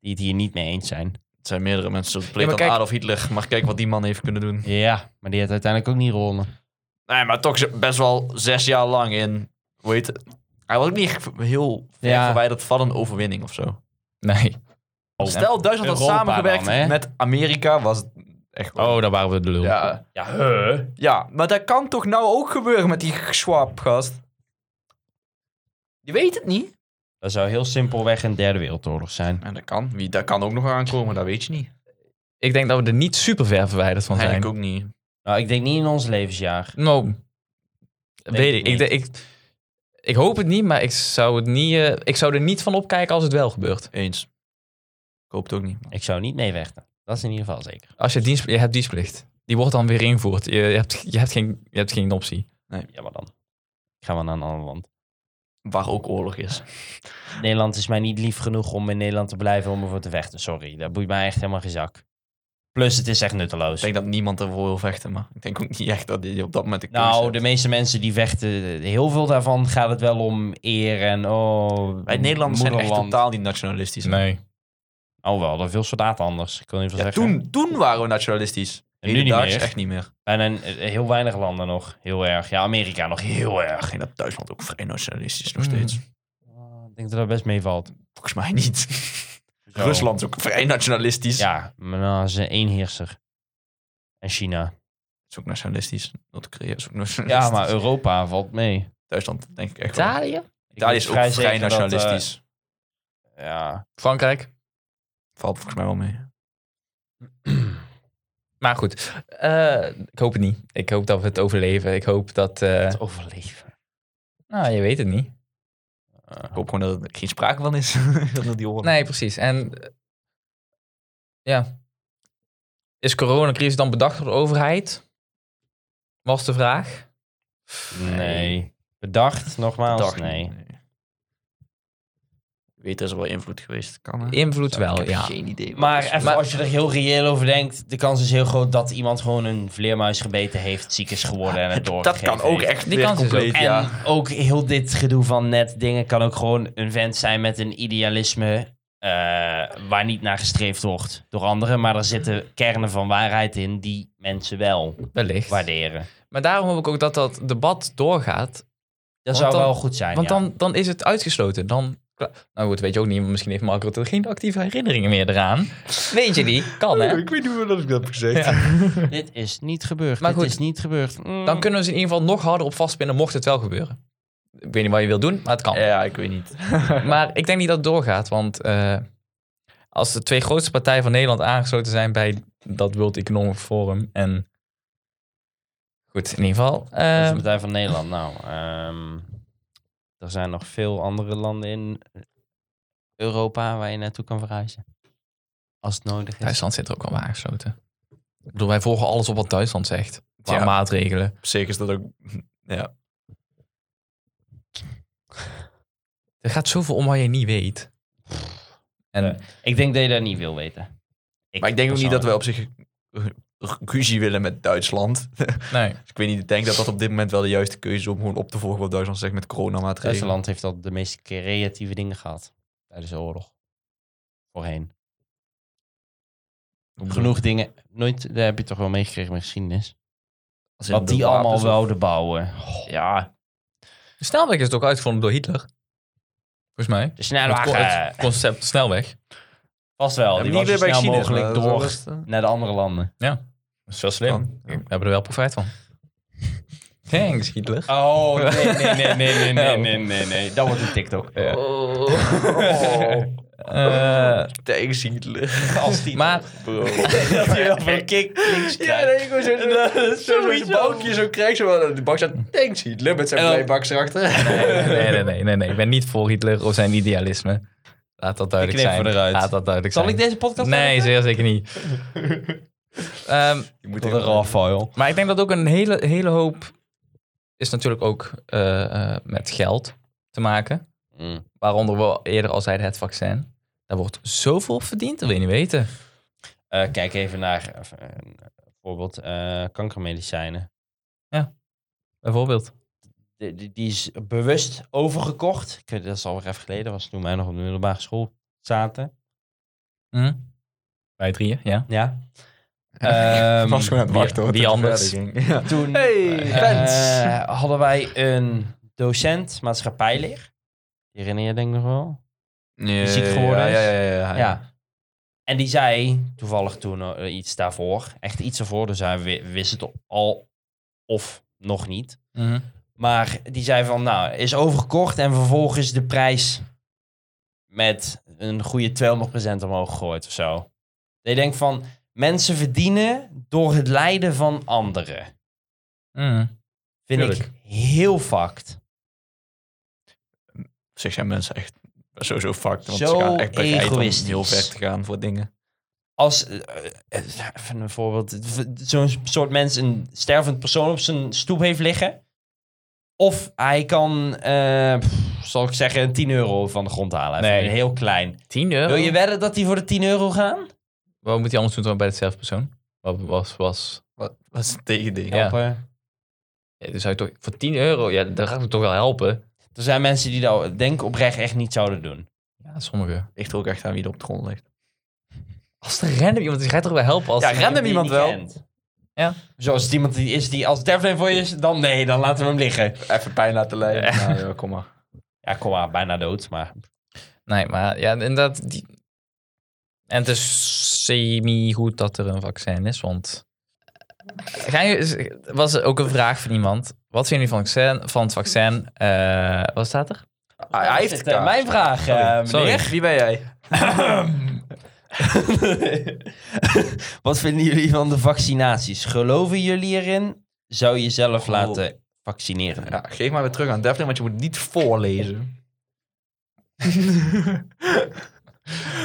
Speaker 2: Die het hier niet mee eens zijn.
Speaker 3: Het zijn meerdere mensen. Het pleegt
Speaker 1: maar
Speaker 3: aan
Speaker 1: kijk-
Speaker 3: Adolf Hitler. Maar kijk wat die man heeft kunnen doen.
Speaker 2: Ja, maar die het uiteindelijk ook niet rollen.
Speaker 3: Nee, maar toch ze- best wel zes jaar lang in. Weet hij was ook niet echt heel ver
Speaker 2: Ja.
Speaker 3: verwijderd van een overwinning of zo.
Speaker 1: Nee.
Speaker 2: Oh, nou,
Speaker 3: Stel, Duitsland had
Speaker 2: Europa
Speaker 3: samengewerkt
Speaker 2: dan, hè?
Speaker 3: met Amerika, was het echt.
Speaker 1: Oh, daar waren we de lul.
Speaker 3: ja.
Speaker 2: Ja, huh?
Speaker 3: ja, maar dat kan toch nou ook gebeuren met die Schwab-gast? Je weet het niet.
Speaker 2: Dat zou heel simpelweg een derde wereldoorlog zijn.
Speaker 3: En dat kan. Wie, dat kan ook nog aankomen, dat weet je niet.
Speaker 1: Ik denk dat we er niet super ver verwijderd van zijn.
Speaker 3: Eigenlijk ook niet.
Speaker 2: Nou, ik denk niet in ons levensjaar.
Speaker 1: Nou, weet
Speaker 2: ik
Speaker 1: ik. Ik, de- ik. ik hoop het niet, maar ik zou, het niet, eh, ik zou er niet van opkijken als het wel gebeurt.
Speaker 3: Eens. Ik hoop het ook niet.
Speaker 2: Ik zou niet meevechten. Dat is in ieder geval zeker.
Speaker 1: Als je, dienst, je hebt dienstplicht. Die wordt dan weer ingevoerd. Je, je, hebt, je, hebt geen, je hebt geen optie.
Speaker 2: Jammer dan. Ik ga wel naar een ander land.
Speaker 3: Waar ook oorlog is.
Speaker 2: Nederland is mij niet lief genoeg om in Nederland te blijven om ervoor te vechten. Sorry, dat boeit mij echt helemaal geen zak. Plus, het is echt nutteloos.
Speaker 3: Ik denk dat niemand ervoor wil vechten, maar ik denk ook niet echt dat je op dat moment de keuze
Speaker 2: nou,
Speaker 3: hebt.
Speaker 2: de meeste mensen die vechten, heel veel daarvan gaat het wel om eer en oh.
Speaker 3: Wij Nederlanders zijn echt
Speaker 2: moederland.
Speaker 3: totaal niet nationalistisch.
Speaker 1: Nee.
Speaker 2: Oh, wel, dat veel soldaten anders. Ik kan niet veel
Speaker 3: Ja,
Speaker 2: zeggen.
Speaker 3: toen, toen waren we nationalistisch.
Speaker 2: En nu niet
Speaker 3: Hedendaags
Speaker 2: meer.
Speaker 3: echt niet meer.
Speaker 2: Bijna een- heel weinig landen nog. Heel erg. Ja, Amerika nog heel erg.
Speaker 3: Ging dat Duitsland ook vrij nationalistisch nog
Speaker 2: Hmm.
Speaker 1: Mm.
Speaker 3: steeds?
Speaker 2: Ah, ik denk dat dat best meevalt.
Speaker 3: Volgens mij niet.
Speaker 2: Zo.
Speaker 3: Rusland is ook vrij nationalistisch.
Speaker 2: Ja, maar dan is er één heerser. En China.
Speaker 3: Is ook nationalistisch. Noord-Korea is ook nationalistisch.
Speaker 2: Ja, maar eh, Europa valt mee. Ik
Speaker 3: Duitsland denk ik echt wel.
Speaker 1: Italië?
Speaker 3: Italië
Speaker 2: weet
Speaker 3: is ook vrij,
Speaker 2: zeker dat,
Speaker 3: nationalistisch.
Speaker 2: eh, ja.
Speaker 1: Frankrijk.
Speaker 3: Valt volgens mij wel mee.
Speaker 1: Maar goed, eh, ik hoop het niet. Ik hoop dat we het overleven. Ik hoop dat... eh,
Speaker 2: overleven. Oh,
Speaker 1: nou, je weet het niet.
Speaker 3: Ik hoop gewoon dat er geen sprake van is. dat die horen.
Speaker 1: Nee, precies. En eh, ja, is coronacrisis dan bedacht door de overheid? Was de vraag.
Speaker 2: Nee. Bedacht, nogmaals,
Speaker 3: Dag
Speaker 2: nee.
Speaker 3: niet, Weet, er is wel invloed geweest. Kan hè?
Speaker 1: Invloed
Speaker 3: Zou-
Speaker 1: wel,
Speaker 3: ik heb
Speaker 1: ja.
Speaker 3: geen idee. wat
Speaker 2: Maar
Speaker 3: is.
Speaker 2: even
Speaker 1: Maar-
Speaker 2: als je er heel reëel over denkt, de kans is heel groot dat iemand gewoon een vleermuis gebeten heeft, ziek is geworden en het
Speaker 3: dat
Speaker 2: doorgegeven
Speaker 3: kan ook
Speaker 2: heeft.
Speaker 3: echt
Speaker 1: Die
Speaker 3: weer
Speaker 1: kans is ook
Speaker 3: compleet,
Speaker 2: En
Speaker 3: ja.
Speaker 2: ook heel dit gedoe van net dingen kan ook gewoon een vent zijn met een idealisme eh, waar niet naar gestreefd wordt door anderen. Maar er zitten kernen van waarheid in die mensen wel
Speaker 1: Wellicht.
Speaker 2: waarderen.
Speaker 1: Maar daarom hoop ik ook dat dat debat doorgaat.
Speaker 2: Dat
Speaker 1: Want
Speaker 2: zou
Speaker 1: dan-
Speaker 2: wel goed zijn.
Speaker 1: Want
Speaker 2: ja.
Speaker 1: dan, dan is het uitgesloten. Dan, nou goed, weet je ook niet. maar Misschien heeft Marco er geen actieve herinneringen meer eraan. Weet je niet? Kan hè?
Speaker 3: Ik weet niet meer dat ik dat heb gezegd.
Speaker 2: Dit is niet gebeurd.
Speaker 1: Maar
Speaker 2: Dit
Speaker 1: goed,
Speaker 2: is niet gebeurd. Mm.
Speaker 1: Dan kunnen we ze in ieder geval nog harder op vastpinnen mocht het wel gebeuren. Ik weet niet wat je wilt doen, maar het kan.
Speaker 3: Ja, ik weet niet.
Speaker 1: Maar ik denk niet dat het doorgaat, want eh, als de twee grootste partijen van Nederland aangesloten zijn bij dat World Economic Forum en goed, in ieder geval.
Speaker 2: Dat is de
Speaker 1: eh,
Speaker 2: Partij van Nederland. Nou, ehm, er zijn nog veel andere landen in Europa waar je naartoe kan verhuizen. Als het nodig is.
Speaker 1: Duitsland zit er ook al aangesloten. Ik bedoel, wij volgen alles op wat Duitsland zegt. Qua
Speaker 3: Ja.
Speaker 1: maatregelen.
Speaker 3: Op zich is dat ook... Ja.
Speaker 1: Er gaat zoveel om wat je niet weet. En
Speaker 2: Ik denk dat je dat niet wil weten.
Speaker 3: Maar ik denk ook niet dat
Speaker 2: persoonlijk.
Speaker 3: we op zich ruzie willen met Duitsland.
Speaker 1: nee,
Speaker 3: Dus ik weet niet, ik denk dat dat op dit moment wel de juiste keuze is om gewoon op te volgen wat Duitsland zegt met coronamaatregelen.
Speaker 2: Duitsland heeft al de meest creatieve dingen gehad tijdens de oorlog. Voorheen. Genoeg dingen. Nooit, daar heb je toch wel meegekregen met geschiedenis.
Speaker 3: Als in
Speaker 2: Wat
Speaker 3: de
Speaker 2: die allemaal
Speaker 3: wapens of-
Speaker 2: wilden bouwen. Goh, ja,
Speaker 1: de snelweg is het ook uitgevonden door Hitler. Volgens mij.
Speaker 2: de
Speaker 1: Het, co-
Speaker 2: snelwagen.
Speaker 1: het concept snelweg.
Speaker 2: Vast wel.
Speaker 3: Ja,
Speaker 2: Die
Speaker 3: maar
Speaker 2: was
Speaker 3: niet
Speaker 2: zo
Speaker 3: weer bij
Speaker 2: snel
Speaker 3: China,
Speaker 2: mogelijk
Speaker 3: maar dat
Speaker 2: door
Speaker 3: is wel- eh,
Speaker 2: naar de andere landen.
Speaker 1: Dat is wel slim.
Speaker 3: Kan,
Speaker 1: We
Speaker 3: ja.
Speaker 1: hebben er wel profijt van. Thanks, Hitler.
Speaker 2: Oh, nee, nee, nee, nee, nee, nee, nee, nee, nee. Dat wordt een TikTok.
Speaker 1: Ja.
Speaker 3: Oh,
Speaker 1: Eh,
Speaker 3: thanks Hitler.
Speaker 2: Als die
Speaker 1: maar
Speaker 3: Bro.
Speaker 2: dat je wel van kick, links
Speaker 3: Ja, nee, ik was zo- zo'n bankje zo krijg. Zo, wel- eh, die bank staat, thanks Hitler, met zijn
Speaker 2: En
Speaker 3: oh.
Speaker 2: dan-
Speaker 3: playbaks erachter.
Speaker 1: nee, nee, nee, nee, nee. Ik ben niet voor Hitler of zijn idealisme. Laat dat duidelijk
Speaker 2: Ik knip
Speaker 1: zijn.
Speaker 2: hem eruit.
Speaker 1: Laat dat duidelijk
Speaker 2: Zal
Speaker 1: zijn.
Speaker 2: ik deze podcast
Speaker 1: Nee, zeer zeker niet. Ehm,
Speaker 3: Je moet
Speaker 2: Wat een Rafael.
Speaker 1: maar ik denk dat ook een hele, hele hoop is natuurlijk ook eh, eh, met geld te maken.
Speaker 2: Mm.
Speaker 1: Waaronder we eerder al zeiden het vaccin. Daar wordt zoveel op verdiend, dat wil je niet weten.
Speaker 2: Eh, kijk even naar eh, bijvoorbeeld eh, kankermedicijnen.
Speaker 1: Bijvoorbeeld.
Speaker 2: Die, die, die is bewust overgekocht. Ik weet, dat is alweer even geleden, was toen wij nog op de middelbare school zaten.
Speaker 1: Hm? Wij drieën, ja.
Speaker 2: Ja. Ehm,
Speaker 3: was gewoon aan het
Speaker 1: wie-
Speaker 3: wachten. hoor,
Speaker 1: wie
Speaker 3: tot het
Speaker 1: anders?
Speaker 3: verder ging. Ja.
Speaker 2: Toen
Speaker 3: Hey,
Speaker 2: eh,
Speaker 3: Bent.
Speaker 2: hadden wij een docent maatschappijleer. Die herinner je denk ik nog wel.
Speaker 3: Die
Speaker 2: ziek geworden
Speaker 3: ja,
Speaker 2: is.
Speaker 3: Ja, ja, ja. ja.
Speaker 2: Ja. En die zei toevallig toen eh, iets daarvoor, echt iets daarvoor, dus hij wi- wist het al of nog niet.
Speaker 1: Mhm.
Speaker 2: Maar die zei van, nou, is overgekocht en vervolgens de prijs met een goede 200% omhoog gegooid of zo. Dat je denkt van, mensen verdienen door het lijden van anderen.
Speaker 1: Mhm.
Speaker 2: Vind
Speaker 1: Tuurlijk.
Speaker 2: ik heel fucked.
Speaker 3: Op zich zijn mensen echt sowieso fucked. Want
Speaker 2: Zo
Speaker 3: ze gaan echt bereid om
Speaker 2: egoïstisch.
Speaker 3: heel ver te gaan voor dingen.
Speaker 2: als eh, eh, even een voorbeeld, v- zo'n soort mens een stervend persoon op zijn stoep heeft liggen. Of hij kan, eh, pff, zal ik zeggen, 10 euro van de grond halen. Even
Speaker 1: Nee. Eh,
Speaker 2: een Heel klein.
Speaker 1: 10 euro.
Speaker 2: Wil je wedden dat die voor de 10 euro gaan?
Speaker 1: Wat moet hij anders doen dan bij hetzelfde persoon? Wat was, was...
Speaker 3: Wat, wat is het tegending?
Speaker 1: Ja.
Speaker 2: Helpen.
Speaker 1: Ja, dus zou je toch, voor 10 euro, ja, dat gaat me toch wel helpen.
Speaker 2: Er zijn mensen die dat denk ik, oprecht echt niet zouden doen.
Speaker 1: Ja, sommigen.
Speaker 3: Ligt er ook echt aan wie er op de grond ligt.
Speaker 1: Als er random iemand is, ga je toch wel helpen? Als
Speaker 3: Ja,
Speaker 1: er-
Speaker 3: random
Speaker 2: Die
Speaker 3: iemand
Speaker 2: niet
Speaker 3: wel.
Speaker 2: kent.
Speaker 1: Ja.
Speaker 2: Zoals het iemand die is die als Devlin voor je is, dan nee, dan laten we hem liggen.
Speaker 3: Even pijn laten lijden. Nou, ja, kom maar.
Speaker 2: Ja, kom maar, bijna dood, maar...
Speaker 1: Nee, maar ja, inderdaad. Die... En het is semi-goed dat er een vaccin is, want... Ga je, was er ook een vraag van iemand. Wat vinden jullie van, het vaccin- van het vaccin? Eh, wat staat er?
Speaker 3: Ah, Hij, hij heeft
Speaker 2: Is
Speaker 3: het
Speaker 2: dit, eh, mijn vraag, eh,
Speaker 1: Sorry.
Speaker 2: meneer.
Speaker 1: Sorry.
Speaker 3: Wie ben jij?
Speaker 2: Wat vinden jullie van de vaccinaties? Geloven jullie erin? Zou je zelf
Speaker 3: Oh.
Speaker 2: laten vaccineren?
Speaker 3: Ja, geef maar weer terug aan Devlin, want je moet niet voorlezen.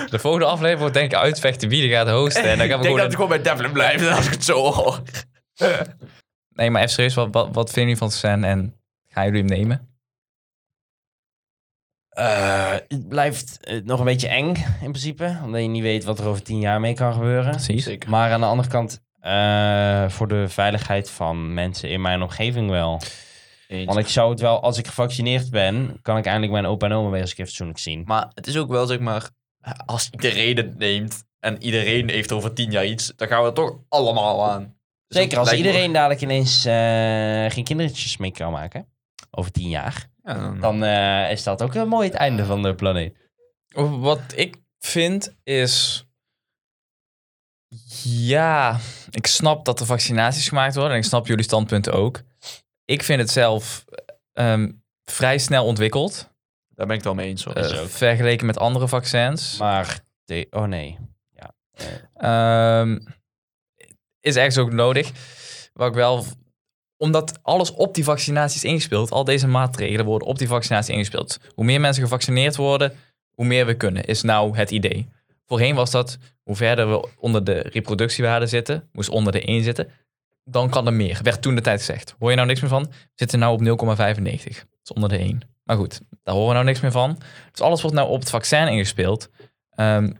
Speaker 1: De volgende aflevering wordt denk ik uitvechten wie er gaat hosten. En dan gaan
Speaker 3: ik
Speaker 1: we
Speaker 3: denk
Speaker 1: gewoon...
Speaker 3: dat het gewoon bij Devlin blijft als ik het zo hoor.
Speaker 1: Nee, maar even serieus, wat, wat, wat vinden jullie van Sven en gaan jullie hem nemen?
Speaker 2: Eh, het blijft eh, nog een beetje eng in principe. Omdat je niet weet wat er over tien jaar mee kan gebeuren.
Speaker 1: Precies.
Speaker 3: Zeker.
Speaker 2: Maar aan de andere kant, eh, voor de veiligheid van mensen in mijn omgeving wel. Want ik zou het wel, als ik gevaccineerd ben, kan ik eindelijk mijn opa en oma weer eens een keer fatsoenlijk zien.
Speaker 3: Maar het is ook wel, zeg maar, als iedereen het neemt en iedereen heeft over tien jaar iets, dan gaan we er toch allemaal aan. Dus
Speaker 2: Zeker
Speaker 3: het
Speaker 2: als
Speaker 3: lijkt me-
Speaker 2: iedereen dadelijk ineens eh, geen kindertjes meer kan maken. Over tien jaar.
Speaker 3: Ja, dan-
Speaker 2: Dan eh, is dat ook een mooi het einde van de planeet.
Speaker 1: Wat ik vind is. Ja, ik snap dat er vaccinaties gemaakt worden. En ik snap jullie standpunten ook. Ik vind het zelf ehm, vrij snel ontwikkeld.
Speaker 3: daar ben ik het wel mee eens. hoor.
Speaker 2: Is
Speaker 1: eh,
Speaker 2: ook.
Speaker 1: vergeleken met andere vaccins.
Speaker 2: Maar, de, oh nee.
Speaker 1: Ehm, is ergens ook nodig. Wat ik wel. Omdat alles op die vaccinaties is ingespeeld. Al deze maatregelen worden op die vaccinatie ingespeeld. Hoe meer mensen gevaccineerd worden, hoe meer we kunnen. Is nou het idee. Voorheen was dat hoe verder we onder de reproductiewaarde zitten. Moest onder de 1 zitten. Dan kan er meer. Werd toen de tijd gezegd. Hoor je nou niks meer van? We zitten nou op 0,95. Dat is onder de 1. Maar goed, daar horen we nou niks meer van. Dus alles wordt nou op het vaccin ingespeeld. Ehm,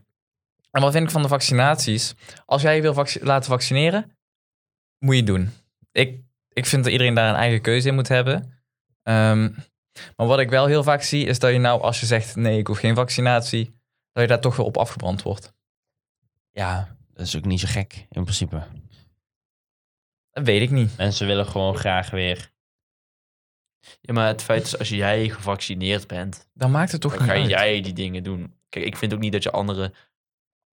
Speaker 1: en wat vind ik van de vaccinaties? Als jij je wil vac- laten vaccineren, moet je het doen. Ik, ik vind dat iedereen daar een eigen keuze in moet hebben. Ehm, maar wat ik wel heel vaak zie, is dat je nou als je zegt nee, ik hoef geen vaccinatie, dat je daar toch weer op afgebrand wordt.
Speaker 2: Ja, dat is ook niet zo gek in principe.
Speaker 1: Dat weet ik niet.
Speaker 2: Mensen willen gewoon graag weer.
Speaker 3: Ja, maar het feit is, als jij gevaccineerd bent,
Speaker 1: Dan maakt het toch
Speaker 3: dan
Speaker 1: niet
Speaker 3: ga
Speaker 1: uit.
Speaker 3: jij die dingen doen. Kijk, ik vind ook niet dat je anderen...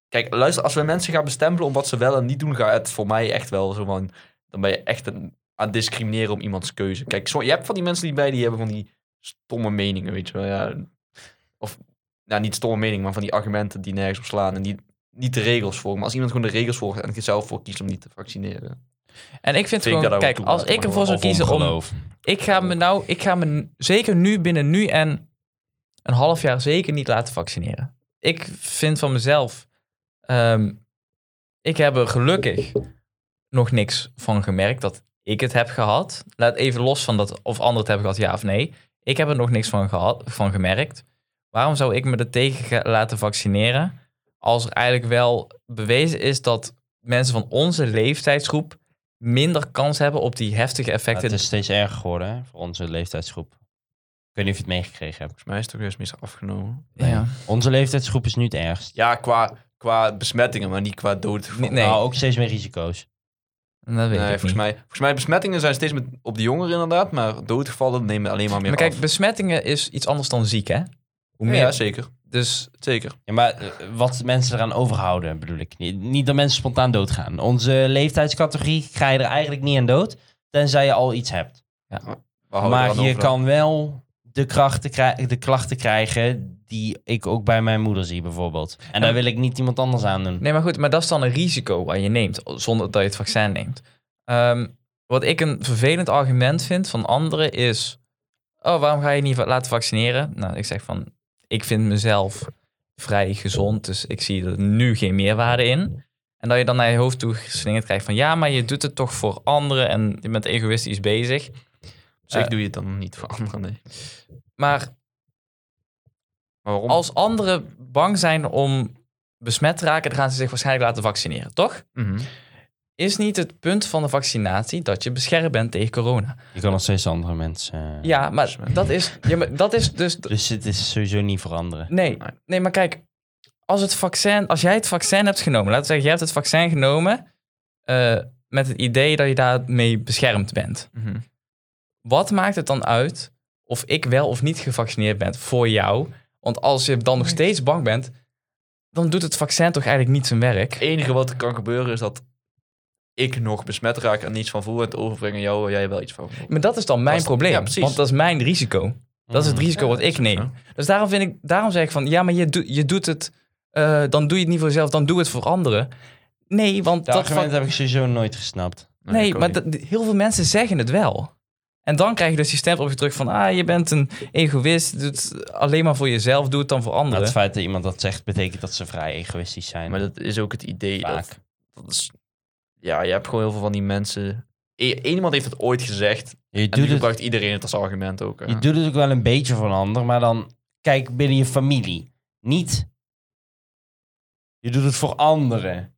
Speaker 3: Kijk, luister, als we mensen gaan bestempelen om wat ze wel en niet doen, gaat het voor mij echt wel zo van... Dan ben je echt een- aan het discrimineren om iemands keuze. Kijk, zo, je hebt van die mensen die bij die hebben van die stomme meningen, weet je wel. Ja. Of, nou, niet stomme meningen, maar van die argumenten die nergens op slaan en die niet de regels volgen. Maar als iemand gewoon de regels volgt en er zelf voor kiest om niet te vaccineren.
Speaker 1: En ik vind
Speaker 3: Vind ik
Speaker 1: gewoon,
Speaker 3: dat ook
Speaker 1: kijk,
Speaker 3: toe,
Speaker 1: als
Speaker 3: laat
Speaker 1: ik
Speaker 3: maar.
Speaker 1: ervoor zou
Speaker 2: Of
Speaker 1: kiezen om
Speaker 2: ongeloof.
Speaker 1: Ik ga me nou, ik ga me n- zeker nu, binnen nu en een half jaar zeker niet laten vaccineren. Ik vind van mezelf, ehm, ik heb er gelukkig nog niks van gemerkt dat ik het heb gehad. Laat even los van dat of anderen het hebben gehad, ja of nee. Ik heb er nog niks van, gehad, van gemerkt. Waarom zou ik me er tegen ga- laten vaccineren als er eigenlijk wel bewezen is dat mensen van onze leeftijdsgroep minder kans hebben op die heftige
Speaker 2: Maar
Speaker 1: effecten
Speaker 2: Het is steeds erger geworden hè, voor onze leeftijdsgroep. Ik weet niet of je het meegekregen hebt.
Speaker 3: Volgens mij is het ook juist meestal afgenomen.
Speaker 1: Ja.
Speaker 2: Onze leeftijdsgroep is nu het ergst.
Speaker 3: Ja, qua, qua besmettingen, maar niet qua dood.
Speaker 1: Nee, nee
Speaker 2: Nou, ook steeds meer risico's.
Speaker 1: dat weet
Speaker 3: nee,
Speaker 1: ik
Speaker 3: volgens,
Speaker 1: niet.
Speaker 3: mij, volgens mij besmettingen zijn steeds met, op de jongeren inderdaad, maar doodgevallen nemen alleen maar meer
Speaker 1: maar kijk,
Speaker 3: af.
Speaker 1: besmettingen is iets anders dan ziek, hè? Hoe
Speaker 3: Ja,
Speaker 1: meer,
Speaker 3: ja, zeker.
Speaker 1: dus
Speaker 3: zeker.
Speaker 2: Ja, maar eh, wat mensen eraan overhouden, bedoel ik. Niet, niet dat mensen spontaan doodgaan. Onze leeftijdscategorie ga je er eigenlijk niet aan dood, tenzij je al iets hebt.
Speaker 3: We houden
Speaker 2: maar
Speaker 3: eraan
Speaker 2: je
Speaker 3: over.
Speaker 2: kan wel de, krachten krij- de klachten krijgen die ik ook bij mijn moeder zie, bijvoorbeeld. En daar wil ik niet iemand anders aan doen.
Speaker 1: nee, maar goed, maar dat is dan een risico waar je neemt zonder dat je het vaccin neemt. Ehm, wat ik een vervelend argument vind van anderen is: oh, waarom ga je niet va- laten vaccineren? Nou, ik zeg van: ik vind mezelf vrij gezond, dus ik zie er nu geen meerwaarde in. En dat je dan naar je hoofd toe geslingerd krijgt van ja, maar je doet het toch voor anderen en je bent egoïstisch bezig.
Speaker 3: Zeker
Speaker 1: eh,
Speaker 3: doe je het dan niet voor anderen, nee.
Speaker 1: Maar
Speaker 3: Maar waarom?
Speaker 1: Als anderen bang zijn om besmet te raken, dan gaan ze zich waarschijnlijk laten vaccineren, toch?
Speaker 3: Mhm.
Speaker 1: Is niet het punt van de vaccinatie dat je beschermd bent tegen corona?
Speaker 2: Je kan nog steeds andere mensen...
Speaker 1: Ja, maar dat is, ja, maar dat is dus.
Speaker 2: Dus het is sowieso niet veranderen.
Speaker 1: Nee, nee, maar kijk, als, het vaccin, als jij het vaccin hebt genomen, laten we zeggen, jij hebt het vaccin genomen eh, met het idee dat je daarmee beschermd bent.
Speaker 3: Mhm.
Speaker 1: Wat maakt het dan uit of ik wel of niet gevaccineerd ben voor jou? Want als je dan nog steeds bang bent, dan doet het vaccin toch eigenlijk niet zijn werk.
Speaker 3: Het enige wat er kan gebeuren is dat ik nog besmet raak en niets van voel en het overbrengen jou waar jij wel iets van voelt.
Speaker 1: Maar dat is dan mijn
Speaker 3: Dat is-
Speaker 1: probleem.
Speaker 3: ja, precies. Mm.
Speaker 1: want dat is mijn risico. Dat is het risico
Speaker 3: Ja,
Speaker 1: wat ik
Speaker 3: dat is ook
Speaker 1: neem. Dus daarom, vind ik, daarom zeg ik van, ja, maar je, doet- je doet het, eh, dan doe je het niet voor jezelf, dan doe het voor anderen. Nee, want
Speaker 2: Dat
Speaker 1: dat...
Speaker 2: argument
Speaker 1: van-
Speaker 2: heb ik sowieso nooit gesnapt.
Speaker 1: nee,
Speaker 3: ik ook
Speaker 1: maar
Speaker 3: niet.
Speaker 1: dat- heel veel mensen zeggen het wel. En dan krijg je dus die stempel op je terug van... Ah, je bent een egoïst. Doe het alleen maar voor jezelf. Doe het dan voor
Speaker 2: Maar
Speaker 1: anderen.
Speaker 2: het feit dat iemand dat zegt, betekent dat ze vrij egoïstisch zijn.
Speaker 3: Maar dat is ook het idee.
Speaker 2: Vaak.
Speaker 3: Dat, dat is, ja, je hebt gewoon heel veel van die mensen. Eén iemand heeft het ooit gezegd.
Speaker 2: je
Speaker 3: En nu
Speaker 2: doet, het,
Speaker 3: gebruikt iedereen het als argument ook. hè.
Speaker 2: je doet het ook wel een beetje voor een ander, maar dan kijk binnen je familie. Niet. Je doet het voor anderen.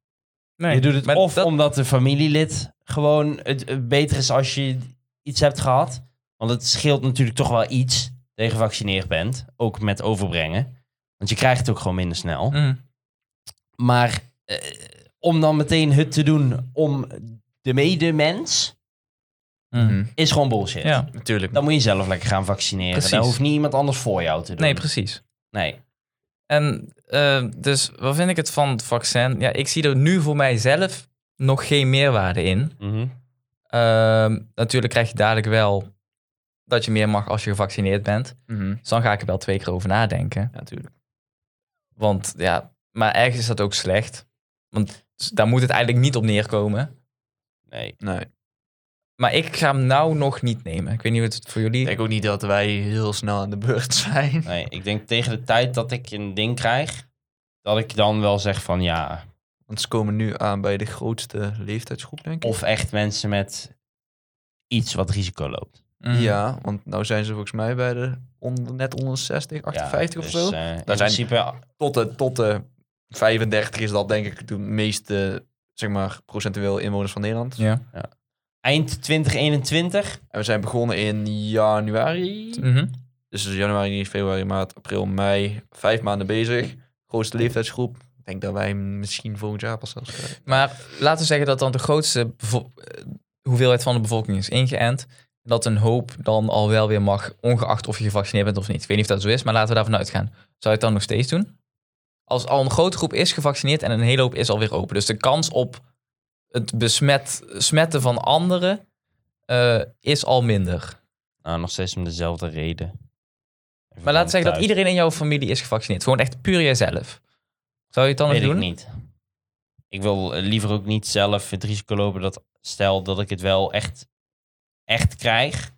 Speaker 1: Nee,
Speaker 2: je doet het
Speaker 1: maar
Speaker 2: of
Speaker 1: dat-
Speaker 2: omdat een familielid gewoon het, het beter is als je iets hebt gehad. Want het scheelt natuurlijk toch wel iets dat je gevaccineerd bent. Ook met overbrengen. Want je krijgt het ook gewoon minder snel.
Speaker 1: Mm.
Speaker 2: Maar eh, om dan meteen het te doen om de medemens,
Speaker 1: Mm.
Speaker 3: Mhm.
Speaker 2: is gewoon bullshit.
Speaker 1: Ja,
Speaker 3: Natuurlijk.
Speaker 2: Dan moet je zelf lekker gaan vaccineren.
Speaker 1: Precies.
Speaker 2: Daar hoeft niet iemand anders voor jou te doen.
Speaker 1: nee, precies.
Speaker 2: Nee.
Speaker 1: En eh, dus wat vind ik het van het vaccin? Ja, ik zie er nu voor mijzelf nog geen meerwaarde in.
Speaker 2: Mhm.
Speaker 1: Ehm, natuurlijk krijg je dadelijk wel dat je meer mag als je gevaccineerd bent.
Speaker 3: Mhm.
Speaker 1: Dus dan ga ik er wel twee keer over nadenken.
Speaker 3: Ja, natuurlijk.
Speaker 1: Want ja, maar ergens is dat ook slecht. Want dus daar moet het eigenlijk niet op neerkomen.
Speaker 2: Nee.
Speaker 3: Nee.
Speaker 1: Maar ik ga hem nou nog niet nemen. Ik weet niet hoe het voor jullie...
Speaker 3: Ik denk ook niet dat wij heel snel aan de beurt zijn.
Speaker 2: Nee. Ik denk tegen de tijd dat ik een ding krijg, dat ik dan wel zeg van ja.
Speaker 3: Want ze komen nu aan bij de grootste leeftijdsgroep, denk ik.
Speaker 2: Of echt mensen met iets wat risico loopt.
Speaker 1: Mm.
Speaker 3: Ja, want nou zijn ze volgens mij bij de onder, net onder de 60, 58
Speaker 2: ja,
Speaker 3: of zo.
Speaker 2: Dus, eh, in
Speaker 3: zijn-
Speaker 2: principe
Speaker 3: Tot de, tot de 35 is dat denk ik de meeste, zeg maar, procentueel inwoners van Nederland.
Speaker 1: Ja.
Speaker 2: eind 2021.
Speaker 3: En we zijn begonnen in januari.
Speaker 1: Mhm.
Speaker 3: Dus januari, februari, maart, april, mei. Vijf maanden bezig. Grootste leeftijdsgroep. Ik denk dat wij hem misschien volgend jaar pas zelfs eh, krijgen.
Speaker 1: Maar laten we zeggen dat dan de grootste bevo- eh, hoeveelheid van de bevolking is ingeënt. Dat een hoop dan al wel weer mag, ongeacht of je gevaccineerd bent of niet. Ik weet niet of dat zo is, maar laten we daarvan uitgaan. Zou je het dan nog steeds doen? Als al een grote groep is gevaccineerd en een hele hoop is alweer open. Dus de kans op het besmet, smetten van anderen eh, is al minder.
Speaker 2: Nou, nog steeds om dezelfde reden. Even
Speaker 1: Maar laten
Speaker 2: gewoon
Speaker 1: we zeggen dat
Speaker 2: thuis.
Speaker 1: iedereen in jouw familie is gevaccineerd. Gewoon echt puur jijzelf. Zou je het dan nog
Speaker 2: Weet
Speaker 1: doen?
Speaker 2: ik niet. Ik wil eh, liever ook niet zelf het risico lopen dat stel dat ik het wel echt, echt krijg,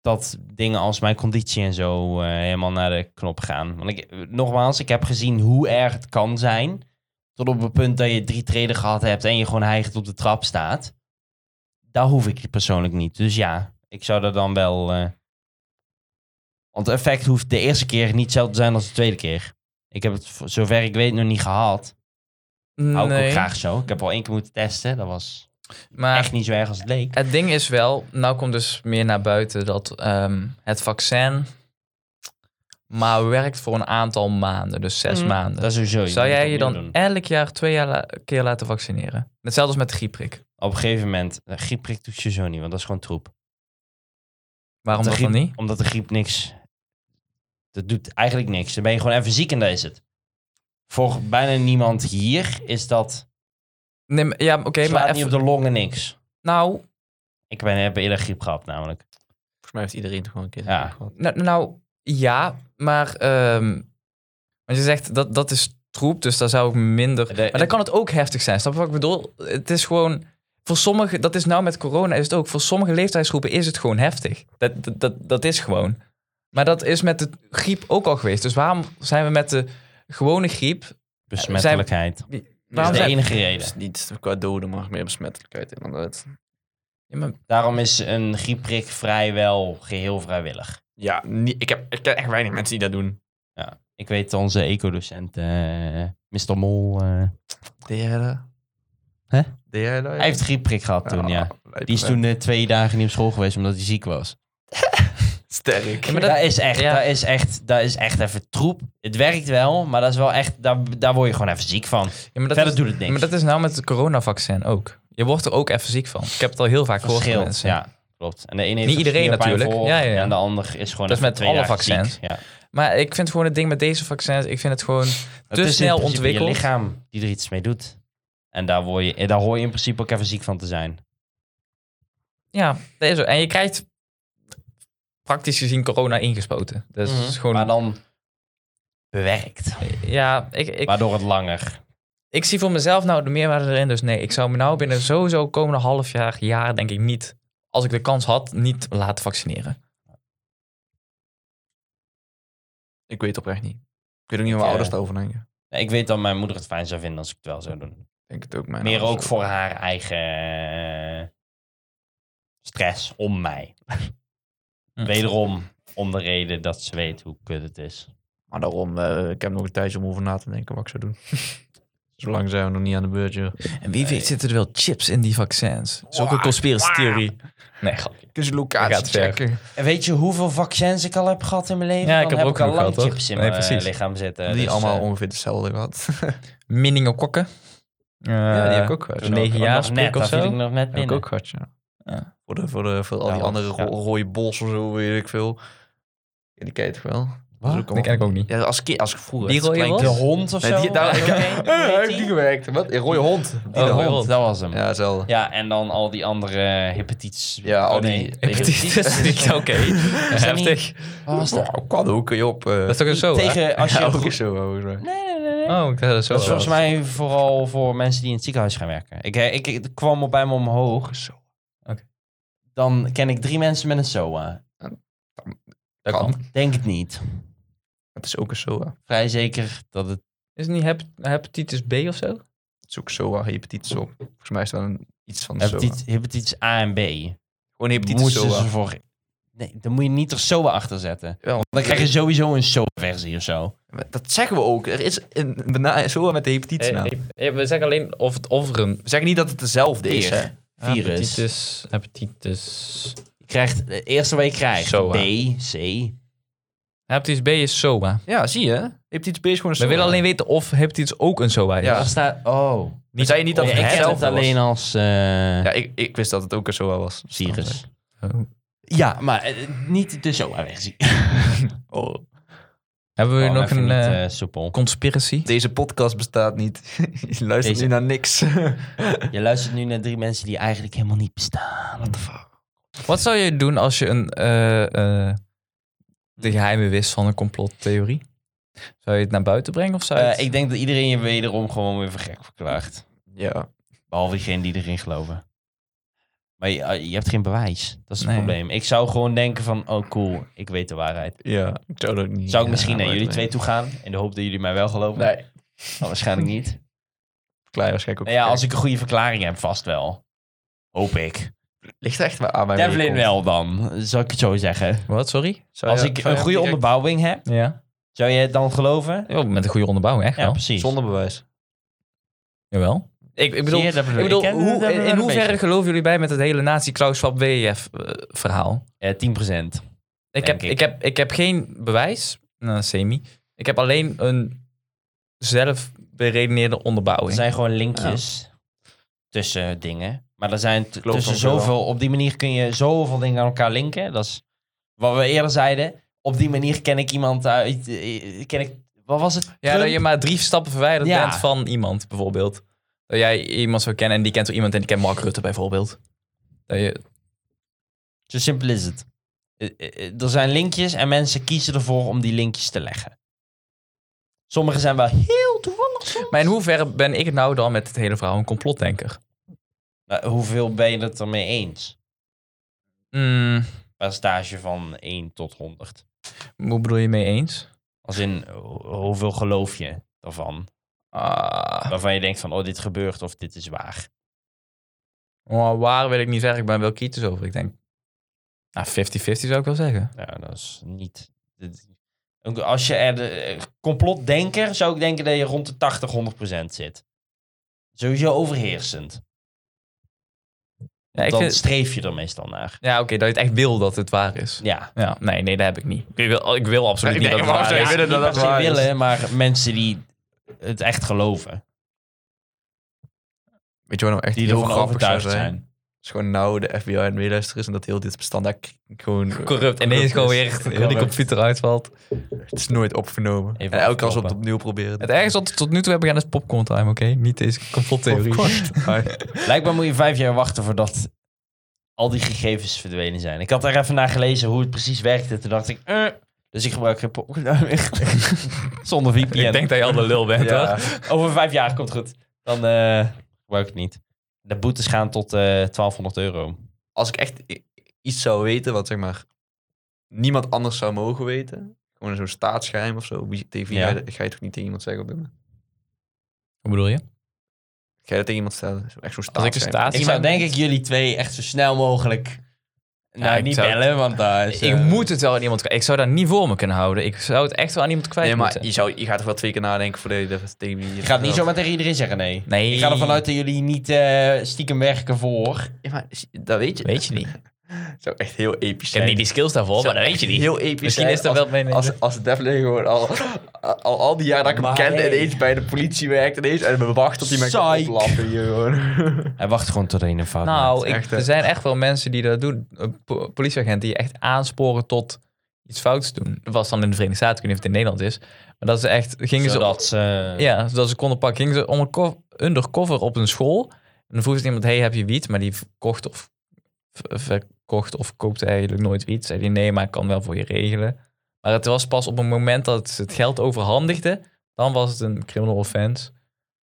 Speaker 2: dat dingen als mijn conditie en zo eh, helemaal naar de knop gaan. Want ik, eh, nogmaals, ik heb gezien hoe erg het kan zijn. Tot op het punt dat je drie treden gehad hebt en je gewoon hijgend op de trap staat. Daar hoef ik persoonlijk niet. Dus ja, ik zou dat dan wel. eh, want het effect hoeft de eerste keer niet hetzelfde te zijn als de tweede keer. Ik heb het, voor zover ik weet, nog niet gehad. Hou ik ook graag zo. Ik heb al één keer moeten testen. Dat was
Speaker 1: Maar Eh,
Speaker 2: echt niet zo erg als het leek.
Speaker 1: Het ding is wel, nou komt dus meer naar buiten dat ehm, het vaccin maar werkt voor een aantal maanden, dus zes
Speaker 2: Mhm.
Speaker 1: maanden.
Speaker 2: Dat is
Speaker 1: Zou
Speaker 2: sowieso. moet
Speaker 1: jij
Speaker 2: het
Speaker 1: je dan
Speaker 2: opnieuw doen.
Speaker 1: elk jaar twee jaar la- keer laten vaccineren? Hetzelfde als met de griepprik.
Speaker 2: Op een gegeven moment... eh, Griepprik doet je zo niet, want dat is gewoon troep.
Speaker 1: Waarom
Speaker 2: de
Speaker 1: dat dan
Speaker 2: griep-
Speaker 1: niet?
Speaker 2: Omdat de griep niks... Dat doet eigenlijk niks. Dan ben je gewoon even ziek en dat is het. Voor bijna niemand hier is dat...
Speaker 1: Nee, maar- ja, oké, maar
Speaker 2: slaat
Speaker 1: even,
Speaker 2: niet op de longen niks.
Speaker 1: nou,
Speaker 2: Ik ben, heb eerder griep gehad namelijk.
Speaker 3: Volgens mij heeft iedereen toch gewoon een keer
Speaker 2: Ja.
Speaker 3: gehad.
Speaker 1: nou, nou, ja, maar ehm, want je zegt dat dat is troep, dus daar zou ik minder.
Speaker 2: De-
Speaker 1: maar dan kan het ook heftig zijn. Snap je wat ik bedoel? Het is gewoon voor sommigen, dat is nou met corona is het ook. Voor sommige leeftijdsgroepen is het gewoon heftig. Dat, dat, dat, dat is gewoon. Maar dat is met de griep ook al geweest. Dus waarom zijn we met de gewone griep?
Speaker 2: Besmettelijkheid. Dus Dat
Speaker 1: Waarom
Speaker 2: is de
Speaker 1: Eh, zijn-
Speaker 2: enige
Speaker 3: Het
Speaker 2: reden.
Speaker 3: is niet qua doden, maar meer besmettelijkheid inderdaad.
Speaker 1: Ja, maar-
Speaker 2: Daarom is een griepprik vrijwel geheel vrijwillig.
Speaker 3: Ja, niet, ik, heb, ik ken echt weinig mensen die dat doen.
Speaker 2: Ik weet onze ecodocent, eh Mr. Mol. eh,
Speaker 3: Deed jij dat?
Speaker 2: Hè?
Speaker 3: Deed jij dat? Ah,
Speaker 2: hij heeft griepprik gehad toen, ja.
Speaker 3: lijp,
Speaker 2: Die is
Speaker 3: lijp.
Speaker 2: toen eh, twee dagen niet op school geweest omdat hij ziek was.
Speaker 3: Sterk.
Speaker 1: Ja,
Speaker 2: Maar
Speaker 1: maar
Speaker 2: dat,
Speaker 1: dat-
Speaker 2: is echt,
Speaker 1: ja.
Speaker 2: dat is echt, dat is echt even troep. Het werkt wel, maar dat is wel echt, daar, daar word je gewoon even ziek van.
Speaker 1: ja, maar dat
Speaker 2: Verder
Speaker 1: is,
Speaker 2: doet het niks.
Speaker 1: maar dat is nou met het coronavaccin ook. Je wordt er ook even ziek van. Ik heb het al heel vaak gehoord van
Speaker 2: verschilt.
Speaker 1: mensen.
Speaker 2: Ja, klopt. En de ene heeft
Speaker 1: Niet
Speaker 2: er
Speaker 1: iedereen
Speaker 2: spierpijn
Speaker 1: natuurlijk.
Speaker 2: Voor,
Speaker 1: Ja, ja, ja.
Speaker 2: En de ander is gewoon
Speaker 1: Dat is
Speaker 2: even
Speaker 1: met
Speaker 2: twee
Speaker 1: alle
Speaker 2: dagen
Speaker 1: vaccins.
Speaker 2: ziek. Ja.
Speaker 1: Maar ik vind gewoon het ding met deze vaccins, ik vind het gewoon
Speaker 2: Het
Speaker 1: te
Speaker 2: is in
Speaker 1: snel
Speaker 2: principe
Speaker 1: ontwikkeld.
Speaker 2: je lichaam die er iets mee doet. En daar, word je, en daar hoor je in principe ook even ziek van te zijn.
Speaker 1: Ja, dat is zo. En je krijgt praktisch gezien corona ingespoten. Dus het is gewoon...
Speaker 2: Maar dan bewerkt.
Speaker 1: Ja, ik, ik,
Speaker 2: Waardoor het langer.
Speaker 1: ik zie voor mezelf nou de meerwaarde erin. Dus nee, ik zou me nou binnen sowieso komende half jaar, jaar denk ik niet als ik de kans had, niet laten vaccineren.
Speaker 3: Ik weet oprecht niet. Ik weet ook niet
Speaker 2: Ik,
Speaker 3: hoe mijn
Speaker 2: eh,
Speaker 3: ouders daarover denken. Ik
Speaker 2: Nee, ik weet dat mijn moeder het fijn zou vinden als ik het wel zou doen.
Speaker 3: denk het ook. Mijn
Speaker 2: Meer
Speaker 3: ouders
Speaker 2: ook voor haar eigen eh, stress om mij.
Speaker 1: Hm.
Speaker 2: Wederom om de reden dat ze weet hoe kut het is.
Speaker 3: Maar daarom, eh, ik heb nog een tijdje om over na te denken wat ik zou doen. Zolang zijn we nog niet aan de beurt, joh.
Speaker 1: En wie weet zitten er wel chips in die vaccins. Dat is ook een conspiracy theorie. Nee, grapje.
Speaker 2: Dus
Speaker 3: Kun je
Speaker 1: Hij gaat
Speaker 3: locatie
Speaker 1: ver.
Speaker 3: checken?
Speaker 2: En weet je hoeveel vaccins ik al heb gehad in mijn leven?
Speaker 1: Ja, ik
Speaker 2: Dan
Speaker 1: heb
Speaker 2: heb
Speaker 1: er ook
Speaker 2: ik al
Speaker 1: genoeg
Speaker 2: lang
Speaker 1: gehad, hoor.
Speaker 2: chips in
Speaker 1: Nee,
Speaker 2: mijn
Speaker 1: precies.
Speaker 2: lichaam zitten.
Speaker 3: die
Speaker 2: dus,
Speaker 3: allemaal
Speaker 2: eh,
Speaker 3: ongeveer hetzelfde gehad.
Speaker 1: Meningokokken.
Speaker 3: ja, die heb ik
Speaker 1: ook.
Speaker 3: ook gehad.
Speaker 1: eh,
Speaker 3: ja.
Speaker 1: nee. negen
Speaker 2: nog
Speaker 1: jaar spreek
Speaker 2: net,
Speaker 1: of
Speaker 2: dat
Speaker 1: zo?
Speaker 2: viel ik nog net
Speaker 3: Heb ik
Speaker 2: binnen.
Speaker 3: ook gehad, ja.
Speaker 1: Ja.
Speaker 3: Voor, de, voor, de, voor al die
Speaker 2: Ja,
Speaker 3: andere ro-
Speaker 2: ja.
Speaker 3: rode bos of zo, weet ik veel. Ja, die ken je toch wel? Dat is ook
Speaker 1: Dat ken ik ook niet.
Speaker 3: Ja, als, kind, als ik vroeger...
Speaker 1: Die
Speaker 3: als
Speaker 1: rode
Speaker 3: klein
Speaker 1: bos?
Speaker 2: De
Speaker 3: kind-
Speaker 2: hond of
Speaker 3: Nee,
Speaker 2: zo?
Speaker 3: die- daar- ik-
Speaker 2: Hoe
Speaker 3: Eh,
Speaker 2: heet
Speaker 3: hij
Speaker 2: die?
Speaker 3: heeft die gewerkt. Wat? Een rode hond. Die
Speaker 2: Oh,
Speaker 3: dan.
Speaker 2: de hond, dat was hem. Ja.
Speaker 3: Ja, hetzelfde.
Speaker 2: en dan al die andere eh, hepatitis.
Speaker 3: Ja, al
Speaker 2: oh, nee,
Speaker 3: die-
Speaker 1: Hepatitis. Oké, heftig.
Speaker 2: Wat was Oh, dat?
Speaker 3: Nou, kan ook, kun je op.
Speaker 1: Dat is toch een zo, hè?
Speaker 2: Tegen als je...
Speaker 3: ook zo, volgens mij.
Speaker 2: Nee, nee, nee. nee.
Speaker 1: Oh, ik dacht dat is zo.
Speaker 2: dat is volgens
Speaker 1: was.
Speaker 2: mij vooral voor mensen die in het ziekenhuis gaan werken. Ik, eh, ik, ik kwam op bij me omhoog.
Speaker 3: Zo.
Speaker 1: Oké.
Speaker 2: Dan ken ik drie mensen met een SOA.
Speaker 1: Dat
Speaker 3: kan.
Speaker 1: kan.
Speaker 2: Denk het niet.
Speaker 3: Het is ook een SOA.
Speaker 2: Vrij zeker dat het...
Speaker 1: Is het niet hep- hepatitis B of zo?
Speaker 3: Zoek SOA, hepatitis op. Volgens mij is dat een, iets van de SOA.
Speaker 2: Hepatitis, hepatitis A en B.
Speaker 3: Gewoon hepatitis
Speaker 2: Moeten
Speaker 3: SOA.
Speaker 2: ze voor... Nee, dan moet je niet er SOA achter zetten.
Speaker 3: Wel,
Speaker 2: Dan krijg je sowieso een SOA-versie of zo.
Speaker 3: Dat zeggen we ook. Er is een bena- SOA met de hepatitis naam.
Speaker 1: Eh, we zeggen alleen of het of er een
Speaker 3: We zeggen niet dat het dezelfde is, hè?
Speaker 2: Virus.
Speaker 1: Hepatitis, hepatitis.
Speaker 2: Je krijgt... Het eerste wat je krijgt.
Speaker 1: SOA.
Speaker 2: B, C.
Speaker 1: Hepatitis B is SOA.
Speaker 3: Ja, zie je. Hepatitis B is gewoon een SOA.
Speaker 1: We willen alleen weten of hepatitis ook een SOA is.
Speaker 3: Ja.
Speaker 2: Daar staat... Oh.
Speaker 3: Niet, zei je niet dat
Speaker 2: Ja,
Speaker 3: het
Speaker 2: ik ken het
Speaker 3: hetzelfde was?
Speaker 2: alleen als eh,
Speaker 3: Ja, ik, ik wist dat het ook een SOA was.
Speaker 2: virus.
Speaker 1: Oh.
Speaker 2: Ja, maar eh, niet de SOA-versie.
Speaker 3: Oh.
Speaker 1: Hebben
Speaker 2: Oh,
Speaker 1: we nog een eh,
Speaker 2: soepel.
Speaker 1: conspiracy?
Speaker 3: Deze podcast bestaat niet. Je luistert
Speaker 2: Deze-
Speaker 3: nu naar niks.
Speaker 2: Je luistert nu naar drie mensen die eigenlijk helemaal niet bestaan. What the fuck?
Speaker 1: Wat zou je doen als je een, eh, eh, de geheimen wist van een complottheorie? Zou je het naar buiten brengen of zou je het-
Speaker 2: Eh, ik denk dat iedereen je wederom gewoon weer voor gek verklaart.
Speaker 3: ja.
Speaker 2: Behalve degenen die erin geloven. Maar je, eh, je hebt geen bewijs. Dat is het
Speaker 1: Nee.
Speaker 2: probleem. Ik zou gewoon denken van, oh cool, ik weet de waarheid.
Speaker 3: Ja. Ik zou dat ook niet...
Speaker 2: Zou ik
Speaker 3: ja,
Speaker 1: nou,
Speaker 2: misschien naar
Speaker 3: maar
Speaker 2: jullie
Speaker 3: ik
Speaker 2: twee toe gaan? In de hoop dat jullie mij wel geloven?
Speaker 3: Nee.
Speaker 2: Maar waarschijnlijk niet.
Speaker 3: Klaar waarschijnlijk ook.
Speaker 2: Nou ja, als ik
Speaker 3: verkeerd.
Speaker 2: een goede verklaring heb, vast wel. Hoop ik.
Speaker 3: Ligt er echt wel aan mij.
Speaker 2: Devlin wel dan, zou ik het zo zeggen.
Speaker 1: Wat, sorry?
Speaker 2: Als ik een goede onderbouwing heb,
Speaker 1: Ja.
Speaker 2: zou je het dan geloven?
Speaker 1: Ja, met een goede onderbouwing, echt
Speaker 2: Ja,
Speaker 1: wel.
Speaker 2: precies.
Speaker 3: Zonder bewijs.
Speaker 1: Jawel. Ik, ik bedoel,
Speaker 2: Zie je, dat
Speaker 1: ik bedoel
Speaker 2: ik ken- dat
Speaker 1: hoe,
Speaker 2: hebben
Speaker 1: in,
Speaker 2: we
Speaker 1: in
Speaker 2: wel een
Speaker 1: hoeverre geloven jullie bij met het hele nazi klaus schwab wf eh, verhaal
Speaker 2: beetje. Eh, 10%.
Speaker 1: ik
Speaker 2: Denk
Speaker 1: heb,
Speaker 2: ik.
Speaker 1: ik. heb, ik heb geen bewijs, nou, semi. Ik heb alleen een zelf beredeneerde
Speaker 2: Er
Speaker 1: onderbouwing.
Speaker 2: zijn gewoon linkjes tussen dingen. Maar er zijn t-
Speaker 3: geloof
Speaker 2: tussen
Speaker 3: het ook wel.
Speaker 2: zoveel... Op die manier kun je zoveel dingen aan elkaar linken. Dat is wat we eerder zeiden. Op die manier ken ik iemand uit... eh, Ken ik... Wat was het?
Speaker 1: Ja, dat je maar drie stappen verwijderd
Speaker 2: Ja.
Speaker 1: bent van iemand, bijvoorbeeld. Dat jij iemand zou kennen en die kent wel iemand en die kent Mark Rutte, bijvoorbeeld. Dat je,
Speaker 2: Zo simpel is het. Eh, eh, eh, Er zijn linkjes en mensen kiezen ervoor om die linkjes te leggen. Sommige zijn wel heel toevallig. soms.
Speaker 1: maar in hoeverre ben ik het nou dan met het hele verhaal een complotdenker?
Speaker 2: Nou, hoeveel ben je het ermee eens?
Speaker 1: Hmm,
Speaker 2: Percentage van 1 tot 100.
Speaker 1: hoe bedoel je mee eens?
Speaker 2: Als in, ho- hoeveel geloof je daarvan?
Speaker 1: Ah,
Speaker 2: Waarvan je denkt van, oh, dit gebeurt of dit is waar.
Speaker 1: oh, waar wil ik niet zeggen, ik ben wel kritisch over. Ik denk, nou, 50-50 zou ik wel zeggen.
Speaker 2: Nou, dat is niet... dit- ook Als je er de eh, complotdenker, zou ik denken dat je rond de 80, 100 zit. Sowieso overheersend.
Speaker 1: Ja, ik
Speaker 2: Dan
Speaker 1: vind-
Speaker 2: streef je er meestal naar.
Speaker 1: ja oké, dat je het echt wil dat het waar is.
Speaker 2: Ja.
Speaker 1: Ja, nee, nee, dat heb ik niet. Ik wil, ik wil absoluut
Speaker 3: Ik
Speaker 1: niet
Speaker 3: denk,
Speaker 1: dat het
Speaker 3: waarom
Speaker 1: waar
Speaker 3: zou
Speaker 1: is.
Speaker 3: je willen
Speaker 2: niet
Speaker 3: dat
Speaker 2: per
Speaker 3: het
Speaker 2: se
Speaker 3: waar is.
Speaker 2: willen, maar mensen die het echt geloven.
Speaker 3: Weet je wat nou echt
Speaker 2: Die
Speaker 3: heel
Speaker 2: ervan
Speaker 3: grappig zou
Speaker 2: overtuigd
Speaker 3: zijn?
Speaker 2: zijn.
Speaker 3: is gewoon nou de FBI aan het meeluisteren is en dat heel dit bestand daar k- gewoon...
Speaker 1: Corrupt. En ineens gewoon
Speaker 3: is.
Speaker 1: weer heel die
Speaker 3: Corrupt.
Speaker 1: computer uitvalt.
Speaker 3: Het is nooit opgenomen.
Speaker 2: Even
Speaker 3: en elke keer als we het
Speaker 2: afkloppen.
Speaker 3: opnieuw proberen.
Speaker 1: Het ergste wat we tot nu toe hebben gedaan is popcorn time, oké? Niet deze complottheorie.
Speaker 3: Of course.
Speaker 2: Blijkbaar moet je vijf jaar wachten voordat al die gegevens verdwenen zijn. Ik had daar even naar gelezen hoe het precies werkte. Toen dacht ik, eh, dus ik gebruik geen Pokémon meer. Zonder VPN.
Speaker 1: Ik denk dat je al de lul bent,
Speaker 3: ja.
Speaker 1: hoor.
Speaker 2: Over vijf jaar komt goed. Dan eh gebruik ik het niet. De boetes gaan tot eh, 1200 euro.
Speaker 3: als ik echt i- iets zou weten wat zeg maar niemand anders zou mogen weten, gewoon zo'n staatsgeheim of zo, wie, tegen wie
Speaker 2: Ja.
Speaker 3: ga, je, ga je toch niet tegen iemand zeggen op dit moment?
Speaker 1: Hoe bedoel je?
Speaker 3: Ga je dat tegen iemand stellen? Zo- Echt zo'n
Speaker 1: Als ik een
Speaker 3: staatsgeheim.
Speaker 1: staat...
Speaker 2: Ik zou denk ik jullie twee echt zo snel mogelijk... nou,
Speaker 1: ik
Speaker 2: niet
Speaker 1: zou-
Speaker 2: bellen, want daar is...
Speaker 1: Ik
Speaker 2: eh,
Speaker 1: moet het wel aan iemand... Ik zou daar niet voor me kunnen houden. Ik zou het echt wel aan iemand kwijt
Speaker 3: Nee, maar
Speaker 1: moeten.
Speaker 3: je, zou, je gaat toch wel twee keer nadenken voordat je dat tegen wie je
Speaker 2: Ik ga het niet
Speaker 3: vertelt.
Speaker 2: zomaar tegen iedereen zeggen, nee.
Speaker 1: Nee.
Speaker 2: Ik ga ervan uit dat jullie niet eh, stiekem werken voor.
Speaker 3: Ja, maar s- dat weet je.
Speaker 1: Weet je niet.
Speaker 3: Het zou echt heel episch
Speaker 1: Ik heb
Speaker 3: zijn.
Speaker 1: niet die skills daarvoor,
Speaker 3: Zou
Speaker 1: maar dat weet
Speaker 3: echt
Speaker 1: je niet.
Speaker 3: Heel episch
Speaker 1: Misschien
Speaker 3: zijn
Speaker 1: is er wel mee.
Speaker 3: Als, als, als Devlin gewoon al, al, al die jaren dat ik hem
Speaker 2: Maar
Speaker 3: kende,
Speaker 2: hey.
Speaker 3: ineens bij de politie werkt ineens, en we wachten tot hij mij kan
Speaker 2: Psych.
Speaker 3: oplappen hier gewoon.
Speaker 2: Hij wacht gewoon tot één een fout
Speaker 1: nou, ik,
Speaker 3: echt, hè.
Speaker 1: er zijn echt wel mensen die dat doen. Eh, po- Politieagenten die je echt aansporen tot iets fouts doen. Dat was dan in de Verenigde Staten, ik weet niet of het in Nederland is. Maar dat ze echt... Gingen ze
Speaker 2: zodat ze...
Speaker 1: eh, Ja, zodat ze konden pakken. Gingen ze onderco- undercover op een school. En dan vroeg ze iemand, hey, heb je wiet? Maar die verkocht of, ver- verkocht of koopte eigenlijk nooit wiet. Zei die, nee, maar ik kan wel voor je regelen. Maar het was pas op het moment dat ze het geld overhandigde, dan was het een criminal offense.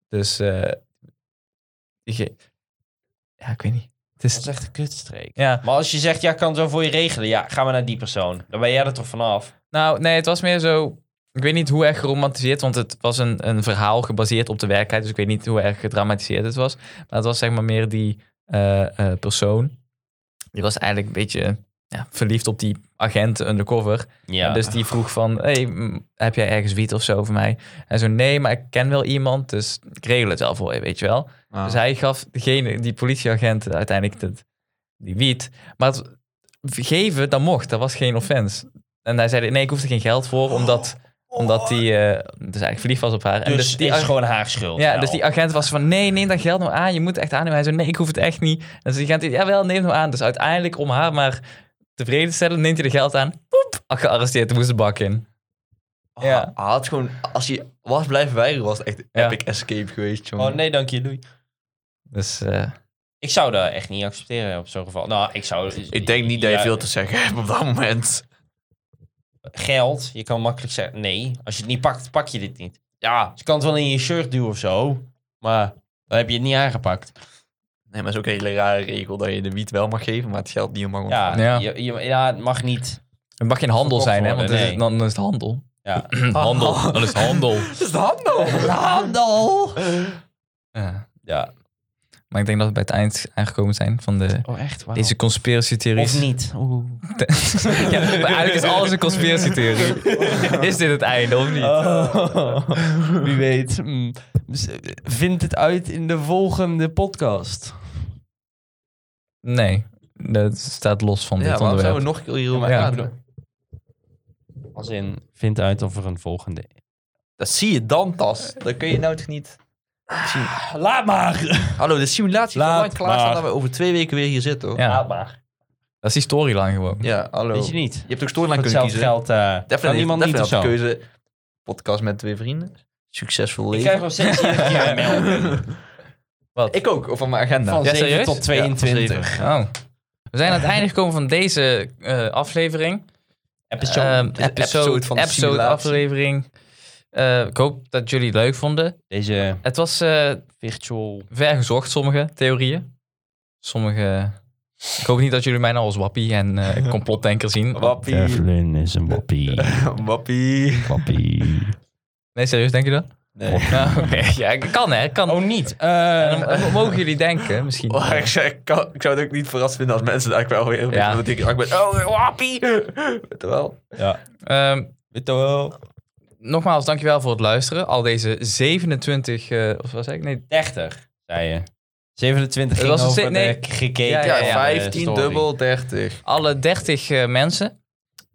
Speaker 1: Dus, eh, die ge- ja, ik weet niet. Het
Speaker 2: Dat is
Speaker 1: is,
Speaker 2: echt een kutstreek.
Speaker 1: ja,
Speaker 2: Maar als je zegt, ja, ik kan het wel voor je regelen. Ja, gaan we naar die persoon. Dan ben jij er toch vanaf.
Speaker 1: nou, nee, het was meer zo... Ik weet niet hoe erg geromantiseerd, want het was een, een verhaal gebaseerd op de werkelijkheid. Dus ik weet niet hoe erg gedramatiseerd het was. Maar het was zeg maar meer die eh, eh, persoon. Die was eigenlijk een beetje ja, verliefd op die agent undercover.
Speaker 2: Ja.
Speaker 1: En Dus die vroeg van, hey, mm, heb jij ergens wiet of zo voor mij? En zo, nee, maar ik ken wel iemand, dus ik regel het wel voor je, weet je wel.
Speaker 2: Ah.
Speaker 3: Ah.
Speaker 1: Dus hij gaf degene, die politieagent uiteindelijk het, die wiet. Maar het geven, dat mocht, dat was geen offense. En hij zei, nee, ik hoef er geen geld voor, omdat omdat hij eh, dus eigenlijk verliefd was op haar.
Speaker 2: Dus,
Speaker 1: en dus die
Speaker 2: is
Speaker 1: ag-
Speaker 2: gewoon haar schuld. Nou.
Speaker 1: ja,
Speaker 2: wel.
Speaker 1: dus die agent was van, nee, neem dat geld nou aan. Je moet het echt aannemen. Hij zei, nee, ik hoef het echt niet. En ze agent, jawel, neem het nou aan. Dus uiteindelijk, om haar maar tevreden te stellen, neemt hij de geld aan. Poep, al gearresteerd, moest de bak in. ja.
Speaker 3: Ah, Hij had gewoon, als hij was blijven weigeren, was het echt een
Speaker 1: Ja.
Speaker 3: epic escape geweest, jongen.
Speaker 2: Oh nee, dank je, Louis.
Speaker 1: Dus eh,
Speaker 2: Ik zou dat echt niet accepteren op zo'n geval. Nou, ik zou...
Speaker 3: Ik denk niet dat je
Speaker 2: Ja,
Speaker 3: veel te zeggen hebt op dat moment.
Speaker 2: Geld, je kan makkelijk zeggen, nee. Als je het niet pakt, pak je dit niet. Ja, je kan het wel in je shirt duwen of zo. Maar dan heb je het niet aangepakt.
Speaker 3: Nee, maar het is ook een hele rare regel dat je de wiet wel mag geven, maar het geld niet mag ontvangen.
Speaker 2: Ja,
Speaker 1: Ja.
Speaker 2: Je, je- ja het mag niet.
Speaker 1: het mag geen handel
Speaker 2: Verkocht
Speaker 1: zijn, hè? Want
Speaker 2: worden,
Speaker 1: dan is het-
Speaker 2: nee.
Speaker 1: dan is het handel.
Speaker 2: Ja.
Speaker 1: handel, dan is het handel.
Speaker 3: Het is de handel!
Speaker 2: Handel!
Speaker 1: Ja.
Speaker 2: Ja.
Speaker 1: Maar ik denk dat we bij het eind aangekomen zijn van de,
Speaker 2: Oh, echt? Wauw.
Speaker 1: deze conspiratietheories.
Speaker 2: Of niet? Oeh.
Speaker 1: ja, maar eigenlijk is alles een conspiratietheorie. Is dit het einde of niet?
Speaker 2: Oh, wie weet. Mm. Dus, eh, Vind het uit in de volgende podcast.
Speaker 1: Nee, dat staat los van
Speaker 3: Ja,
Speaker 1: dit
Speaker 3: waarom
Speaker 1: onderwerp.
Speaker 3: zouden we nog een keer hierover
Speaker 1: Ja,
Speaker 3: praten?
Speaker 2: Als in, vind uit of er een volgende...
Speaker 3: Dat zie je dan pas. Dat kun je nou toch niet... zien.
Speaker 2: Ah, Laat maar!
Speaker 3: Hallo, de simulatie
Speaker 2: Laat
Speaker 3: kan lang klaarstaan
Speaker 2: maar.
Speaker 3: dat we over twee weken weer hier zitten, hoor.
Speaker 1: Ja.
Speaker 2: Laat maar.
Speaker 1: Dat is die storyline gewoon.
Speaker 3: Ja, hallo.
Speaker 2: Weet je niet?
Speaker 3: Je hebt ook storyline
Speaker 2: Voor
Speaker 3: kunnen
Speaker 2: hetzelfde
Speaker 3: kiezen.
Speaker 2: geld eh
Speaker 3: Devlin
Speaker 2: kan
Speaker 3: heeft,
Speaker 2: iemand niet
Speaker 3: Devlin
Speaker 2: of
Speaker 3: had
Speaker 2: zo.
Speaker 3: de keuze. Podcast met twee vrienden. Succesvol
Speaker 2: Ik
Speaker 3: leven.
Speaker 2: krijg nog steeds iedere keer een mail.
Speaker 1: Wat?
Speaker 3: Ik ook, over mijn agenda.
Speaker 2: Van
Speaker 1: Ja,
Speaker 2: 7
Speaker 1: serieus?
Speaker 2: tot 22.
Speaker 3: Ja, van zeven.
Speaker 1: Oh. We zijn aan het einde gekomen van deze eh, aflevering.
Speaker 2: Episode.
Speaker 1: Ehm,
Speaker 3: de episode van de
Speaker 1: episode
Speaker 3: simulatie.
Speaker 1: aflevering. Eh, ik hoop dat jullie het leuk vonden.
Speaker 2: Deze
Speaker 1: Het was eh
Speaker 2: virtual...
Speaker 1: vergezocht, sommige theorieën. Sommige... Ik hoop niet dat jullie mij nou als wappie en eh, complotdenker zien.
Speaker 3: Wappie.
Speaker 2: is een boppie.
Speaker 3: Wappie.
Speaker 2: Boppie.
Speaker 1: Nee, serieus, denk je dat?
Speaker 3: Nee.
Speaker 1: Nou,
Speaker 2: Ah,
Speaker 1: oké. Ja, ik kan hè, ik kan.
Speaker 2: Oh, niet.
Speaker 1: En
Speaker 2: Eh,
Speaker 1: dan- dan mogen jullie denken, misschien.
Speaker 3: Oh, ik, zou, ik, kan- ik zou het ook niet verrast vinden als mensen daar wel weer
Speaker 1: Ja.
Speaker 3: dat ik, ik ben. Oh, wappie! Terwijl.
Speaker 2: ja.
Speaker 1: Ehm,
Speaker 2: Weet je wel.
Speaker 1: nogmaals, dankjewel voor het luisteren. Al deze 27, eh, of wat zei ik? Nee,
Speaker 2: 30, zei je. 27 ging
Speaker 1: was een
Speaker 2: over
Speaker 1: ze- nee.
Speaker 2: de gekeken.
Speaker 1: Ja,
Speaker 3: Ja,
Speaker 1: ja,
Speaker 2: van de
Speaker 3: 15
Speaker 2: story.
Speaker 3: dubbel 30.
Speaker 1: alle 30 eh, mensen.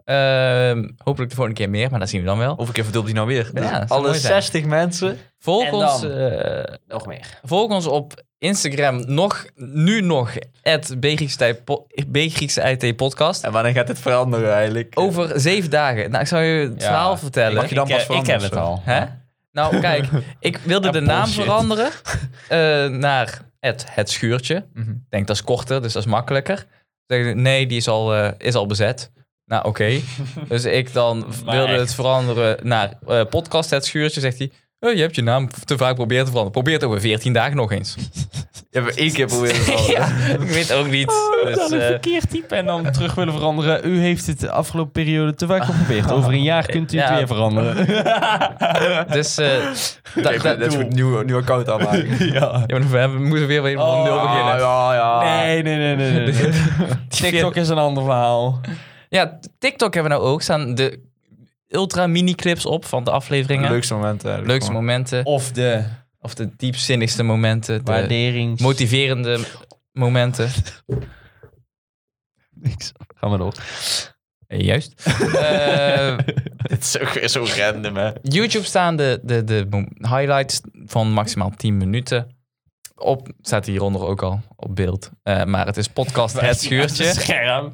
Speaker 1: Ehm, hopelijk de volgende keer meer, maar dat zien we dan wel.
Speaker 3: Of ik even verdubbel die nou weer. Dus
Speaker 1: zou
Speaker 3: alle
Speaker 1: mooi zijn.
Speaker 3: 60 mensen.
Speaker 1: Volg
Speaker 2: En
Speaker 1: ons,
Speaker 2: dan?
Speaker 1: eh,
Speaker 2: Nog meer.
Speaker 1: volg ons op Instagram, nog, nu nog, at Podcast.
Speaker 3: En wanneer gaat dit veranderen eigenlijk?
Speaker 1: Over zeven dagen. Nou, ik zou je het
Speaker 2: Ja.
Speaker 1: verhaal vertellen.
Speaker 3: Mag je dan
Speaker 2: Ik,
Speaker 3: pas
Speaker 2: eh, ik
Speaker 3: veranderen
Speaker 2: heb het
Speaker 3: of zo?
Speaker 2: al.
Speaker 1: Hè? Nou, kijk, ik wilde
Speaker 2: Ja,
Speaker 1: de naam
Speaker 2: bullshit.
Speaker 1: veranderen eh, naar het, het Schuurtje.
Speaker 3: Mhm.
Speaker 1: Ik denk, dat is korter, dus dat is makkelijker. Zeggen ze, nee, die is al, eh, is al bezet. Nou, oké. dus ik dan v-
Speaker 2: Maar
Speaker 1: wilde
Speaker 2: echt.
Speaker 1: het veranderen naar eh, podcast, het schuurtje, zegt hij. eh, je hebt je naam te vaak proberen te veranderen. Probeer het over 14 dagen nog eens. Je hebt één keer proberen te veranderen. Ik weet ook niet. Dus,
Speaker 2: een
Speaker 1: eh,
Speaker 2: verkeerd type en dan terug willen veranderen. U heeft het de afgelopen periode te vaak geprobeerd. Over een jaar kunt u het
Speaker 1: Ja.
Speaker 2: weer veranderen.
Speaker 1: dus eh, da-
Speaker 3: Kijk,
Speaker 1: da-
Speaker 3: net zo'n nieuwe, nieuwe account aanmaken.
Speaker 2: ja.
Speaker 1: Ja, maar we moeten weer weer
Speaker 2: Oh,
Speaker 1: van nul beginnen.
Speaker 3: Ah, ja, ja.
Speaker 2: Nee, nee, nee, nee. nee, nee. TikTok is een ander verhaal.
Speaker 1: Ja, TikTok hebben we nou ook. Staan de ultra mini clips op van de afleveringen.
Speaker 3: Leukste momenten. eigenlijk
Speaker 1: Leukste
Speaker 3: gewoon.
Speaker 1: momenten.
Speaker 2: Of de
Speaker 1: Of de diepzinnigste momenten. De
Speaker 2: waarderings...
Speaker 1: motiverende momenten.
Speaker 2: Niks. Ga maar door.
Speaker 1: Eh, Juist. Eh,
Speaker 3: Dit is ook zo random, hè.
Speaker 1: YouTube staan de, de, de mo- highlights van maximaal 10 minuten. Op, staat hieronder ook al op beeld. Eh, maar het is podcast Het Schuurtje.
Speaker 2: Scherm.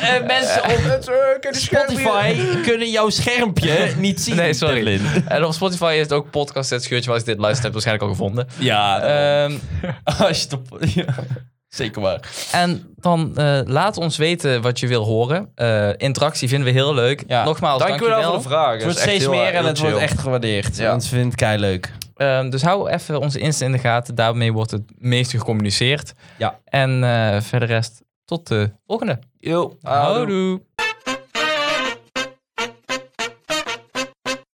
Speaker 2: Eh, mensen op
Speaker 3: Eh,
Speaker 2: Spotify kunnen jouw schermpje niet zien.
Speaker 1: Nee, sorry.
Speaker 2: Dylan.
Speaker 1: En op Spotify is het ook podcast Het Schuurtje. Maar als je dit luistert, heb je het waarschijnlijk al gevonden.
Speaker 2: Ja,
Speaker 1: Ehm,
Speaker 2: als je het op... ja. Zeker waar.
Speaker 1: En dan eh, laat ons weten wat je wil horen. Eh, interactie vinden we heel leuk.
Speaker 2: Ja.
Speaker 1: Nogmaals,
Speaker 3: Dank je wel voor de vraag.
Speaker 2: Het wordt steeds meer en het wordt echt gewaardeerd.
Speaker 3: Ja.
Speaker 2: Dat vind ik kei leuk.
Speaker 1: Ehm, dus hou even onze Insta in de gaten. Daarmee wordt het meeste gecommuniceerd.
Speaker 2: Ja.
Speaker 1: En eh verder rest, tot de volgende.
Speaker 3: Yo,
Speaker 1: Houdoe.